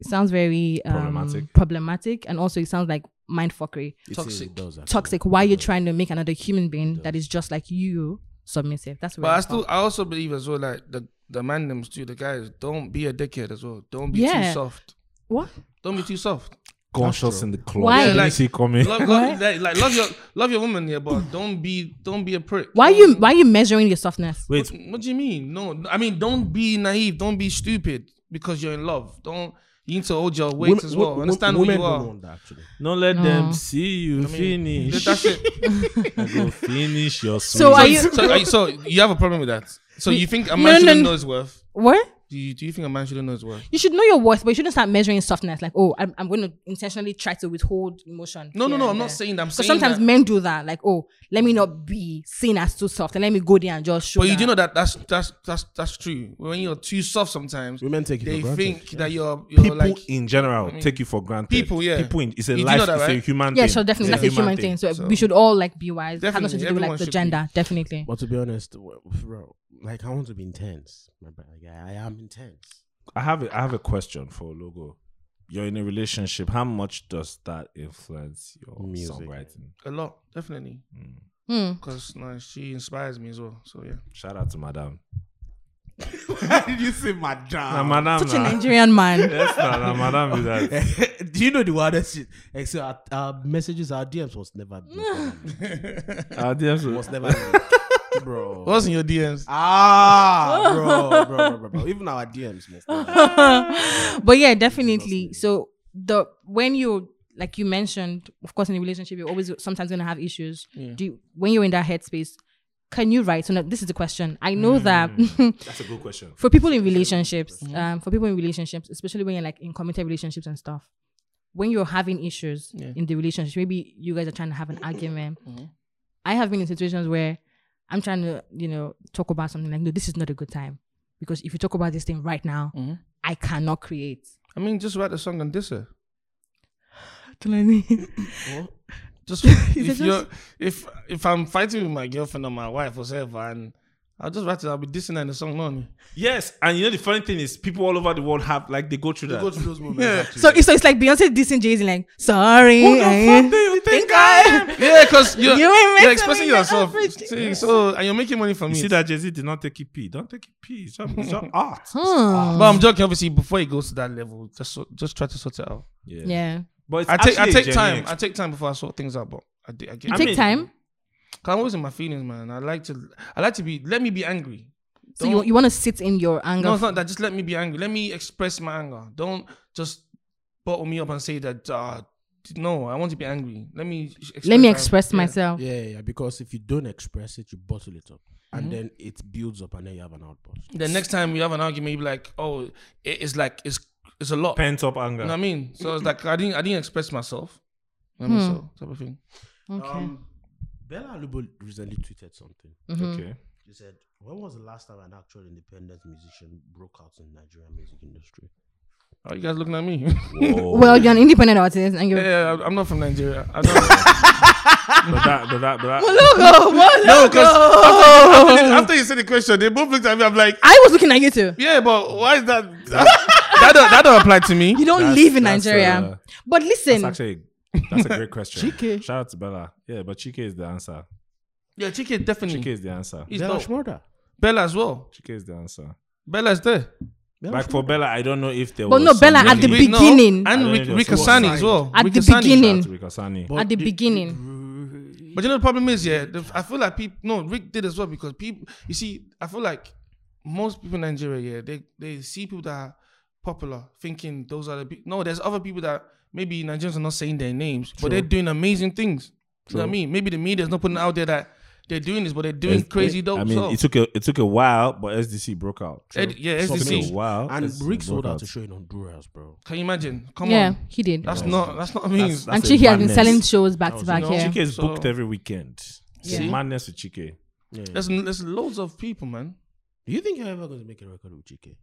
S2: it sounds very um,
S1: Problematic.
S2: problematic, and also it sounds like mind fuckery,
S5: It is-
S4: Toxic.
S5: it does, actually.
S2: toxic. Why you're trying to make another human being that is just like you submissive? That's
S4: But
S2: where
S4: I
S2: it's
S4: still,
S2: from.
S4: I also believe as well, like the the man names too, the guys. Don't be a dickhead as well. Don't be
S2: Yeah.
S4: too soft.
S2: what
S4: Don't be too soft.
S1: Conscious in the club.
S2: Why?
S1: Didn't
S4: Yeah, like-
S1: see coming.
S4: Love, love, like, like, love your love your woman, yeah, but don't be don't be a prick.
S2: why
S4: Don't-
S2: you why are you measuring your softness?
S1: Wait,
S4: What do you mean? No, I mean don't be naive. Don't be stupid because you're in love. Don't you need to hold your weight
S5: Women-
S4: as well.
S5: wo- wo-
S4: Understand who
S5: women
S4: you
S5: don't
S4: are.
S5: want that, actually.
S1: Don't let them
S2: No.
S1: see you
S4: I mean,
S1: finish.
S4: That's it.
S1: Go finish your
S2: So are
S1: sweet-
S2: you
S4: So, are you- so you have a problem with that? So you think a man
S2: No, no,
S4: shouldn't
S2: no.
S4: know his worth?
S2: what?
S4: Do you, do you think a man shouldn't know his worth?
S2: You should know your worth, but you shouldn't start measuring softness. Like, oh, I'm, I'm going to intentionally try to withhold emotion.
S4: No, no,
S2: here
S4: no.
S2: and
S4: I'm not
S2: there.
S4: saying that. I'm
S2: Because
S4: saying
S2: sometimes
S4: that-
S2: men do that, like, oh, let me not be seen as too soft, and let me go there and just show.
S4: But you
S2: that.
S4: do know that that's that's that's that's true. When you're too soft, sometimes
S5: Women take it
S4: they
S5: for granted.
S4: think that you're you're
S1: people
S4: like
S1: in general take you for granted.
S4: People, yeah.
S1: People in, it's a
S4: You do
S1: life,
S4: know that,
S1: it's a
S4: right?
S1: human
S2: yeah,
S1: thing.
S2: sure, definitely,
S1: It's
S2: that's a human thing. So, we should all like be wise. It has nothing to do
S4: Definitely,
S2: with like
S4: everyone
S2: the
S4: should
S2: gender, definitely.
S5: But to be honest, w- bro, like I want to be intense. My bad, Like, I I am intense.
S1: I have a, I have a question for Logo. You're in a relationship. How much does that influence your
S5: Music.
S1: songwriting?
S4: a lot, definitely.
S2: Hmm.
S4: Because no, she inspires me as well. So yeah.
S1: Shout out to Madame.
S3: Why did you say madam?
S1: Nah, Madame.
S2: Such a
S1: nah.
S2: Nigerian man.
S1: Yes, nah, nah, Madame is that.
S5: Do you know the wildest shit? Except our, our messages, our DMs was never,
S1: Our DMs
S5: was
S1: was-
S5: never, bro.
S4: What's in your DMs?
S5: Ah, bro, bro, bro, bro, bro. Even our DMs, must never-
S2: but yeah, definitely. So the when you like you mentioned, of course, in a relationship, you're always sometimes gonna have issues. Do you, when you're in that headspace, can you write? So now, this is the question. I know
S4: Mm.
S2: that
S1: Hmm. That's a good question.
S2: for people in relationships
S1: Mm-hmm.
S2: um for people in relationships especially when you're like in committed relationships and stuff when you're having issues
S4: Yeah.
S2: in the relationship maybe you guys are trying to have an argument
S1: Mm-hmm.
S2: i have been in situations where i'm trying to you know talk about something like no this is not a good time because if you talk about this thing right now
S1: Mm-hmm.
S2: i cannot create
S4: I mean, just write a song and diss her.
S2: Tulani.
S4: Just
S2: it
S4: if
S2: just-
S4: you're if if I'm fighting with my girlfriend or my wife or whatever, and I'll just write it. I'll be dissing her in the song, no.
S1: Yes, and you know the funny thing is, people all over the world have like they go through that.
S5: Go to those moments.
S4: Yeah.
S5: actually.
S2: so, it's- so it's like beyonce dissing jay-z like sorry
S1: Who the
S2: eh,
S1: fuck do you think I am?
S2: I am?
S4: Yeah, because you're,
S2: You
S4: you
S2: ain't
S4: are you
S2: messing
S4: are expressing
S2: with
S4: yourself.
S2: everything.
S4: See, so and you're making money from
S1: You
S4: me.
S1: see that Jay Z did not take it P. Don't take it P. It's your, it's your art.
S2: Hmm.
S4: But I'm joking. Obviously, before it goes to that level, just so- just try to sort it out.
S2: yeah
S1: But it's
S4: I take
S1: actually
S4: I
S1: a
S4: take
S1: genuine
S4: time. I take time before I sort things out, but I, do- I get.
S2: you
S1: I
S2: take
S1: mean-
S2: time
S4: Cause I'm always in my feelings, man. I like to, I like to be. Let me be angry.
S2: so you,
S4: Don't-
S2: you want to sit in your anger
S4: No, it's not that. Just let me be angry. Let me express my anger. Don't just bottle me up and say that. Uh, no, I want to be angry. Let me. Express
S2: let me
S4: my-
S2: express
S4: yeah.
S2: myself
S5: yeah, yeah, because if you don't express it, you bottle it up, and then it builds up, and then you have an outburst.
S4: The next time you have an argument, you be like, "Oh, it is like it's it's a lot."
S1: pent up anger.
S4: You know what I mean? So it's like I didn't I didn't express myself. I mean,
S2: Hmm.
S4: so type of thing.
S2: Okay.
S5: Um, Bella Lubo recently tweeted something.
S2: Mhm.
S1: Okay.
S5: She said, "When was the last time an actual independent musician broke out in Nigerian music industry?"
S4: Are you guys looking at me?
S1: Whoa.
S2: Well, you're an independent artist, and you're
S4: yeah, I'm not from Nigeria. I don't.
S1: but that, but that, but that.
S2: logo. What
S4: no, because
S2: logo?
S4: after, after you said the question, they both looked at me. I'm like,
S2: I was looking at you too.
S4: yeah, but why is that? That, that don't, that don't apply to me.
S2: You don't
S1: That's-
S2: live in
S1: that's,
S2: Nigeria,
S1: uh,
S2: but
S1: That's
S2: listen,
S1: actually that's a great question.
S5: Chike.
S1: Shout out to Bella. Yeah, but Chike is the answer.
S4: Yeah, Chike
S2: Hmm.
S4: definitely.
S1: Chike is the answer.
S4: He's
S5: Bella
S4: dope.
S5: Shmurda.
S4: Bella as well.
S1: Chike is the answer.
S4: Bella's there.
S5: Bella
S1: Like for Bella, I don't know if there
S2: But
S1: was
S2: no, Bella
S1: somebody-
S2: at the
S4: We- no,
S2: beginning.
S1: I don't
S4: and Rick,
S1: know if there was
S4: Rikasani
S1: one
S4: as
S1: side.
S4: well.
S2: At the
S4: Rikasani.
S2: beginning.
S1: Shout out to Rikasani.
S5: But
S2: at the
S5: did-
S2: beginning.
S4: But you know the problem is, yeah, the, I feel like people. No, Rick did as well because people. You see, I feel like most people in Nigeria, yeah, they they see people that are popular, thinking those are the people. No, there's other people that maybe Nigerians are not saying their names, but they're doing amazing things. You know what I mean? Maybe the media's not putting out there that they're doing this, but they're doing crazy dope
S1: I mean,
S4: stuff.
S1: it took a it took a while, but SDC broke out.
S4: Ed- yeah, E
S1: It took
S4: SDC.
S1: a while,
S5: And
S1: SDC
S5: Rick sold
S1: Oh, broke
S5: out a show in Honduras, bro.
S4: Can you imagine? Come
S2: yeah,
S4: on,
S2: he did.
S4: that's not that's not what I mean.
S1: That's- that's-
S2: and
S1: a
S2: Chiki has been
S1: madness.
S2: selling shows back to back
S4: no,
S2: here.
S1: Chike is
S4: So-
S1: booked every weekend. It's
S2: Yeah.
S1: madness with Chike.
S4: there's there's loads of people, man.
S5: Do you think you're ever going to make a record with GK?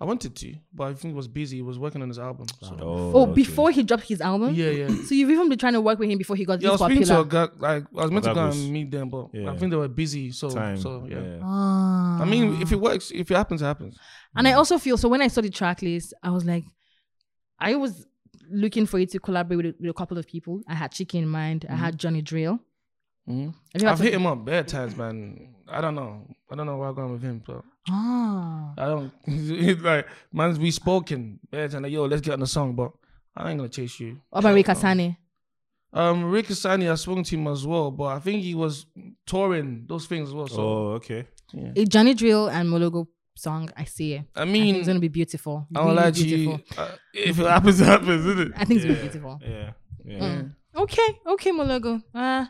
S4: I wanted to, but I think he was busy. He was working on his album. So.
S1: Oh,
S2: Oh,
S1: okay.
S2: before he dropped his album?
S4: Yeah, yeah.
S2: So you've even been trying to work with him before he got
S4: Yeah, I
S2: this
S4: was speaking to a
S2: popular.
S4: guy. Like I was meant to go
S1: Ogagus.
S4: and meet them, but
S1: Yeah.
S4: I think they were busy. So,
S1: time.
S4: so yeah. Uh-huh.
S2: Ah.
S4: I mean, if it works, if it happens, it happens.
S2: and I also feel so when I saw the track list, I was like, I was looking for you to collaborate with, with a couple of people. I had Chiki in mind. I had Johnny Drill.
S4: Mhm.
S2: Have you had
S4: Mm-hmm. I've
S2: some-
S4: hit him up bad times, man. I don't know. I don't know where I'm going with him, but
S2: Ah.
S4: I don't. it's like, man's we spoken bad times. Like, yo, let's get on the song, but I ain't gonna chase you.
S2: What about Ray Kasane?
S4: Um, Rick Asani, I spoke to him as well, but I think he was touring those things as well. So
S1: Oh, okay.
S2: A Johnny Drill and Mologo song, I see it.
S4: I
S2: I think
S4: mean,
S2: it's gonna be beautiful.
S4: I don't
S2: Really
S4: lie to
S2: beautiful.
S4: you. Uh, if it happens, it happens, isn't it?
S2: I think it's gonna be beautiful.
S1: Yeah. Yeah.
S2: Mm. Okay, okay, Mologo. Uh,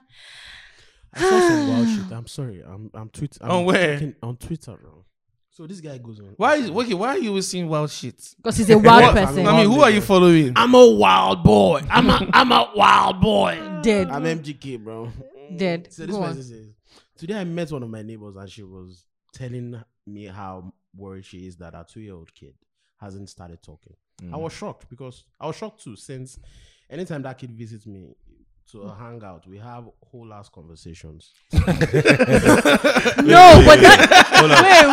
S5: I saw some wild shit. I'm sorry. I'm I'm Twitter. I'm
S4: On where?
S5: checking- On Twitter, bro. So this guy goes on.
S4: Why is okay, why are you always seeing wild shit?
S2: because he's a wild
S4: What-
S2: person.
S4: I mean, who are you following?
S5: I'm a wild boy. I'm a I'm a wild boy.
S2: dead,
S5: I'm MGK, bro.
S2: dead.
S5: So this
S2: Mm-hmm. Go on.
S5: person says, today I met one of my neighbors and she was telling me how worried she is that her two year old kid hasn't started talking. I was shocked because I was shocked too since anytime that kid visits me to
S2: Mm.
S5: a hangout, we have whole ass conversations.
S2: No, but that.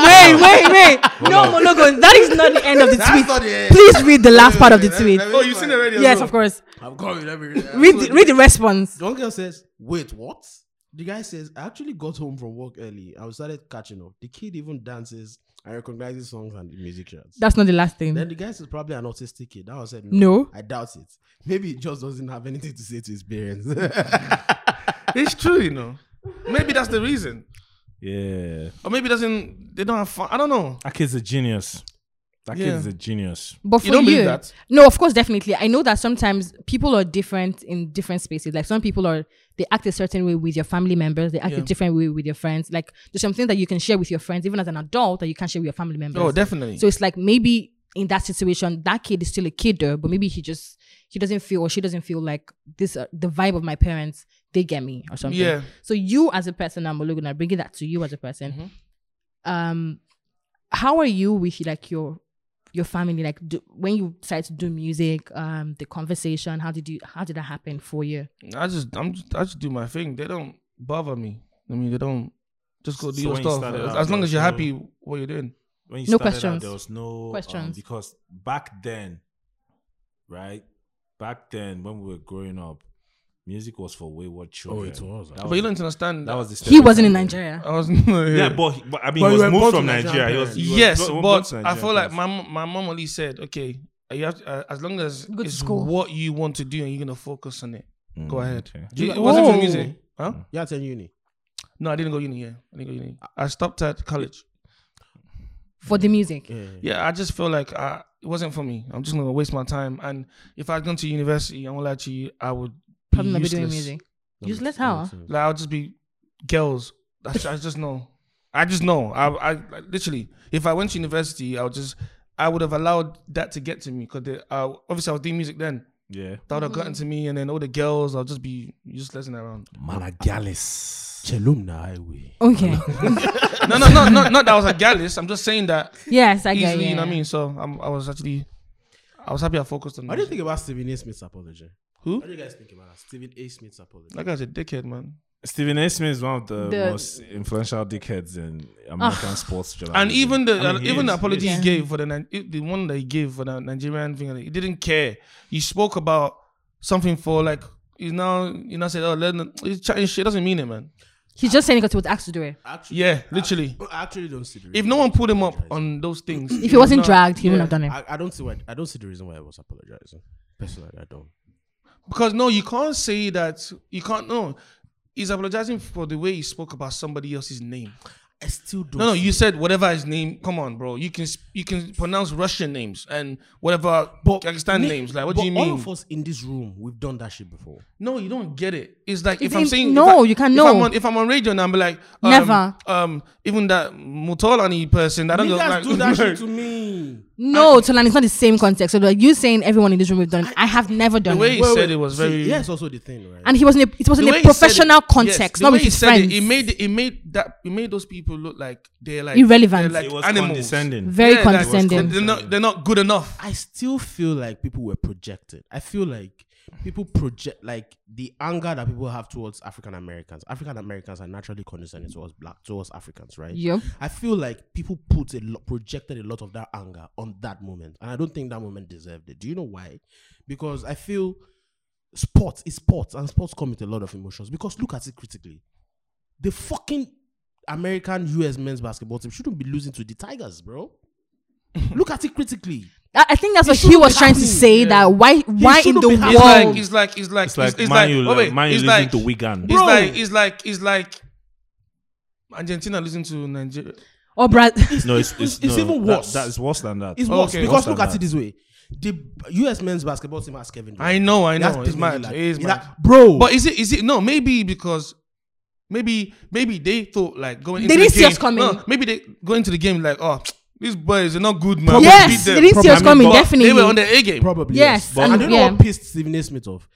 S2: Wait, wait, wait, wait. No,
S1: on.
S2: Mologo, that is not the end of the tweet.
S5: not the
S2: Please read the last part of the tweet.
S4: Oh, you seen it already? as
S2: Yes,
S4: well?
S2: of course.
S5: I'm coming every day.
S2: Read the, read the response.
S5: One girl says, Wait, what? The guy says, I actually got home from work early. I started catching up. The kid even dances and recognizes songs and the musicians.
S2: That's not the last thing.
S5: Then the guy is probably an autistic kid. That was said,
S2: Mm. No.
S5: I doubt it. Maybe he just doesn't have anything to say to his parents.
S4: It's true, you know. Maybe that's the reason,
S1: Yeah.
S4: or maybe doesn't they don't have fun. I don't know.
S1: That kid's a genius. That
S4: Yeah.
S1: kid's a genius.
S2: But for
S4: You don't believe that?
S2: no, of course, definitely. I know that sometimes people are different in different spaces. Like some people are, they act a certain way with your family members. They act a
S4: Yeah.
S2: different way with your friends. Like there's something that you can share with your friends, even as an adult, that you can't share with your family members.
S4: Oh, definitely.
S2: So it's like maybe in that situation, that kid is still a kid though, but maybe he just he doesn't feel or she doesn't feel like this uh, the vibe of my parents they get me or something.
S4: Yeah.
S2: So you as a person, I'm looking at bringing that to you as a person.
S4: Mm-hmm.
S2: Um, how are you with like your your family? Like do, when you started to do music, um, the conversation. How did you? How did that happen for you?
S4: I just I'm just I just do my thing. They don't bother me. I mean, they don't just go do
S1: So
S4: your
S1: when you
S4: stuff.
S1: started
S4: As,
S1: out,
S4: as long
S1: there
S4: as you're
S1: was
S4: happy what you're doing.
S1: When you
S2: No
S1: started out,
S2: questions.
S1: there was no um,
S2: Questions.
S1: because back then, right? Back then, when we were growing up, music was for wayward children.
S5: was,
S1: That
S4: But you don't understand.
S1: Oh. that was the
S2: He wasn't in
S1: stereotype.
S2: Nigeria.
S4: I was yeah.
S1: Yeah, but, he- but I mean, he
S5: But you
S1: was
S5: were
S1: moved
S5: born to
S1: from
S5: Nigerian
S1: Nigeria. He was,
S5: parents.
S1: he was
S4: yes,
S1: born- born
S4: but
S1: to
S4: I
S1: Nigerian
S4: feel like
S1: parents.
S4: my mom- my mom only said, okay, you have to, uh, as long as
S2: Go to
S4: it's
S2: school.
S4: what you want to do and you're gonna focus on it.
S1: Mm,
S4: Go ahead.
S1: okay.
S4: Do you,
S5: Like,
S4: it wasn't
S5: oh.
S4: for music, huh?
S1: Mm.
S5: Yeah, it's in uni.
S4: No, I didn't go uni. Yeah, I didn't go uni. I stopped at college.
S2: For the music,
S5: Yeah.
S4: Yeah, I just feel like I, it wasn't for me. I'm just gonna waste my time. And if I'd gone to university, I'm like you, I would be
S2: probably not be
S4: useless.
S2: doing music.
S5: That makes-
S2: Useless
S5: that
S2: how?
S5: makes sense.
S4: Like I'll just be girls. I, ju- I just know. I just know. I, I like, literally, if I went to university, I would just, I would have allowed that to get to me because obviously I was doing music then.
S1: Yeah.
S4: That would have gotten to me, and then all the girls, I'll just be useless and around.
S1: Managalis.
S5: Chelumna Highway.
S2: Okay.
S4: No, no, no, no, not that I was a gallus. I'm just saying that
S2: yes, I get
S4: easily,
S2: it.
S4: you know what I mean? So I'm, I was actually, I was happy I focused on
S5: What do you
S4: music.
S5: think about Stephen A. Smith's apology?
S4: Who?
S5: What do you guys think about that? Stephen A. Smith's apology?
S4: That guy's a dickhead, man.
S1: Stephen A. Smith is one of the,
S2: The-
S1: most influential dickheads in American sports journalism.
S4: And even the
S1: I mean, he
S4: even
S1: is,
S4: the
S1: he
S4: apology
S1: is.
S4: he gave for the Ni- it- the one that he gave for the Nigerian thing, he didn't care. He spoke about something for like he's now you know said oh let he's chatting shit doesn't mean it, man.
S2: He's just saying it because he was asked to do it.
S5: Actually,
S4: Yeah, literally.
S5: I actually don't see the
S4: If
S5: reason
S4: no
S5: why
S4: one
S5: he
S4: pulled him up
S5: apologized.
S4: on those things,
S2: If he wasn't
S4: not-
S2: dragged, he wouldn't
S4: yeah.
S2: have done it.
S5: I, I don't see why I don't see the reason why I was apologizing. Personally, I don't.
S4: Because no, you can't say that. You can't. No, he's apologizing for the way he spoke about somebody else's name.
S5: I still don't.
S4: No, no, you said whatever his name. Come on, bro. You can sp- you can pronounce Russian names and whatever Pakistan
S5: Nick,
S4: names. Like, what
S5: but
S4: do you
S5: All
S4: mean?
S5: of us in this room, we've done that shit before.
S4: No, you don't get it. It's like
S2: It's
S4: if I'm
S2: in-
S4: saying
S2: no,
S4: if I-
S2: you can't
S4: if
S2: know.
S4: I'm on, if I'm on radio and I'm like um,
S2: Never.
S4: Um, even that Mutolani person, I don't know.
S5: Niggas
S4: Like,
S5: do that shit to me.
S2: No, Tolan, it's not the same context. So like you saying everyone in this room have done it. I have never
S4: the
S2: done
S4: way
S2: it.
S4: he said it was
S5: See,
S4: very.
S5: yeah, it's also the thing, right?
S2: And he was in a, it was
S4: the
S2: in
S4: way
S2: a
S4: he said it-
S2: professional
S4: yes,
S2: context,
S4: the
S2: not
S4: way
S2: with
S4: he
S2: his
S4: said
S2: friends.
S4: It, it made it made that it made those people look like they're like
S2: Irrelevant.
S4: They're like
S1: It was
S4: animals.
S1: condescending.
S2: Very
S4: Yeah, like,
S2: condescending.
S4: they're not they're not good enough.
S5: I still feel like people were projected. I feel like people project like the anger that people have towards African Americans. African Americans are naturally condescending towards black towards Africans, right?
S2: Yep.
S5: I feel like people put a lot projected a lot of that anger on that moment. And I don't think that moment deserved it. Do you know why? Because I feel sports is sports and sports come with a lot of emotions. Because look at it critically. The fucking American US men's basketball team shouldn't be losing to the Tigers, bro. look at it critically.
S2: I I think that's
S5: It
S2: what he
S5: shouldn't
S2: was
S5: be
S2: trying to
S5: happening.
S2: say that why why in
S5: shouldn't
S2: the
S5: be
S2: world
S5: happening.
S4: It's like it's like it's like
S1: It's like Man
S4: it's like
S1: U
S4: oh, wait,
S1: Man U
S4: it's
S1: losing
S4: like
S1: to Wigan.
S4: It's
S5: Bro.
S4: like it's like it's like Argentina losing to Nigeria.
S2: or Bra-
S1: No, it's, it's,
S5: It's- it's
S1: no,
S5: even
S1: that-
S5: worse.
S1: that is worse than that.
S5: It's
S4: Oh,
S5: worse
S4: okay.
S1: Worse
S5: because look
S1: than
S5: at it
S1: that.
S5: this way: the U.S. men's basketball team has Kevin. Durant.
S4: I know, I
S5: He has
S4: know. It's
S5: Damian
S4: mad.
S5: Lillard.
S4: It is
S5: He
S4: mad.
S5: has- bro.
S4: But is it is it no? Maybe because maybe maybe they thought like going.
S2: They
S4: into
S2: didn't
S4: the
S2: see
S4: game,
S2: us coming.
S4: No, maybe they going into the game like oh these boys are not good man.
S2: Yes,
S4: Beat them.
S2: they didn't see us
S1: Probably.
S2: coming,
S1: But they
S2: definitely.
S4: They were on the A game.
S5: probably
S2: Yes,
S5: But
S2: and-
S5: I don't know
S2: yeah.
S5: what pissed Stephen A. Smith off.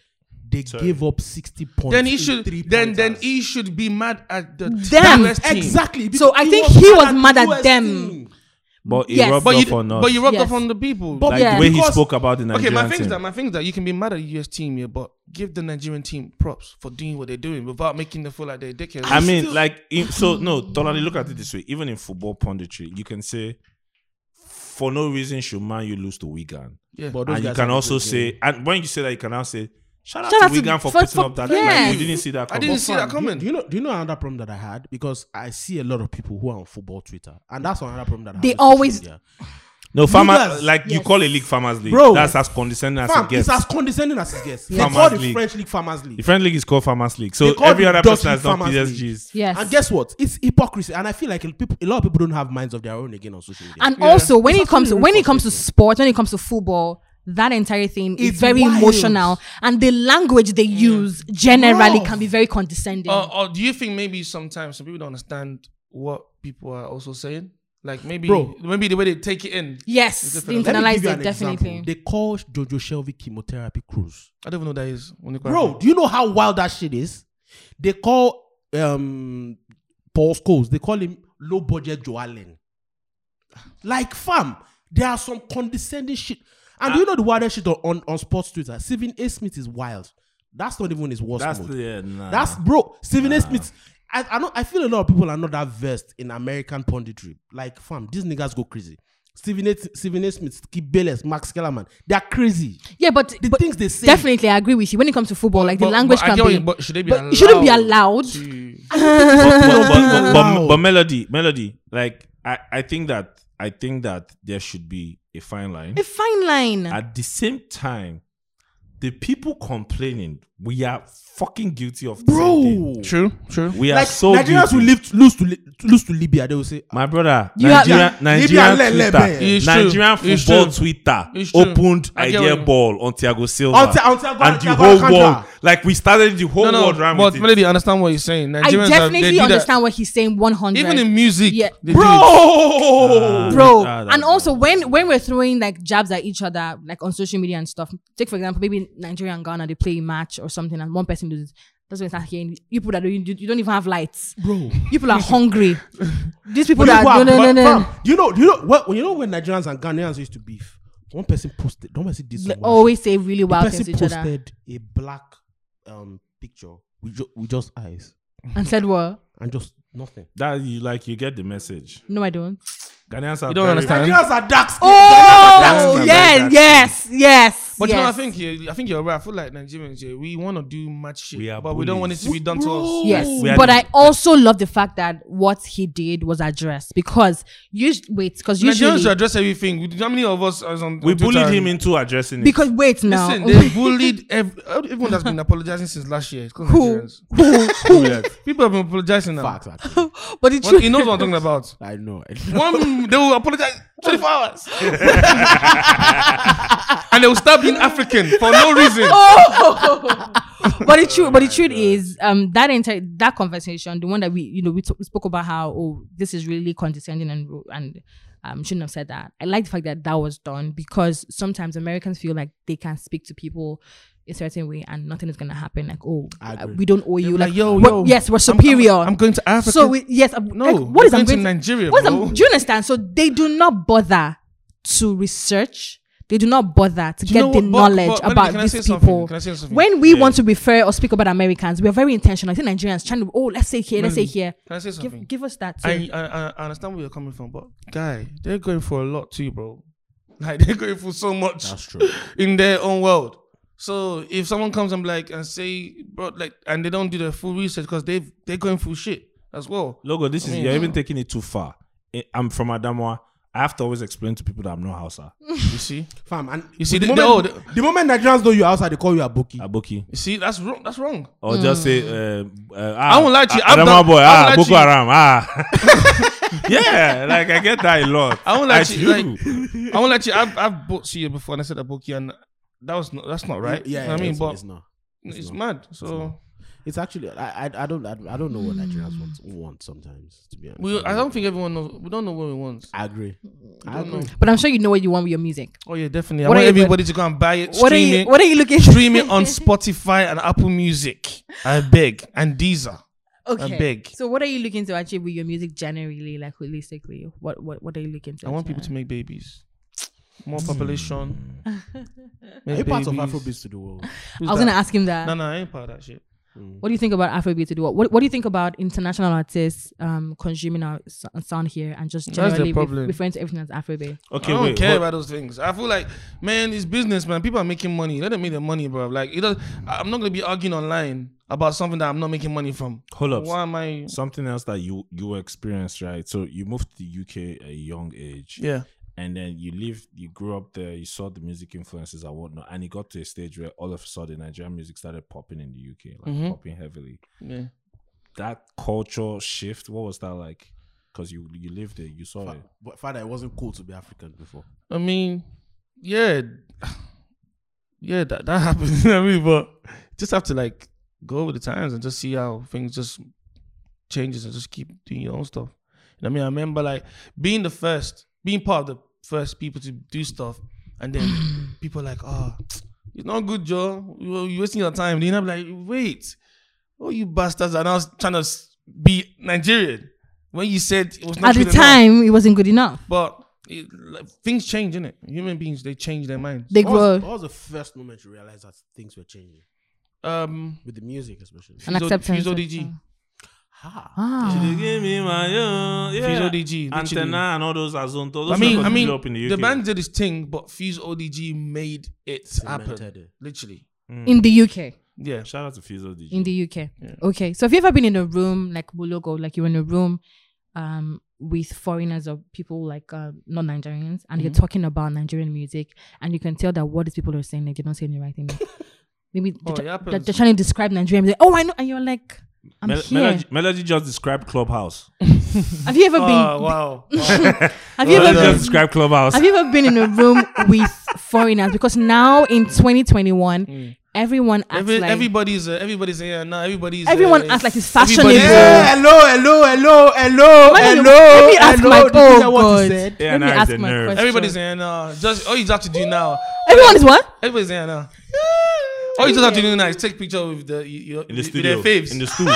S5: They gave up sixty points.
S4: Then he
S5: in
S4: should
S5: three
S4: then then
S5: pointers.
S4: he should be mad at the
S2: Them.
S4: US team.
S5: exactly.
S2: So
S5: because
S2: I think he was mad
S5: the
S2: at
S5: US
S2: them.
S5: team.
S1: But it
S2: Yes.
S1: rubbed
S4: But you
S1: off on us.
S4: but you rubbed
S2: Yes.
S4: off on the people.
S5: But-
S1: like
S2: Yeah.
S1: the way he
S5: Because-
S1: spoke about the Nigerian
S4: okay, my thing is
S1: team.
S4: that my thing is that you can be mad at the US team here, but give the Nigerian team props for doing what they're doing without making them feel like they're dickheads.
S1: I mean, like, in, so no, totally look at it this way. Even in football punditry, you can say, for no reason should Man you lose to Wigan.
S4: yeah.
S5: But those
S1: And you
S5: guys
S1: can
S5: are
S1: also
S5: good, yeah.
S1: say, and when you say that, you can now say, shout out
S2: Shout
S1: to
S2: out to-
S1: Wigan for
S2: for-
S1: putting
S2: for-
S1: up that.
S2: yes.
S1: Like, you didn't see that.
S4: I
S1: Coming.
S4: didn't see that
S5: Do you-
S4: coming.
S5: Do you know? Do you know another problem that I had? Because I see a lot of people who are on football Twitter, and that's another problem that I
S2: They
S5: have with
S2: always-
S5: social media.
S1: No, farmer,
S5: Leaguers,
S1: like you
S2: yes.
S1: call a league farmers league.
S5: Bro.
S1: that's as condescending as
S5: Fam,
S1: it
S5: it's
S1: gets.
S5: as condescending as it gets. They
S1: Farmers
S5: call the
S1: League.
S5: French league farmers league.
S1: the French league is called farmers league. So
S5: They call
S1: every
S5: the
S1: other
S5: Dutch
S1: person that's
S5: league
S1: not
S5: farmers
S1: PSG's.
S2: yes.
S5: And guess what? It's hypocrisy, and I feel like people, a lot of people don't have minds of their own again on social media.
S2: And also when
S5: It's
S2: it comes
S5: absolutely
S2: when it comes to sport, when it comes to football, that entire thing
S5: It's
S2: is very
S5: wild.
S2: emotional, and the language they use generally
S5: Bro.
S2: can be very condescending.
S4: Or, or Uh, do you think maybe sometimes some people don't understand what people are also saying? Like maybe
S5: Bro.
S4: maybe the way they take it in.
S2: yes,
S4: It's
S2: they
S4: different.
S2: internalize
S5: you
S2: it
S5: an
S2: definitely.
S5: example. They call Jojo Shelby chemotherapy cruise.
S4: I don't even know what that is. When
S1: Uh-huh.
S4: you
S5: Bro, do you know how wild that shit is? They call um Paul Scholes, they call him low budget Joe Allen. Like fam, there are some condescending shit. And
S1: Uh,
S5: do you know the wildest shit on, on, on sports Twitter? Stephen A. Smith is wild. That's not even his worst
S1: That's
S5: mode.
S1: the yeah, nah.
S5: That's bro, Stephen
S1: Uh-huh.
S5: A. Smith. I, I know I feel a lot of people are not that versed in American punditry. Like, fam, these niggas go crazy. Stephen A. Stephen A. Smith, Skip Bayless, Max Kellerman, they're crazy.
S2: Yeah, but,
S5: The
S2: but
S5: things they say.
S2: definitely I agree with you. When it comes to football, like the language
S4: I
S2: can
S4: get what
S2: be
S4: you- but should they be
S2: but
S4: allowed?
S2: it shouldn't be allowed.
S4: to-
S1: but, but, but, but-
S5: Wow.
S1: but melody, melody. Like I, I think that I think that there should be a fine line.
S2: a fine line.
S1: At the same time, the people complaining We are fucking guilty of thinking.
S5: bro.
S4: True, true.
S1: We are
S5: Like
S1: so
S5: Nigerians
S1: guilty.
S5: will live, lose to Li- lose to Libya. They will say, "Ah,
S1: My brother,
S2: You are-
S1: Nigeria, Nigerian
S3: Libya, le- le-
S1: Twitter,
S4: It's true.
S1: Nigerian
S4: It's
S1: football
S4: true.
S1: Twitter
S4: It's true.
S1: opened
S4: I get
S1: idea
S4: what you-
S1: ball on Thiago Silva
S5: On Thi- on Thiago-
S1: and the
S5: Thiago
S1: whole
S5: Alcantara.
S1: world. Like we started the whole
S4: no,
S1: world
S4: no,
S1: around
S4: but
S1: with it.
S4: Melody, understand what you're saying.
S2: I
S4: Nigerians have- they do
S2: definitely
S4: that.
S2: understand what he's saying 100.
S4: Even in music,
S2: Yeah.
S4: they do it.
S5: bro.
S2: bro
S1: Ah, that-
S2: and also when when we're throwing like jabs at each other like on social media and stuff take for example maybe nigeria and ghana they play a match or something and one person does it that's when you start hearing you people that don't, you, you don't even have lights
S5: bro.
S2: you people are hungry these people
S5: But
S2: that
S5: you
S2: no
S5: are-
S2: no no
S5: but
S2: no
S5: fam, You know, you know what? You know when Nigerians and Ghanaians used to beef. One person posted. One person did.
S2: They
S5: some wild
S2: always say really
S5: The
S2: wild
S5: person
S2: things to each other
S5: posted a black um picture with, ju- with just eyes
S2: and said well
S5: and just nothing.
S1: That you like you get the message.
S2: no i don't
S1: Ghanaians are
S4: You don't
S1: very-
S4: understand.
S5: Nigerians are dark skinned.
S2: oh
S1: that's- that's-
S2: yes yes yes
S4: But you know, I
S2: yes.
S4: think you, I think you're right. I feel like Nigerians, yeah, we want to do much shit,
S1: We are
S4: but we don't want it
S1: bullies.
S4: to be done to us.
S2: Yes,
S1: We are
S2: but
S1: the-
S2: I also love the fact that what he did was addressed because you wait because
S4: Nigerians should
S2: usually
S4: address everything. We- How many of us are on?
S1: We
S4: on Twitter
S1: bullied
S4: and-
S1: him into addressing it.
S2: because wait now
S4: Listen, they bullied ev- uh, everyone that's been apologizing since last year. It's 'cause Nigerians. People have been apologizing now.
S5: Facts, actually.
S2: but the
S4: One,
S2: truth
S4: he knows what I'm talking about.
S5: I know.
S4: One, they will apologize 24 hours, and they will start being African for no reason.
S2: but the truth, but the truth is, um, that entire that conversation, the one that we, you know, we, t- we spoke about how oh, this is really condescending and ru- and um shouldn't have said that. I like the fact that that was done because sometimes Americans feel like they can speak to people a certain way and nothing is gonna happen. Like oh,
S5: I
S2: uh,
S5: agree.
S2: we don't owe you.
S4: like,
S2: Like,
S4: yo,
S2: we're-
S4: yo,
S2: yes, we're
S4: I'm- I'm-
S2: superior.
S4: I'm going to Africa.
S2: So we, yes, I'm,
S4: No,
S2: like, what is
S4: we're
S2: I'm
S4: going
S2: going
S4: to Nigeria,
S2: What is
S4: bro.
S2: I'm, do you understand? So they do not bother to research. They do not bother to
S4: Do you
S2: get
S4: know
S2: the
S4: what, but-
S2: knowledge
S4: but Melody,
S2: about
S4: can I
S2: these
S4: say something?
S2: people.
S4: Can I say something?
S2: When we want to refer or speak about Americans, we are very intentional. I think Nigerians trying to oh let's say here, let's say here.
S4: Can I say something?
S2: Give, give us that. too.
S4: Mm. I, I, I- I understand where you're coming from, but guy, they're going for a lot too, bro. Like they're going for so much
S5: That's true.
S4: in their own world. So if someone comes and like and say, bro, like, and they don't do their full research because they they're going through shit as well.
S1: Logo, this is
S4: mean-
S1: you're even taking it too far. I- I'm from Adamawa. I have to always explain to people that I'm not Hausa.
S4: You see,
S5: Fam, and
S4: You see,
S5: the,
S4: they- they-
S5: moment,
S4: oh,
S5: the moment Nigerians know you're outside, they call you Aboki.
S1: Aboki.
S4: you see, that's wrong. That's wrong.
S1: Or just say, uh, uh, ah,
S4: Mm. I won't lie to you,
S1: ah,
S4: I've
S1: Adamawa
S4: done-
S1: boy,
S4: I
S1: ah,
S4: won't
S1: Boko
S4: lie to you.
S1: Haram, ah. yeah, like I get that a lot.
S4: I won't let you.
S1: do.
S4: Like, I won't let you. I've I've bought to you before, and I said I book you, and that was not, that's not right.
S5: Yeah,
S4: You know what I mean,
S5: it's,
S4: but
S5: it's
S4: it's,
S5: not. not.
S4: mad. So
S5: It's actually I I, I don't I, I don't know what Nigerians want want sometimes to be honest.
S4: we I don't think everyone knows. We don't know what we want.
S5: I agree. I
S4: don't
S5: agree.
S2: but I'm sure you know what you want with your music.
S4: Oh yeah, definitely.
S2: What
S4: I
S2: are
S4: want
S2: you-
S4: everybody to go and buy it,
S2: What are
S4: stream
S2: you
S4: it,
S2: What are you looking?
S4: stream it on Spotify and Apple Music. I beg and Deezer.
S2: okay.
S4: beg.
S2: So what are you looking to achieve with your music generally, like holistically? What What What are you looking to?
S4: I want people to
S2: achieve?
S4: make babies. More population.
S5: Hmm. Are
S4: Make
S5: you part of
S4: babies.
S5: Afrobeats to the world?
S4: Who's
S2: I was
S4: that?
S2: gonna ask him that.
S4: No, no, I ain't part of that shit.
S2: What do you think about Afrobeat to do? What What do you think about international artists um consuming our s- sound here and just
S4: That's the
S2: generally re-
S4: problem.
S2: referring to everything as Afrobeat?
S1: Okay,
S4: I don't
S1: wait.
S4: care
S1: hold-
S4: about those things. I feel like, man, it's business, man. People are making money. Let them make their money, bro. Like, it does, I- I'm not gonna be arguing online about something that I'm not making money from.
S1: Hold up.
S4: Why am I?
S1: Something else that you you experienced, right? So you moved to the UK at a young age,
S4: Yeah,
S1: and then you lived, you grew up there, you saw the music influences and whatnot, and it got to a stage where all of a sudden Nigerian music started popping in the UK, like
S4: Mm-hmm.
S1: popping heavily.
S4: yeah.
S1: That culture shift, what was that like? Because you you lived it, you saw it.
S5: But father, it wasn't cool to be African before.
S4: I mean, yeah, yeah, that that happens. you know what I mean, but just have to like go with the times and just see how things just changes and just keep doing your own stuff. You know what I mean, I remember like being the first, being part of the first people to do stuff, and then people are like, oh, it's not good, Joe. You you wasting your time. Then I'm like, wait, oh, you bastards are now trying to s- be Nigerian when you said it was not
S2: At the
S4: good enough."
S2: time, it wasn't good enough.
S4: But it, like, things change, innit? Human beings, they change their minds.
S2: They
S5: What was,
S2: grow
S5: what was the first moment you realized that things were changing
S4: Um,
S5: with the music, especially?
S2: and
S4: Fuse O-
S2: acceptance.
S4: Fuse ODG.
S2: and-
S5: Ha.
S2: Ah.
S1: give me my own.
S4: Fuse ODG.
S1: Antenna
S4: literally.
S1: and all those Azonto. Those
S4: I mean,
S1: people
S4: I mean,
S1: grew up in the
S4: the,
S1: UK.
S4: band did his thing, but Fuse ODG made it
S5: Cemented
S4: happen.
S5: it.
S4: Literally,
S2: in the UK.
S4: yeah.
S1: Shout out to Fizzle DJ.
S2: In the UK. Okay. So have you ever been in a room like Bulogo, like you're in a room um with foreigners or people like uh, non
S4: Mm-hmm.
S2: Nigerians and you're talking about Nigerian music and you can tell that what these people are saying, like they don't say the right thing. Maybe they're
S4: Oh,
S2: try-
S4: it
S2: they're,
S4: happens.
S2: they're trying to describe Nigeria. and be like, oh, I know, and you're like, I'm
S1: Mel-
S2: here.
S1: Melody, Melody just described Clubhouse.
S2: have you ever
S4: Oh,
S2: been?
S4: wow. wow.
S2: Have you
S1: Melody
S2: ever been?
S1: just described Clubhouse.
S2: Have you ever been in a room with foreigners? Because now in 2021, everyone acts
S4: Mm. Every,
S2: like
S4: everybody's uh, everybody's here now. Everybody's
S2: Everyone
S4: uh,
S2: acts like it's fashionable.
S4: everybody's,
S3: Yeah, hello, hello, hello, hello,
S2: Let me-
S3: hello.
S2: let me ask
S3: hello.
S2: my-
S3: Did you hear
S2: oh,
S3: what he
S2: God.
S3: said?
S1: yeah,
S2: Let me
S1: now it's
S2: ask
S1: the
S2: my
S1: nerve.
S2: question.
S4: everybody's here now. Just all you have to do now.
S2: Everyone is what?
S4: Everybody's here now. All you just have to do now is take picture with the you, you-
S1: In the
S4: with
S1: studio.
S4: their faves.
S1: In the studio.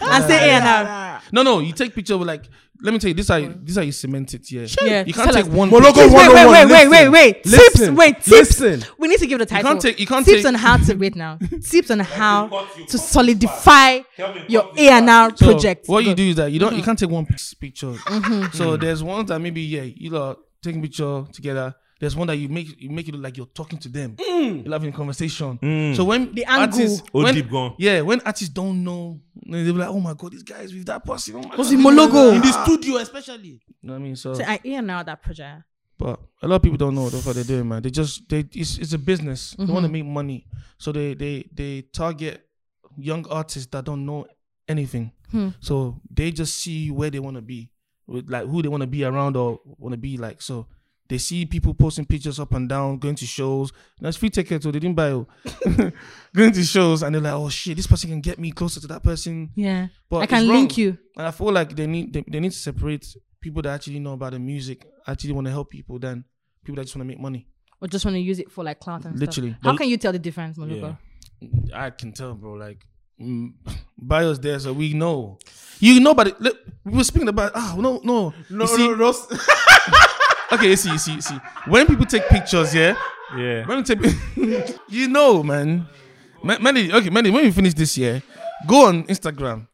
S2: I say A and R.
S4: no, no, you take picture with like. Let me tell you, this how you, this how you cement it. Yeah,
S2: Yeah,
S4: You can't
S2: tell
S4: take
S2: us.
S4: one.
S3: Mologo
S4: picture.
S2: Tips, wait, wait,
S3: 101,
S2: wait, wait, wait, wait.
S3: listen,
S2: Tips, wait, tips.
S3: listen.
S2: We need to give the title.
S4: can't take- you can't
S2: tips
S4: take-
S2: on how to wait now. tips on how
S1: cut- you
S2: to
S1: cut
S2: solidify
S1: Kelvin, cut
S2: your
S1: this
S2: A and R
S4: So
S2: project. Mm-hmm.
S4: What you
S2: Good.
S4: do is that you don't
S2: Mm-hmm.
S4: you can't take one pic- picture. So there's ones that maybe yeah you lot taking picture together. There's one that you make you make it look like you're talking to them.
S2: Mm.
S4: You're having a conversation. So when
S2: The angle.
S4: artists,
S1: Oh,
S4: when,
S1: deep gone.
S4: yeah, when artists don't know, they'll be like, oh my god, this guy is with that person. Oh my
S2: What's
S4: God."
S2: the mologo?
S5: In the studio, especially.
S4: You know what I mean? So,
S2: So I A and R that project.
S4: but a lot of people don't know that's what they're doing, man. They just they it's, it's a business. They want to make money, so they they they target young artists that don't know anything. So they just see where they want to be, with like who they want to be around or want to be like. So they see people posting pictures up and down, going to shows. That's free tickets, so they didn't buy. oh. going to shows, and they're like, oh shit, this person can get me closer to that person.
S2: Yeah.
S4: But
S2: I
S4: it's
S2: can
S4: wrong.
S2: link you.
S4: And I feel like they need they, they need to separate people that actually know about the music, actually want to help people, than people that just want to make money.
S2: Or just want to use it for like clout and
S4: Literally.
S2: stuff. How can you tell the difference, Mologo?
S1: Yeah.
S4: I can tell, bro. Like, mm, Bio's there, so we know. You know, but it- look, we were speaking about. Ah, no, no,
S3: No,
S4: You see,
S3: no, no.
S4: Okay, you see, you see, you see. When people take pictures, yeah,
S1: Yeah.
S4: when they take, you know, man. Ma- Many, okay, many. When we finish this year, go on Instagram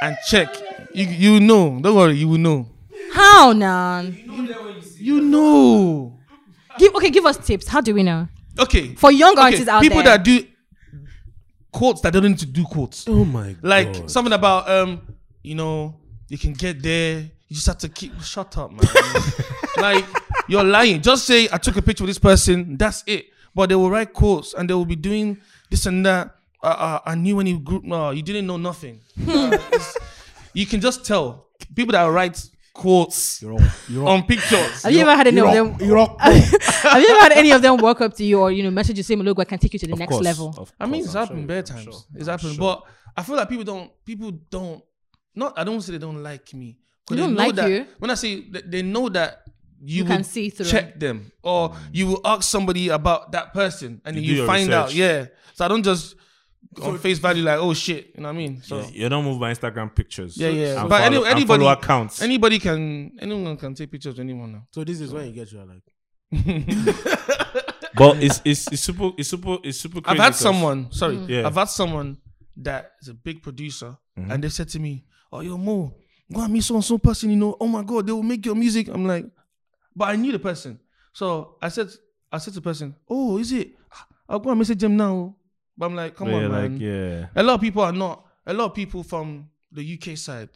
S4: and check. You, you know. Don't worry, you will know.
S2: How now?
S4: You know.
S2: Give okay, give us tips. How do we know?
S4: Okay,
S2: For young
S4: Okay,
S2: artists out
S4: people
S2: there.
S4: that do quotes that don't need to do quotes
S5: Oh my god.
S4: like something about um you know you can get there you just have to keep shut up man like you're lying just say i took a picture with this person that's it but they will write quotes and they will be doing this and that uh, uh, i knew when you grew no you didn't know nothing Uh, it's- you can just tell people that write quotes on pictures
S2: have you ever had any of them?
S3: You're up.
S2: have you ever had any of them walk up to you or you know message you say Mologo, I can take you to the next
S1: Of course,
S2: level?
S1: of
S4: I mean,
S1: course,
S4: it's
S1: I'm
S4: happened
S1: sure,
S4: bare
S1: I'm
S4: times.
S1: sure,
S4: it's
S1: I'm
S4: happened,
S1: sure.
S4: but I feel like people don't. People don't. Not. I don't say they don't like me. 'cause
S2: They don't
S4: know
S2: like
S4: that-
S2: you?
S4: When I say th- they know that you,
S2: You can
S4: would
S2: see through.
S4: Check them, or you will ask somebody about that person, and
S1: Mm. You
S4: you,
S1: do your
S4: find out.
S1: research.
S4: Yeah. So I don't just on face value like, oh shit. You know what I mean? So.
S1: Yeah, you don't move my Instagram pictures.
S4: Yeah, yeah.
S1: And
S4: but
S1: follow,
S4: any, anybody,
S1: and follow accounts.
S4: anybody can, anyone can take pictures of anyone now.
S5: So this is when you get your like.
S1: but it's, it's it's super it's super it's super.
S4: I've
S1: Crazy
S4: had
S1: 'cause-
S4: someone, sorry,
S1: Yeah.
S4: I've had someone that is a big producer,
S1: Mm-hmm.
S4: and they said to me, "Oh, yo, Mo, go and meet so and so person. You know, oh my God, they will make your music." I'm like, but I knew the person, so I said, I said to the person, "Oh, is it? I'll go and message them now." But I'm like, "Come
S1: Yeah,
S4: on, man."
S1: like yeah.
S4: A lot of people are not. A lot of people from the UK side,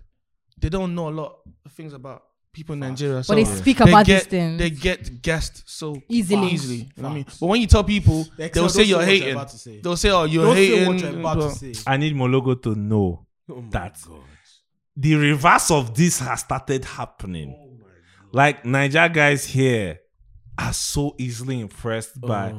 S4: they don't know a lot of things about people in Nigeria.
S2: But they speak about
S4: get,
S2: these things.
S4: They get gassed so
S2: Easily.
S4: Easily, you know what I mean. But when you tell people,
S5: The Excel,
S4: they'll say
S5: don't say
S4: you're
S5: what you're
S4: hating.
S5: about to say.
S4: They'll say, "Oh, you're
S5: Don't say
S4: hating."
S5: what you're about to say.
S1: I need Mologo to know
S4: Oh
S1: that the reverse of this has started happening.
S4: Oh
S1: like Niger guys here are so easily impressed
S4: Oh
S1: by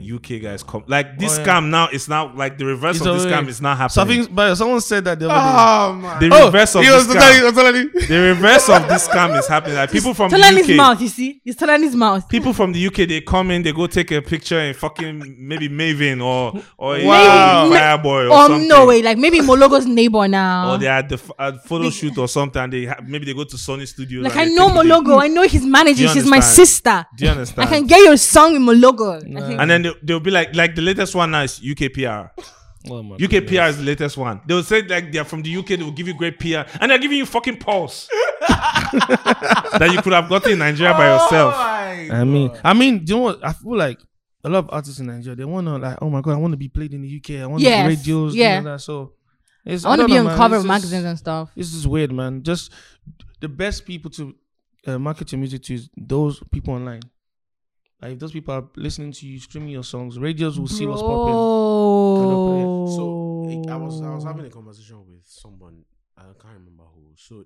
S1: UK guys. Com- like this
S4: yeah.
S1: scam now is now like the reverse
S4: It's
S1: of this
S4: already-
S1: scam is now happening.
S4: Something, but someone said that the other day.
S5: Ah.
S3: Oh my.
S1: the
S4: Oh,
S1: reverse of
S4: he was
S1: this scam.
S4: totally- totally-
S1: the reverse of this scam is happening. Like people from
S2: Tell his
S1: the UK.
S2: mouth, you see? He's telling his mouth.
S1: People from the UK, they come in, they go take a picture in fucking maybe Maven or or in
S4: Wow.
S1: Fireboy or
S2: Um,
S1: something.
S2: no way. Like maybe Mologo's neighbor now.
S1: Or they had the f- at photo shoot or something. And they ha- maybe they go to Sony Studios.
S2: like
S1: and
S2: I
S1: they
S2: know
S1: take the-
S2: Mologo. I know his manager.
S1: Do you
S2: She's my
S1: understand?
S2: sister.
S1: Do you
S2: I
S1: understand?
S2: can get your song with Mologo. I can-
S1: and then they, they'll be like, like the latest one now is UKPR. UK PR is the latest one. They'll say like they're from the UK, they'll give you great PR, and they're giving you fucking pulse that you could have gotten in Nigeria by
S2: Oh.
S1: yourself.
S4: I mean, I mean, do you know what? I feel like a lot of artists in Nigeria they want to like, oh my god, I want to be played in the UK. I want to
S2: Yes,
S4: be radios.
S2: yeah.
S4: Yeah. That. So it's,
S2: I want to
S4: don't
S2: be
S4: know,
S2: on
S4: man.
S2: cover
S4: It's
S2: of
S4: just-
S2: magazines and stuff.
S4: This is weird, man. Just the best people to uh, market your music to is those people online. Like if those people are listening to you, streaming your songs, radios will see what's popping.
S2: Bro.
S5: cannot So I I was
S2: Oh.
S5: I was having a conversation with someone I can't remember who. So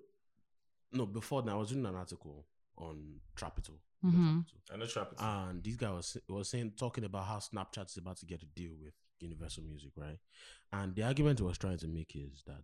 S5: no, before that I was doing an article on Trapital.
S2: Mhm.
S1: I know trap.
S5: And this guy was was saying talking about how Snapchat is about to get a deal with Universal Music, right? And the argument he was trying to make is that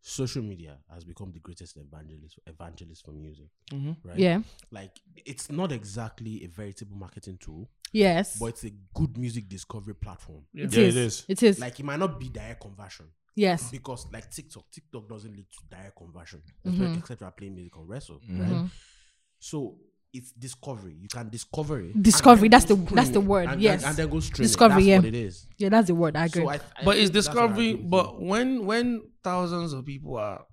S5: social media has become the greatest evangelist evangelist for music,
S4: Mhm.
S5: right?
S2: yeah.
S5: Like it's not exactly a veritable marketing tool,
S2: Yes.
S5: but it's a good music discovery platform.
S4: Yeah.
S2: It
S1: Yeah, it
S2: is.
S1: is.
S2: It is.
S5: Like it might not be direct conversion
S2: yes.
S5: because like TikTok, TikTok doesn't lead to direct conversion, except-
S2: Mhm.
S5: except you're playing music on Wrestle,
S4: Mm-hmm.
S5: right?
S2: Mhm.
S5: So it's discovery. You can discover it. and
S2: Discovery,
S5: then
S2: that's
S5: go
S2: the- that's the
S5: stream it,
S2: word,
S5: and- and-
S2: yes.
S5: And, then go stream. Discovery.
S2: Discovery,
S5: That's
S2: yeah.
S5: what it is.
S2: Yeah, that's the word. I agree.
S5: So I, I
S4: But it's
S5: think that's what I
S4: discovery.
S5: agree with you.
S4: But when when thousands of people are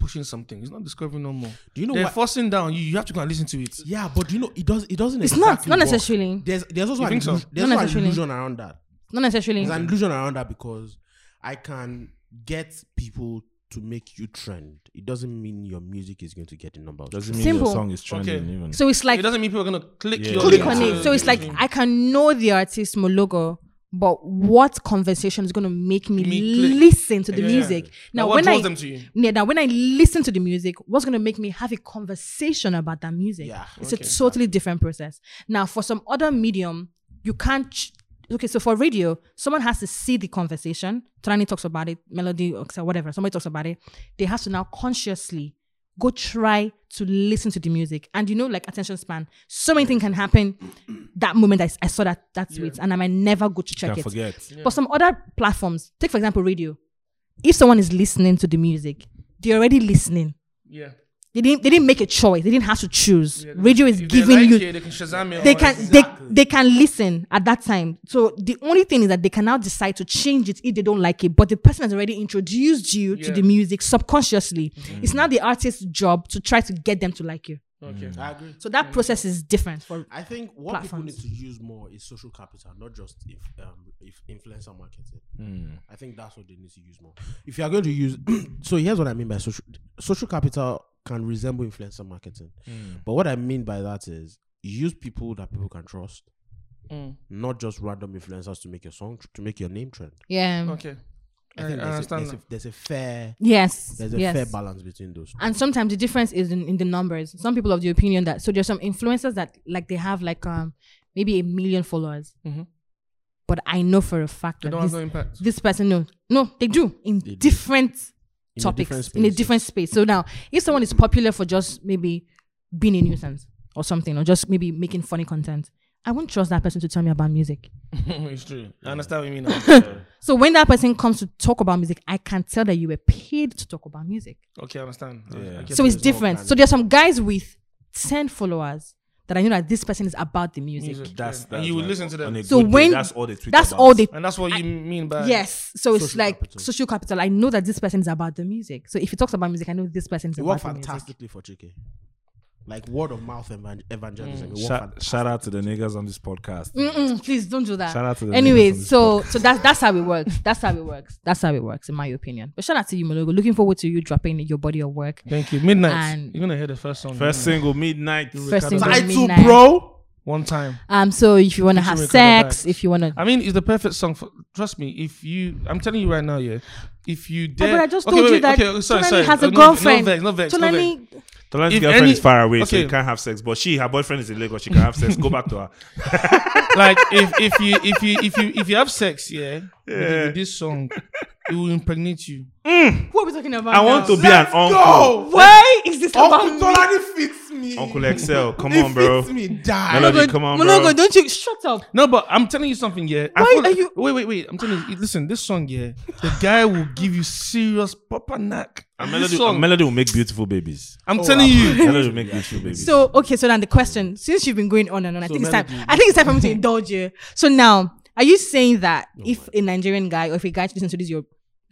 S4: pushing something, it's not discovery no more.
S5: do you know
S4: They're
S5: what?
S4: forcing down. You, you have to go and listen to it.
S5: yeah, but do you know it does. It doesn't.
S2: it's not.
S5: exactly
S2: Not
S5: work.
S2: necessarily.
S5: There's there's also
S4: You
S5: an,
S4: think so?
S5: illusion- there's
S2: Not
S5: also an
S2: necessarily. Mm.
S5: illusion around that.
S2: Not necessarily.
S5: There's an illusion around that because I can get people to make you trend. It doesn't mean your music is going to get the number. of
S1: Doesn't
S5: streams.
S1: mean
S2: Simple.
S1: your song is trending
S4: Okay.
S1: even.
S2: So it's like
S4: it doesn't mean people are gonna click.
S1: Yeah.
S4: your
S2: click
S4: link
S2: on
S4: to-
S2: it. So it's like I can know the artist Mologo, but what conversation is gonna make me
S4: Me click.
S2: listen to the
S4: Exactly.
S2: music?
S4: Now,
S2: Now,
S4: what
S2: when
S4: draws
S2: I
S4: them to you?
S2: yeah, now when I listen to the music, what's gonna make me have a conversation about that music?
S5: Yeah,
S2: it's
S4: okay,
S2: a totally different process. Now, for some other medium, you can't. Ch- okay, so for radio, someone has to see the conversation. Trani talks about it, Melody, or whatever. Somebody talks about it. They have to now consciously go try to listen to the music. And you know, like attention span, so many things can happen. That moment I, s- I saw that that tweet, and I might never go to check
S1: Can't
S2: it.
S1: forget.
S2: But some other platforms, take for example radio. If someone is listening to the music, they're already listening.
S4: Yeah.
S2: They didn't they didn't make a choice. They didn't have to choose.
S4: Yeah, they-
S2: radio is
S4: if they
S2: giving
S4: like
S2: you
S4: it, they can Shazam it.
S2: they
S4: or
S2: can
S4: anything.
S2: they they can listen at that time. So the only thing is that they can now decide to change it if they don't like it. But the person has already introduced you to
S4: Yeah. Mm-hmm.
S2: the music subconsciously. It's now the artist's job to try to get them to like you.
S4: Okay.
S5: I agree.
S2: So that process is different for
S5: I think what
S2: platforms.
S5: people need to use more is social capital, not just if, um, if influencer marketing. I think that's what they need to use more. If you are going to use, so here's what I mean by social social capital can resemble influencer marketing, but what I mean by that is use people that people can trust,
S4: Mm.
S5: not just random influencers to make your song to make your name trend.
S2: yeah.
S4: Okay.
S5: I
S4: I-
S5: think
S4: I
S5: there's, a,
S4: understand
S5: there's, a, there's a fair
S2: Yes.
S5: there's a
S2: yes.
S5: fair balance between those. Two.
S2: and sometimes the difference is in, in the numbers. Some people of the opinion that so there's some influencers that like they have like um maybe a million followers,
S4: Mhm.
S2: but I know for a fact
S4: They
S2: that
S4: don't
S2: this,
S4: have no impact.
S2: this person no no they do in
S5: do.
S2: different
S5: In a
S2: topics
S5: different
S2: in a
S5: space.
S2: different space. So now if someone is popular for just maybe being a nuisance or something or just maybe making funny content, I won't trust that person to tell me about music.
S4: it's true. I understand what you mean. now.
S2: So when that person comes to talk about music, I can tell that you were paid to talk about music.
S4: okay, I understand. I-
S1: Yeah.
S4: I get
S2: so
S4: it.
S2: it's different. So there's some guys with 10 followers that I know that this person is about the music.
S4: Music,
S1: That's,
S4: yeah.
S1: that's
S4: and you would
S1: like-
S4: listen to
S1: on
S4: them,
S1: a
S2: So
S1: good day,
S2: when-
S1: that's all they tweet
S2: That's
S1: about.
S2: all they
S4: and that's what you mean by
S2: Yes. So it's
S5: Social
S2: like
S5: capital.
S2: social capital. I know that this person is about the music. So if he talks about music, I know this person is
S5: It
S2: about
S5: worked
S2: the music.
S5: fantastically for Chike, like word of mouth evan- evangelism. It worked
S1: Shout, shout out to the niggas on this podcast.
S2: Mm-mm, please don't do that.
S1: Shout out to the niggas
S2: anyway,
S1: on this
S2: so so that's that's how it works. That's how it works. That's how it works, in my opinion. But shout out to you, Mologo. Looking forward to you dropping your body of work.
S4: Thank you. Midnight.
S2: And-
S4: You're gonna hear the first song.
S1: First
S4: midnight.
S1: single, Midnight.
S2: First single,
S5: fantastic. Title,
S2: Midnight.
S5: bro.
S4: One time.
S2: Um, so if you wanna have
S4: Featuring Ricardo
S2: sex,
S4: Banks.
S2: if you wanna
S4: I mean, it's the perfect song for. Trust me, if you, I'm telling you right now, yeah. If you
S2: Oh,
S4: dare,
S2: but I just
S4: Okay,
S2: told
S4: wait,
S2: you
S4: wait,
S2: that
S4: okay, sorry,
S2: Tonani
S4: sorry.
S2: has
S4: Oh,
S2: a
S4: no,
S2: girlfriend.
S4: No vex, no vex, no vex.
S2: Tonani,
S1: Tolan's
S4: If
S1: girlfriend
S4: any-
S1: is far away, so
S4: okay.
S1: you can't have sex. But she, her boyfriend is in Lagos. She can have sex. Go back to her.
S4: like if if you if you if you if you have sex, yeah, with-
S1: Yeah.
S4: With, this song, it will impregnate you.
S2: what are we talking about?
S1: I want to be an uncle.
S3: Go.
S2: Why is this about
S3: Uncle
S2: me?
S3: Tolani fits me.
S1: Uncle Excel, come
S3: He
S1: on, bro.
S3: Fits me. Die.
S1: Melody,
S2: Mologo,
S1: come on,
S2: Mologo,
S1: bro.
S2: don't you shut up.
S4: No, but I'm telling you something, yeah. I
S2: Why
S4: feel like-
S2: are you-
S4: Wait, wait, wait. I'm telling you. Listen, this song, yeah. The guy will give you serious proper knack.
S1: And
S4: This
S1: Melody,
S4: song,
S1: and Melody will make beautiful babies.
S4: I'm telling you.
S1: Melody will make beautiful babies.
S2: So okay, so then the question, since you've been going on and on, I think it's time.
S5: Melody-
S2: I think it's time for me to indulge you. So now, are you saying that if a Nigerian guy or if a guy listens to this your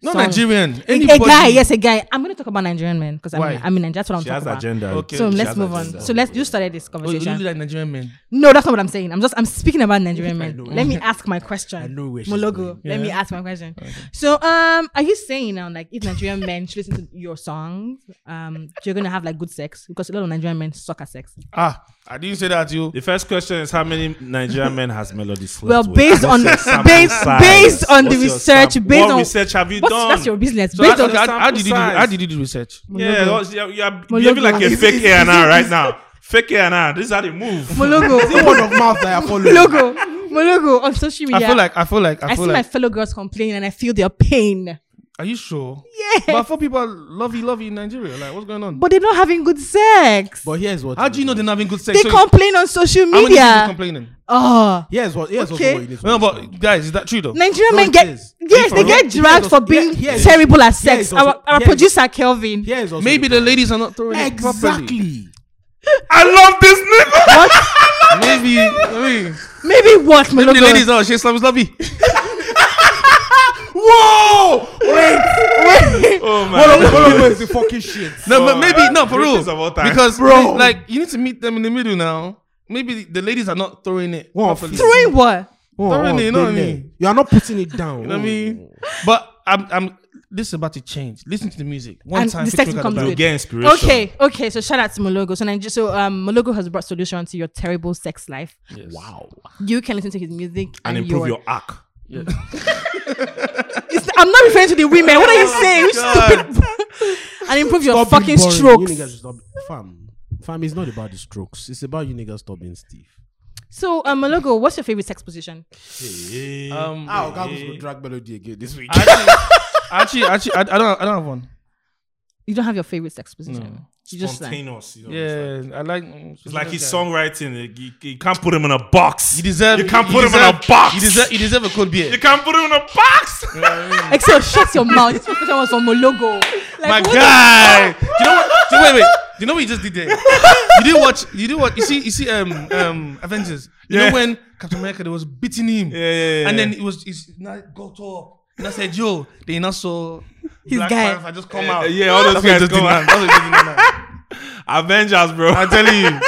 S4: Not
S2: song.
S4: Nigerian.
S2: A-
S4: Anybody.
S2: A guy, yes, a guy. I'm gonna talk about Nigerian men because
S4: Why?
S2: I'm, I'm in Nigeria. That's what I'm
S1: She
S2: talking
S1: has
S2: about.
S1: agenda.
S4: Okay.
S2: So
S4: She
S2: let's move on. So let's you started this
S4: Oh, you
S2: conversation.
S4: look like Nigerian men.
S2: No, that's not what I'm saying. I'm just I'm speaking about Nigerian
S5: I
S2: men.
S5: know.
S2: Let me ask my question.
S5: I know where she's
S2: Mologo. Let me
S4: Yeah.
S2: ask my question. So um are you saying now like if Nigerian men should listen to your songs, um you're gonna have like good sex? Because a lot of Nigerian men suck at sex.
S4: Ah, I didn't say that to you.
S1: The first question is how many Nigerian men has Melody slept
S2: Well,
S1: with?
S2: based on-
S1: your sample
S2: based-
S1: size?
S2: based on the
S1: What's your
S2: research,
S1: sample-
S2: based
S1: what
S2: on-
S1: research have you
S2: What's
S1: done?
S2: that's your business?
S4: So
S2: Based
S4: that's
S2: on
S1: the
S4: okay. how, how did you do?
S1: sample size.
S4: How did you do research?
S1: yeah,
S2: Mologo.
S1: what's- you're, you're behaving like a
S2: Mologo.
S1: fake A and R right now. Fake A and R. This is how they move.
S2: Mologo.
S3: word of mouth that I follow.
S2: Mologo. Mologo on social
S4: I
S2: media.
S4: feel like I feel like
S2: I
S4: I
S2: see
S4: feel
S2: my
S4: like.
S2: fellow girls complain and I feel their pain.
S4: Are you sure? Yeah. But I thought people are lovey lovey in Nigeria. Like, what's going on?
S2: But they're not having good sex.
S5: But here's what.
S4: how do you know they're not having good sex?
S2: they
S4: So you-
S2: complain on social
S4: how many people
S2: media.
S4: complaining?
S2: Oh.
S5: Here's what. Here's
S2: Okay.
S5: also what you need to
S4: No,
S5: understand.
S4: but guys, is that true though?
S2: Nigerian
S5: No,
S2: men
S5: it
S2: get
S5: is.
S2: yes, they
S4: Because-
S2: get dragged
S5: because-
S2: for being
S5: yeah, yeah,
S2: terrible at
S5: yeah,
S2: sex.
S5: it's also-
S2: our our
S5: yeah,
S2: producer Kelvin.
S5: Here's also
S4: Maybe the ladies are not throwing it properly.
S5: exactly.
S1: I love this nigga.
S4: Maybe, maybe,
S2: Maybe what,
S4: maybe the
S2: Mologo?
S4: ladies are she's slums lovey.
S5: Whoa! Wait.
S1: Oh my
S5: Hold on.
S1: God.
S5: Hold on. Wait. The fucking shit.
S4: No,
S1: Oh,
S4: but maybe no for real.
S1: greatest of all time.
S4: Because
S5: Bro.
S4: like you need to meet them in the middle now. Maybe the ladies are not throwing it
S5: Wow,
S4: properly.
S2: Throwing what?
S5: Oh,
S4: Don't really, you know what I
S5: there.
S4: mean?
S5: You are not putting it down.
S4: You know what I mean? But I'm, I'm. This is about to change. Listen to the music one
S2: And
S4: time.
S2: the
S4: fix
S2: sex
S4: me like
S2: becomes
S4: a
S1: You
S2: good.
S4: dog.
S1: get inspiration.
S2: Okay, okay. So shout out to Mologo. So Nigeria, so um, Mologo has brought solution to your terrible sex life.
S5: Oh, Wow.
S2: You can listen to his music
S1: And
S2: and,
S1: improve
S2: your.
S1: your arc.
S2: It's- I'm not referring to the women. What are
S4: Oh
S2: you saying? You stupid. and improve your
S5: Stop
S2: fucking
S5: being boring. You niggas
S2: strokes.
S5: should stop. Fam. Fam, it's not about the strokes. It's about you niggas stopping Steve.
S2: So um, Mologo, what's your favorite sex position?
S4: Um,
S5: Oh, Gabby's gonna drag Melody again this week.
S4: actually, actually, I, I don't. I don't have one.
S2: You don't have your favorite sex position. You just like,
S1: Spontaneous. You know, it's like-
S4: Yeah, I like. mm,
S1: It's like his songwriting. You, you can't put him in a box.
S4: You deserve.
S1: You can't put him
S4: deserve,
S1: in a box.
S4: You deserve. You deserve a cold beer.
S1: You can't put him in a box.
S2: Excel, shut your mouth. This question was from Mologo.
S4: My
S2: Like, what
S4: guy. Do you know what? Do you, wait, wait. Do you know what you just did there? You did watch. You did what? You see. You see. Um. Um. Avengers. You
S1: Yeah.
S4: know when Captain America they was beating him.
S1: Yeah, yeah, yeah,
S4: And
S1: yeah.
S4: then it was. It's not got up. And I said, Yo, they not saw.
S2: His
S4: Black
S2: guy.
S4: Panther just come
S1: Yeah,
S4: out.
S1: yeah, all those
S4: That's what you
S1: guys
S4: just did
S1: come
S4: now.
S1: out.
S4: That's what you just did now.
S1: Avengers, bro.
S4: I'm telling you.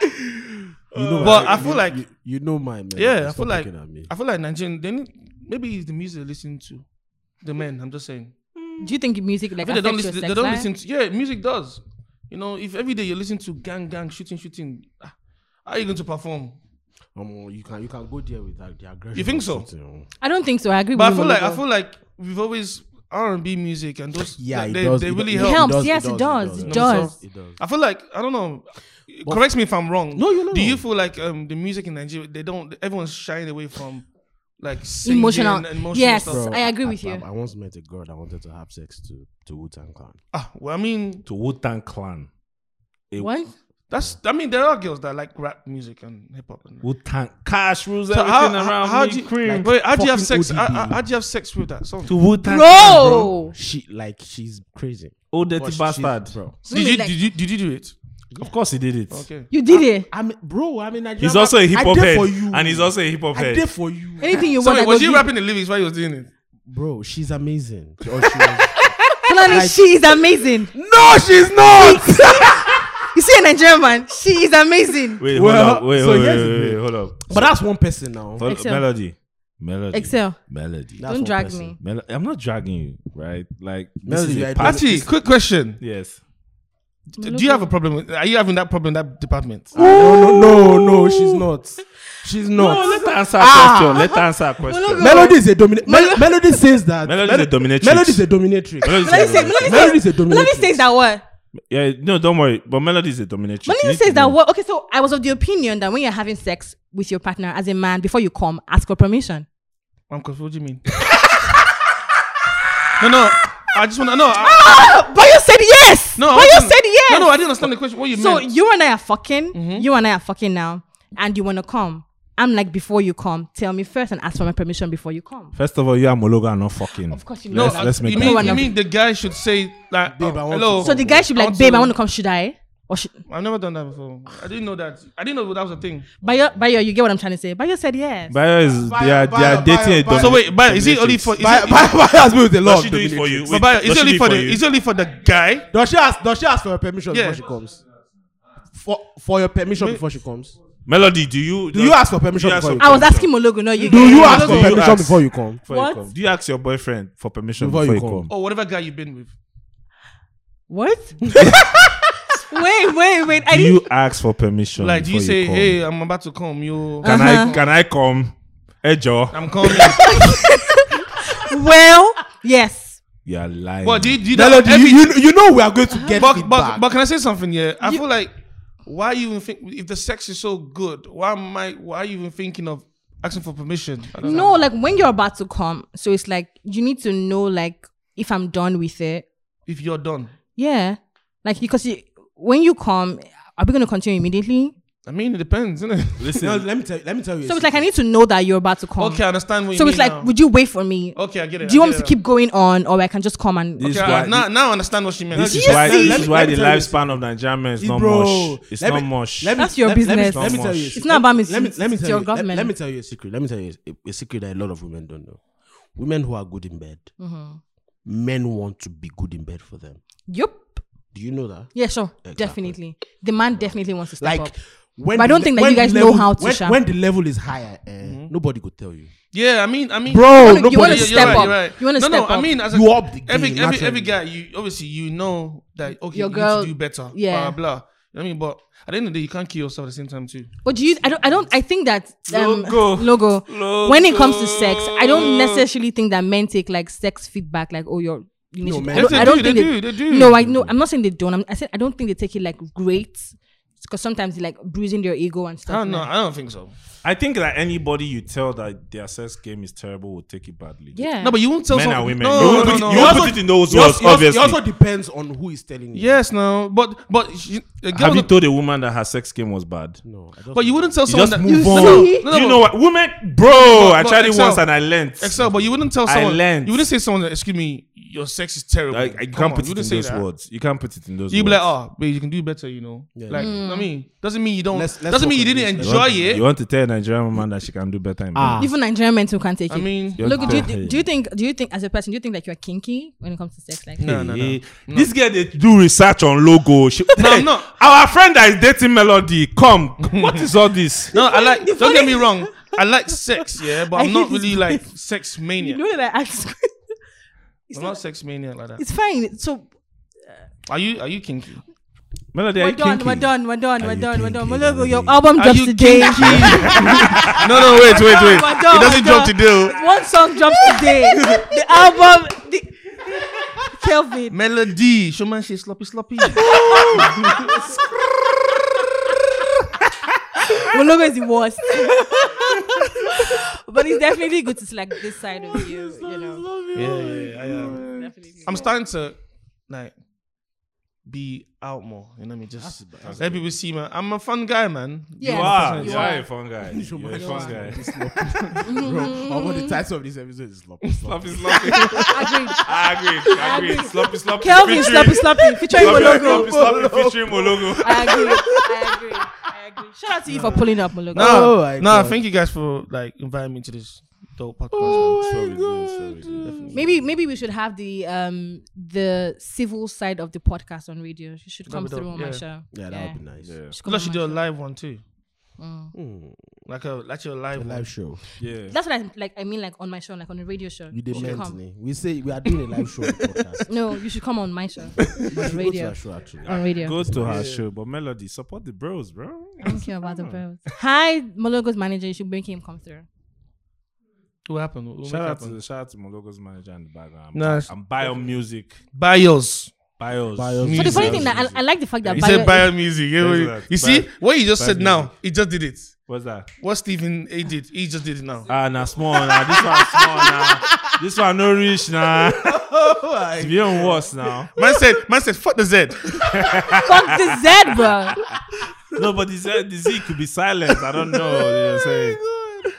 S5: You know,
S4: But
S5: you-
S4: I feel
S5: you-
S4: like-
S5: you, you know my man.
S4: Yeah, I
S5: Stop
S4: feel like.
S5: looking at me.
S4: I feel like Nigerian. They need, maybe it's the music they listen to. The men. I'm just saying.
S2: do you think music like
S4: I think they don't
S2: affects your
S4: listen. They
S2: sex
S4: don't
S2: life?
S4: listen to. Yeah, music does. You know, if every day you listen to gang, gang, shooting, shooting, ah, how are you going to perform?
S5: Um, you can you can go there with that the aggression.
S4: You think
S5: or
S4: so?
S5: something.
S2: I don't think so. I agree
S4: But I
S2: with
S4: feel
S2: you.
S4: like I
S2: Mologo.
S4: feel like we've always R and B music and those.
S5: Yeah,
S4: they,
S5: it
S4: they,
S5: does.
S4: they
S5: it
S4: really
S5: does-
S4: help.
S2: Helps, yes, it does, it does.
S5: It does.
S4: I feel like I don't know.
S5: But-
S4: Correct me if I'm wrong.
S5: No, you're not
S4: Do you
S5: wrong.
S4: feel like um the music in Nigeria they don't everyone's shying away from like singing
S2: Emotional.
S4: and emotional
S2: Yes,
S4: stuff.
S5: Bro,
S2: I agree with you.
S5: I, I once met a girl that wanted to have sex to to Wu Tang Clan.
S4: Ah, well, I mean
S1: To Wu Tang Clan. It-
S2: What?
S4: that's I mean there are girls that like rap music and hip hop. and-
S1: Wu Tang Cash rules
S4: So
S1: everything
S4: how, how,
S1: around
S4: how
S1: me.
S4: do you,
S1: cream.
S4: wait, how do you have
S5: fucking
S4: sex? How,
S5: ODB.
S4: how- how do you have sex with that song?
S1: to Wu Tang.
S2: Bro!
S5: She like she's crazy.
S1: Old dirty
S5: But she- she's-
S1: bastard.
S5: bro.
S2: Really,
S4: Did you,
S2: like-
S4: did you did you do it?
S1: Of course he did it.
S4: Okay.
S2: You did it.
S5: I'm bro. I'm in Nigeria.
S1: He's also a hip hop
S5: I did
S1: head,
S5: for you,
S1: and he's also a hip hop
S5: I did
S1: head.
S5: for you,
S2: Anything you
S4: So
S2: want. I
S4: wait,
S2: go
S4: was you
S2: give.
S4: rapping the lyrics while you was doing it?
S5: bro. She's amazing. Or she was-
S2: Fulani, she is amazing.
S5: no, she's not.
S2: You see a Nigerian man, she is amazing.
S1: Wait,
S5: Well,
S1: hold up. Wait,
S5: so
S1: wait,
S5: here's
S1: wait,
S5: the
S1: wait, wait,
S5: thing.
S1: hold up.
S5: but that's one person now.
S1: Hold-
S2: Excel.
S1: Melody, melody,
S2: Excel.
S1: melody.
S5: That's
S2: don't
S5: one
S2: drag
S5: person.
S2: me.
S1: Melo- I'm not dragging you, right? Like this
S5: Melody,
S1: is a
S5: I
S1: part-
S5: don't-
S4: Actually, quick question:
S1: Yes.
S4: Do you have a problem? With, are you having that problem in that department?
S5: Ah, No, no, no, no. She's not. She's not.
S1: No, let her answer a
S5: Ah.
S1: question. Let her answer a question.
S5: Melody is a dominant. Mel- Melody says that.
S1: Melody is a dominatrix.
S5: Melody is a dominatrix.
S1: Melody's
S2: Let me
S1: a
S2: say,
S1: dominatrix.
S2: let
S5: Melody
S2: me
S5: is a
S2: say, let me say
S5: dominatrix.
S2: that what?
S1: Yeah, no, don't worry. But Melody is a dominatrix.
S2: Let
S1: You
S2: me
S1: need
S2: say
S1: to
S2: that
S1: know.
S2: what? Okay, so I was of the opinion that when you're having sex with your partner as a man, before you come, ask for permission.
S4: I'm confused. What do you mean? no, no. I just want to know.
S2: Ah, but you said yes.
S4: No, I
S2: but you
S4: wasn't-
S2: said yes.
S4: No, no. I didn't Mm-hmm. understand the question. What you
S2: So
S4: meant?
S2: you and I are fucking. You and I are fucking now, and you wanna come. I'm like, before you come, tell me first and ask for my permission before you come.
S1: First of all, you and Mologa are not fucking.
S2: Of course you
S4: no,
S1: Let's,
S4: I-
S1: let's make
S4: you
S1: that
S4: mean
S2: one
S1: clear.
S4: you
S2: up.
S4: mean the guy should say like,
S5: Babe,
S4: oh,
S5: I want
S4: hello.
S5: to
S2: So the guy should be like,
S4: want
S2: babe,
S4: to-
S2: I want to come. Should I? Or she,
S4: I've never done that before. I didn't know that. I didn't know that was a thing.
S2: Bayo, Bayo, you get what I'm trying to say. Bayo said yes.
S1: Bayo is
S3: Bayo,
S1: they are they are
S3: Bayo,
S1: dating
S3: Bayo,
S1: a
S3: Bayo.
S1: domi-
S4: So wait, but is it only for? Is
S3: Buy,
S4: it,
S3: buy, buy us with a
S1: Does
S3: lot.
S1: she do it for you? Wait,
S4: but Bayo, is
S1: does
S4: it
S1: she do
S4: only
S1: it
S4: for
S1: for
S4: the?
S1: you?
S4: Is it only for the guy?
S3: Does she ask? Does she ask for your permission
S4: Yeah.
S3: before she comes? For for your permission before she comes.
S1: Melody, do you
S3: Do you ask for permission
S1: do you ask
S3: before
S1: for
S3: you
S2: I was asking Mologo, no, you.
S3: Do
S2: get
S3: you
S2: it.
S3: ask
S1: Do
S3: for
S1: you
S3: permission
S1: ask?
S3: before you come?
S1: before you
S2: What?
S1: come? Do you ask your boyfriend for permission before, you come?
S4: Or whatever guy you've been with.
S2: What? wait, wait, wait.
S1: Do
S2: I didn't.
S1: you ask for permission?
S4: Like, do you
S1: before
S4: say,
S1: come?
S4: "Hey, I'm about to come, yo,
S1: Can
S2: Uh-huh.
S1: I can I come? Hey, Joe.
S4: I'm coming."
S2: Well, yes.
S1: You're lying.
S4: But do you, do you,
S3: Lelo,
S4: every-
S3: do you, you you know we are going to
S5: Ah.
S3: get
S4: but, but,
S3: feedback.
S4: but can I say something? Yeah, I feel like why you even think if the sex is so good, why am I? Why are you even thinking of asking for permission? I don't
S2: No,
S4: know.
S2: like when you're about to come, so it's like you need to know, like, if I'm done with it.
S4: if you're done.
S2: Yeah, like because you, when you come, are we gonna continue immediately?
S4: I mean, it depends, isn't it?
S1: listen,
S3: no, let me tell you, let me tell you. a
S2: So it's like I
S3: secret.
S2: need to know that you're about to come.
S4: Okay, I understand what you
S2: So
S4: mean.
S2: it's like,
S4: now.
S2: would you wait for me?
S4: okay, I get it.
S2: Do you
S4: I
S2: want me
S4: get
S2: to
S4: it
S2: keep going on, or I can just come and?
S1: This
S4: Okay,
S1: is
S4: I,
S1: why-
S4: now, now I understand what she meant.
S1: this is
S2: you
S1: why
S2: see?
S1: this is
S3: Let
S1: why
S3: me
S1: the
S3: tell you
S1: lifespan of Nigerian is not
S3: Bro,
S1: much. It's
S3: let
S1: not
S3: me-
S1: much.
S3: let me-
S2: That's your
S3: let me- let me-
S2: business.
S3: Let me tell you. a
S1: It's
S3: secret.
S2: not about me,
S3: Let me
S2: it's-
S3: let me
S2: it's
S3: tell
S2: your
S3: you. Let
S2: government.
S3: let me tell you a secret.
S5: secret. Let me tell you a, a secret that a lot of women don't know. Women who are good in bed,
S2: Mhm.
S5: men want to be good in bed for them.
S2: Yup.
S5: Do you know that?
S2: Yeah, sure. Definitely, the man definitely wants to step
S5: Like
S2: up.
S5: when
S2: But I
S5: the
S2: don't
S5: le-
S2: think that
S5: when
S2: you guys
S5: the
S2: know
S5: level-
S2: how to
S5: when,
S2: sharp.
S5: when the level is higher, eh,
S3: Mm-hmm.
S5: nobody could tell you.
S4: Yeah, I mean, I mean,
S3: Bro,
S2: wanna- you
S3: nobody-
S2: wanna
S4: Yeah, you're
S2: step
S4: right,
S2: up.
S4: you're right.
S2: You wanna
S4: no,
S2: step
S4: no,
S2: up.
S4: I mean, as a,
S5: You up the
S4: every
S5: game,
S4: every every
S5: naturally.
S4: guy, you obviously you know that okay,
S2: Your
S4: you
S2: girl-
S4: need to do better.
S2: yeah.
S4: blah blah. You know what I mean, but at the end of the day, you can't kill yourself at the same time too.
S2: But do you? I don't. I don't. I think that um,
S1: Logo.
S2: logo. When it comes to sex, I don't necessarily think that men take like sex feedback. Like, oh, you're. You need
S5: No,
S2: to,
S5: men
S2: I don't,
S4: Yes,
S2: I
S4: they
S2: don't
S4: do,
S2: think
S4: they do, they do.
S2: No, I know. I'm not saying they don't. I'm, I said I don't think they take it like great, because sometimes they like bruising their ego and
S4: I
S2: stuff.
S4: don't know.
S2: like-
S4: I don't think so.
S1: I think that anybody you tell that their sex game is terrible will take it badly.
S2: Yeah.
S4: No, but you won't tell
S1: Men
S4: someone.
S1: and women.
S4: No,
S1: You
S4: no,
S1: won't
S4: no,
S1: put
S4: no.
S1: it- you won't put it in those
S5: It also-
S1: words,
S5: it also-
S1: obviously.
S5: It also depends on who is telling you.
S4: Yes, no, but but she, a girl
S1: Have you
S4: don't-
S1: told a woman that her sex game was bad?
S5: No, I don't
S4: but you wouldn't tell
S1: You
S4: someone
S1: just
S4: that
S1: move
S4: No,
S1: on.
S4: no,
S1: Do
S4: no, no,
S1: you
S4: but-
S1: know what? Women, bro, I
S4: but
S1: tried it
S4: Excel-
S1: once and I learned.
S4: Excel, but you wouldn't tell
S1: I
S4: someone.
S1: learned.
S4: You wouldn't say to someone, "Excuse me, your sex is terrible."
S1: Like, I
S4: Come
S1: can't
S4: on,
S1: put
S4: you
S1: it
S4: wouldn't
S1: in
S4: say
S1: those
S4: that.
S1: words. You can't put it in those
S4: You'd be
S1: words.
S4: like, "Oh, but you can do better," you know.
S5: Yeah.
S4: like,
S5: Mm.
S4: you know what I mean, doesn't mean you don't.
S5: Let's- let's
S4: doesn't mean you
S5: work on
S4: didn't
S5: this.
S1: You
S4: enjoy
S1: want,
S4: it.
S1: you want to tell a Nigerian woman that she can do better in bed?
S5: Ah.
S2: even Nigerian men too can't take
S4: I
S2: it.
S4: mean,
S1: You want
S2: Look,
S1: to
S2: do you,
S1: tell her-
S2: do you think do you think as a person do you think like you're kinky when it comes to sex? Like,
S4: No, no, no.
S1: Hey, This girl they do research on logo. She,
S4: No, I'm not.
S1: Our friend that is dating Melody, come. what is all this?
S4: No, I like. Don't get me wrong. I like sex, yeah, but
S2: I
S4: I'm not
S2: hate this
S4: really like sex mania.
S2: you know that I ask.
S4: I'm not sex mania like that.
S2: it's fine. So
S4: Are you? Are you kinky?
S1: Melody, are
S2: we're
S1: you
S2: done,
S1: kinky?
S2: we're done. We're done.
S5: Are
S2: We're
S5: you
S2: done. We're done.
S5: kinky?
S2: Mologo, your
S5: Are
S2: album
S4: Are
S2: drops
S4: you
S2: today.
S4: no, no, wait, wait, wait.
S2: We're done,
S4: it doesn't
S2: we're
S4: drop
S2: done.
S4: today.
S2: One song drops today. the album. The, Kelvin.
S4: Melody, show man, she's sloppy, sloppy.
S2: Mologo is the worst. but it's definitely good to select this side of you. You know.
S4: yeah, yeah, I am.
S2: Definitely.
S4: I'm starting to like be out more. You know what I mean? Just let people see man. I'm a fun guy, man.
S2: Yeah,
S1: You are.
S2: you
S1: You
S2: are.
S1: are a fun guy. You're a fun guy.
S3: Bro, I want the title of this episode is sloppy. sloppy.
S1: Sloppy, sloppy.
S2: Agreed.
S1: I agree. I agree. Sloppy, sloppy.
S2: Kelvin, sloppy,
S1: featuring-
S2: sloppy, featuring
S1: Sloppy,
S2: Mologo.
S1: sloppy, featuring Mologo.
S2: I agree. I agree. I agree. Shout out to you for pulling up, Mologo.
S4: No,
S3: Oh my
S4: no.
S3: God.
S4: Thank you guys for like inviting me to this dope podcast.
S2: Maybe maybe we should have the um the civil side of the podcast on radio. You should come
S4: That'd be
S2: through
S4: dope,
S2: on my
S4: yeah.
S2: show.
S5: Yeah, that would be nice.
S1: Yeah.
S2: Just come
S4: Let's
S2: on
S4: do
S2: my
S4: a
S2: show.
S4: live one too,
S2: Mm.
S5: Hmm,
S4: like a like your live
S5: a
S4: one.
S5: live show.
S1: Yeah.
S2: That's what I like. I mean, like on my show, like on a radio show.
S5: You did
S2: should
S5: meant
S2: come.
S5: me. We say we are doing a live show on the podcast.
S2: No, you should come on my show.
S5: We
S2: on
S5: should go to
S2: radio.
S5: our show actually.
S2: On radio.
S1: Go to her
S4: Yeah.
S1: show, but Melody, support the bros, bro.
S2: I don't care about the bros. Hi, Mologo's manager. You should make him come through.
S4: What happened? What
S1: Shout out, to,
S4: happened?
S1: shout out to Mologo's manager in the background. I'm,
S4: Nice.
S1: I'm bio music.
S4: Bios.
S1: Bios.
S5: Bios.
S2: But the
S4: Music.
S2: funny thing that I, I like the fact that
S4: He
S1: He
S2: Bayo
S4: said
S2: is-
S4: bio music. You, know what
S1: Thanks
S4: you-
S1: for that.
S4: you see
S1: Bio-
S4: what he just
S1: bio
S4: said now?
S1: music.
S4: He just did it.
S1: What's that?
S4: What Stephen A did, he just did it now.
S1: Ah, nah, small now. This one small now. This one no rich now. It's beyond worse now.
S4: Man said, man said, fuck the Z.
S2: fuck the Z, bro.
S1: No, but the Z, the Z could be silent. I don't know. You know what I'm saying?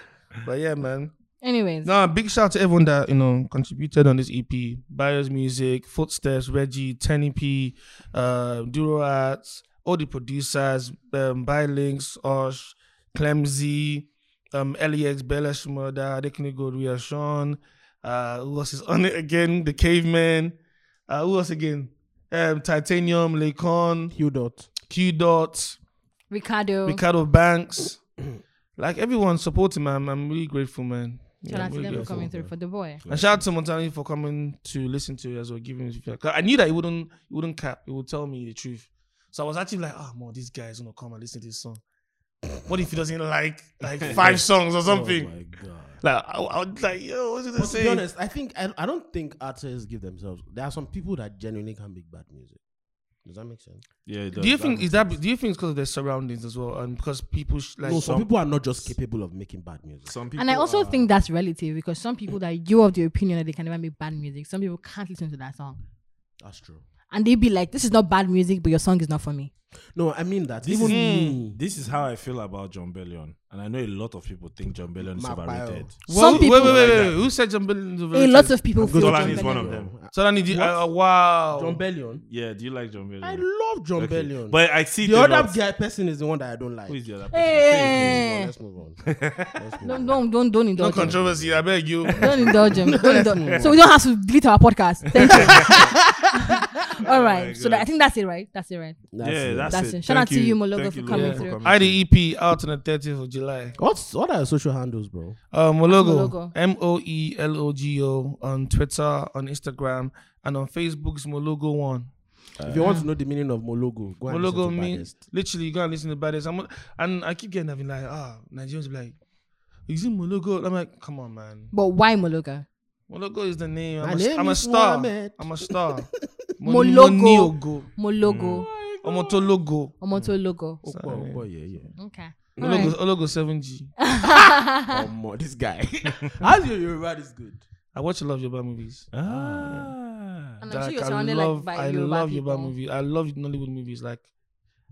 S4: But yeah, man.
S2: Anyways,
S4: Nah, big shout out to everyone that you know contributed on this E EP. Bios Music, Footsteps, Reggie, Tenny P, uh, Duro Arts, all the producers, um, Bylinks, Osh, Clemzy, um, Lex, Belesh Murda, Adekinigo, Ria Sean. Uh, who else is on it again? The Caveman. Uh, who else again? Um, Titanium, Lacon,
S5: Q dot.
S4: Q Dot,
S2: Ricardo.
S4: Ricardo Banks. like everyone supporting, man. I'm- I'm really grateful, man. Yeah, I'm
S2: Jonathan
S4: really
S2: Demme
S4: grateful.
S2: coming through for the boy.
S4: And shout out to Montani for coming to listen to us or giving his feedback. 'Cause I knew that he wouldn't he wouldn't cap. He would tell me the truth. So I was actually like, oh man, this guy is gonna come and listen to this song. What if he doesn't like like five songs or something?
S5: god.
S4: like I, I was like, yo, what's he gonna
S5: Oh But to be
S4: say?
S5: honest, I think I, I don't think artists give themselves. There are some people that genuinely can make bad music. Does that make sense?
S1: Yeah, it does.
S4: Do you think is that? Do you think it's because of their surroundings as well, and because people sh- like
S5: no, some, people are not just capable of making bad music.
S1: some people
S2: And I also
S1: are-
S2: think that's relative because some people that you of the opinion that they can never make bad music, some people can't listen to that song.
S5: That's true.
S2: And they be like, this is not bad music, but your song is not for me.
S5: No, I mean that
S1: This
S5: even
S1: is-
S5: me.
S1: This is how I feel about John Bellion, and I know a lot of people think John Bellion is
S5: Mark Bio.
S1: overrated.
S4: Well,
S2: some
S4: who-
S2: people,
S4: Wait, wait, wait, wait, wait. Who said John Billion's
S2: a lot of people feel
S1: Solani
S2: John
S1: is one
S2: Bellion.
S1: of them.
S4: So I need you- uh, uh, wow.
S5: John Bellion.
S1: Yeah, do you like John Bellion?
S5: Oh. I love John
S1: Okay.
S5: Bellion.
S1: but I see
S5: the other
S1: lot.
S5: guy person is the one that I don't like.
S1: Who is the other person?
S5: Well,
S2: Hey,
S5: let's move on. Let's move
S2: don't,
S5: on.
S2: don't, don't, don't
S4: no
S2: indulge him.
S4: controversy. I beg you.
S2: Don't indulge him. Don't indulge- So we don't have to delete our podcast. Thank you. All right. so that, I think that's it, right? That's it, right?
S5: That's
S1: yeah,
S5: it.
S1: that's,
S2: That's
S1: it.
S2: it. Shout out
S1: Thank
S2: to you, Mologo,
S1: Thank
S2: for
S1: you, Mologo,
S2: coming
S1: for
S2: through.
S4: IDEP out on the 30th of July.
S5: What's what are your social handles, bro?
S4: Uh, Mologo.
S2: Ah, Mologo.
S4: M O E L O G O on Twitter, on Instagram, and on Facebook's Mologo One.
S1: Uh,
S5: if you want to know the meaning of Mologo, go and
S4: Mologo
S5: listen to
S4: means
S5: Baddest.
S4: literally you go and listen to baddest. I'm, and I keep getting that being like, ah, Nigerians be like, is it Mologo? I'm like, come on, man.
S2: But why Mologo?
S4: Mologo is the name.
S5: My
S4: I'm, a,
S5: name
S4: am a
S5: is
S4: star.
S5: Mohammed.
S4: I'm a star.
S2: Mologo.
S4: Moniogo.
S2: Mologo.
S4: Omotologo.
S2: Omoto logo.
S5: Oh, boy, oh, boy, yeah, yeah.
S2: Okay. All
S4: Ologo,
S2: right.
S4: Ologo 7G.
S5: Oh, mo- this guy. How's your Yoruba is good?
S4: I watch a lot of Yoruba movies.
S1: Ah.
S2: And I'm sure
S4: Like,
S2: you're
S4: I
S2: surrounded
S4: love,
S2: like by
S4: I
S2: Yoruba
S4: love
S2: people.
S4: Yoruba movies. I love Nollywood movies. Like,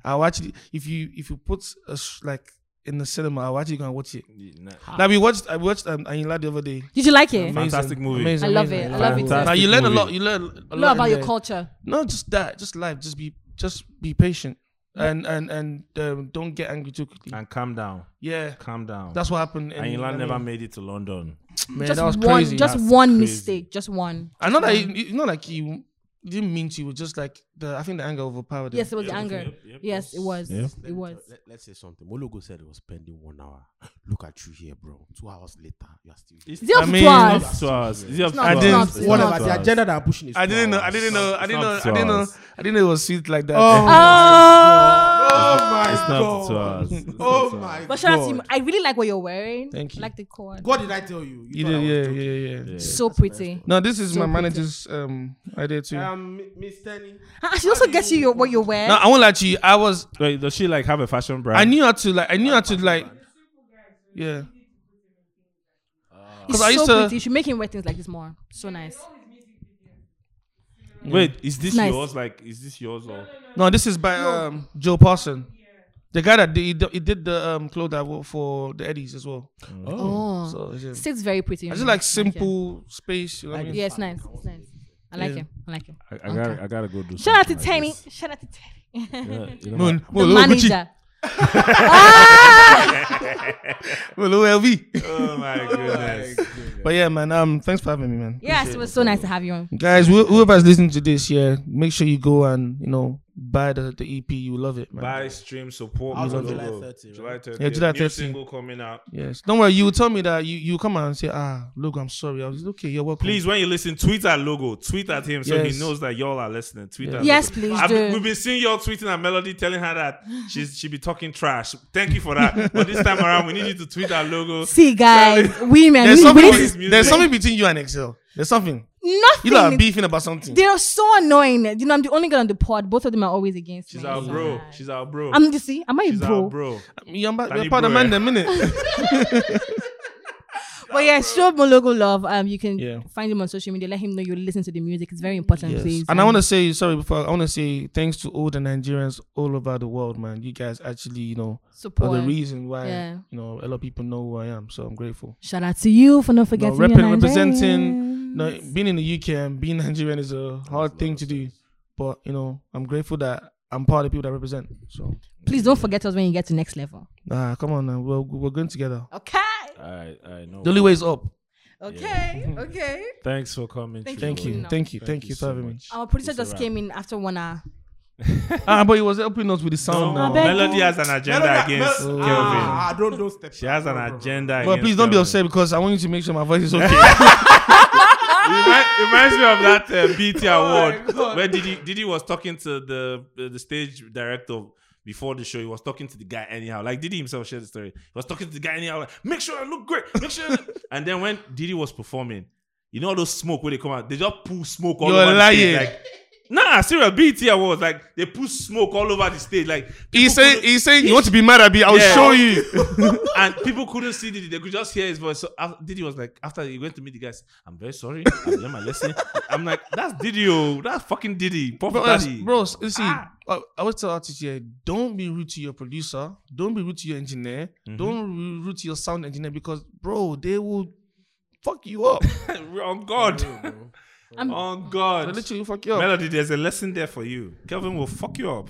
S4: I'll actually, if you if you put us like in the cinema, I'll actually go and watch it.
S1: Ah.
S2: Ah.
S4: Like we watched, I watched um, Ayinla the other day.
S2: Did you like it?
S1: Amazing. Fantastic movie.
S2: I love it. I love it too.
S4: Now you
S1: Fantastic
S4: learn a
S1: movie.
S4: lot. You learn a
S2: Know
S4: lot
S2: about
S4: in
S2: your
S4: there.
S2: culture.
S4: No, just that. Just life. Just be. Just be patient. And and and um, don't get angry too quickly.
S1: And calm down.
S4: Yeah,
S1: Calm down.
S4: that's what happened. in-
S1: and Ilan
S4: I
S1: Ah. never
S4: mean,
S1: made it to London.
S4: man,
S2: just
S4: that was
S2: one,
S4: crazy.
S2: just
S1: That's
S2: one
S1: crazy.
S2: mistake, just one.
S4: I know that he, not like he didn't mean to. It was just like the. I think the anger overpowered him.
S2: Yes, it was anger.
S1: yep, yep.
S2: yes, it was.
S1: Yep.
S2: It was.
S5: Let, us say something. Mologo said it was spending one hour. Look at you here, bro. Two hours later, you are still.
S1: Is
S2: Is it up
S4: I
S2: to
S4: mean,
S2: us?
S1: It's up to us. Is it up to
S2: not-
S1: us?
S4: it's not up to
S1: It's
S2: us.
S1: not up
S5: Whatever
S1: to
S5: the
S1: us.
S5: agenda that I'm pushing is.
S4: I didn't know. I
S5: flowers.
S4: didn't know. I
S1: It's
S4: didn't
S1: not
S4: know.
S1: up to
S4: I didn't know.
S1: us.
S4: I didn't know it was sweet like that.
S3: Oh.
S2: Oh,
S3: Oh my
S1: It's not up to
S3: god.
S1: us. It's not
S3: Oh
S1: up to us.
S3: my
S2: but
S3: god.
S2: shout out to you. I really like what you're wearing.
S4: Thank
S2: I
S4: you.
S2: like the cord.
S3: What did I tell you?
S4: You
S3: thought I
S4: did,
S3: was
S4: yeah,
S3: joking.
S4: yeah, yeah,
S1: Yeah.
S2: So pretty.
S4: No, this is
S2: So
S4: my
S2: pretty.
S4: manager's um idea too.
S3: Um, Miss Tenny.
S2: Ah, she also gets you your, what you're wearing.
S4: no, I won't lie to you. I was,
S1: Wait, does she like have a fashion brand?
S4: I knew how to like, I knew how to like, yeah.
S2: it's
S4: 'cause I used
S2: so
S4: to-
S2: pretty. You should make him wear things like this more. So nice.
S1: Wait, is this
S2: Nice.
S1: yours? Like, is this yours or?
S4: No, this is by um Joe Parson, the guy that did, he, did- he did the um clothes I wore for the Eddies as well.
S2: Oh,
S4: So yeah.
S2: sits very pretty.
S4: I
S2: on
S4: just
S2: you.
S4: like
S2: it.
S4: simple space. You know what I mean?
S2: Yeah, it's nice. It's nice. I like him. I like him.
S1: I, I
S2: Okay.
S1: gotta, I gotta go do.
S2: Shout out to
S1: something like
S2: Tenny.
S1: this.
S2: Shout out to Tenny.
S1: Yeah, you know
S4: No,
S1: what?
S2: the
S4: no, no, Gucci.
S2: manager. Ah!
S4: No, no, LV.
S1: Oh my goodness.
S4: But yeah, man. Um, thanks for having me, man.
S2: Yes, it was so nice to have you on.
S4: Guys, wh- whoever's listening to this, yeah, make sure you go and you know buy the, the EP. You love it, man.
S1: Buy, stream, support.
S5: Out on
S1: Mologo.
S5: July 30, right?
S1: July 30.
S4: Yeah, July
S1: New
S4: 30.
S1: single coming out.
S4: Yes. Don't worry. You will tell me that you you come out and say, ah, look, I'm sorry. I was okay. You're welcome.
S1: Please, when you listen, tweet at Logo. Tweet at him so
S4: Yes.
S1: he knows that y'all are listening. Tweet
S4: Yeah.
S1: at
S2: Yes,
S1: Logo.
S2: please
S1: I've been-
S2: do.
S1: We've been seeing y'all tweeting at Melody, telling her that she's she be talking trash. Thank you for that. but this time around, we need you to tweet at Logo.
S2: See, guys, women,
S4: There's
S2: we,
S4: something.
S2: we
S1: with-
S4: be- There's something between you and Excel. There's something. You lot are
S2: nothing.
S4: beefing about something.
S2: They are so annoying. You know, I'm the only girl on the pod. Both of them are always against
S1: She's
S2: me.
S1: our
S2: So
S1: bro.
S2: bad.
S1: She's our bro.
S2: I'm you see, am I a
S1: she's
S2: bro?
S1: our bro.
S4: You're, about,
S1: Danny
S4: you're part of
S1: Bro,
S4: man
S1: eh?
S4: the minute.
S2: But yeah, show Mologo love. Um, you can
S4: Yeah.
S2: find him on social media. Let him know you listen to the music. It's very important, please.
S4: And I want to say sorry before I want to say thanks to all the Nigerians all over the world, man. You guys actually, you know,
S2: support.
S4: are the reason why
S2: Yeah.
S4: you know a lot of people know who I am. So I'm grateful.
S2: Shout out to you for not
S4: No,
S2: forgetting your
S4: repping, representing,
S2: Nigerians.
S4: no, being in the UK and being Nigerian is a hard thing to do. But you know, I'm grateful that I'm part of the people that represent. So
S2: Please don't forget us when you get to next level.
S4: nah, come on, now. we're we're going together.
S2: Okay.
S1: All right, all right, no.
S4: The only way is up.
S2: Okay. Okay.
S1: Thanks for coming.
S2: Thank
S1: Chido.
S4: Thank you,
S2: No.
S4: thank you, thank, you for
S1: so
S4: having me.
S1: much.
S2: Our producer
S1: It's a
S2: just
S1: wrap.
S2: came in after one hour.
S4: Ah, but he was helping us with the
S1: No,
S4: sound
S2: I
S4: now.
S2: beg
S1: Melody
S2: you.
S1: has an agenda against
S4: Mel-
S1: Kelvin.
S3: Ah, don't don't step.
S1: She has an agenda.
S4: But
S1: against
S4: please don't be
S1: Kelvin.
S4: upset because I want you to make sure my voice is okay.
S1: Remind, reminds me of that
S4: Oh
S1: uh, BT award where Didi Didi was talking to the uh, the stage director before the show. He was talking to the guy anyhow. Like Didi himself shared the story. He was talking to the guy anyhow. Like, make sure I look great. Make sure. I look-" and then when Didi was performing, you know all those smoke where they come out. They just pull smoke all
S4: You're
S1: over the stage.
S4: lying.
S1: Like, nah, serious BT awards. Like they pull smoke all over the stage. Like
S4: He
S1: people
S4: saying,
S1: couldn't-
S4: he's saying, you want to be mad at me? I'll
S1: Yeah.
S4: show you.
S1: and people couldn't see Diddy. They could just hear his voice. So af- Diddy was like, after he went to meet the guys, I'm very sorry. I learned my lesson. I'm like, that's Diddy, oh. That's fucking Diddy. Pop
S4: Bro,
S1: Daddy.
S4: bro, s- you see,
S1: Ah.
S4: I, I always tell artists here, don't be rude to your producer, don't be rude to your engineer,
S1: Mm-hmm.
S4: don't be rude to your sound engineer because, bro, they will fuck you up.
S1: on God.
S2: I'm-
S1: on
S4: They
S1: God.
S4: literally fuck you up.
S1: Melody, there's a lesson there for you. Kelvin will fuck you up.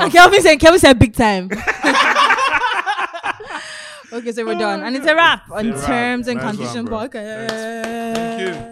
S2: And Kelvin said, Kelvin said big time. okay, so we're done. And it's a wrap on
S1: It's a wrap.
S2: terms and
S1: Nice one,
S2: conditions
S1: bro.
S2: podcast.
S1: Thank you.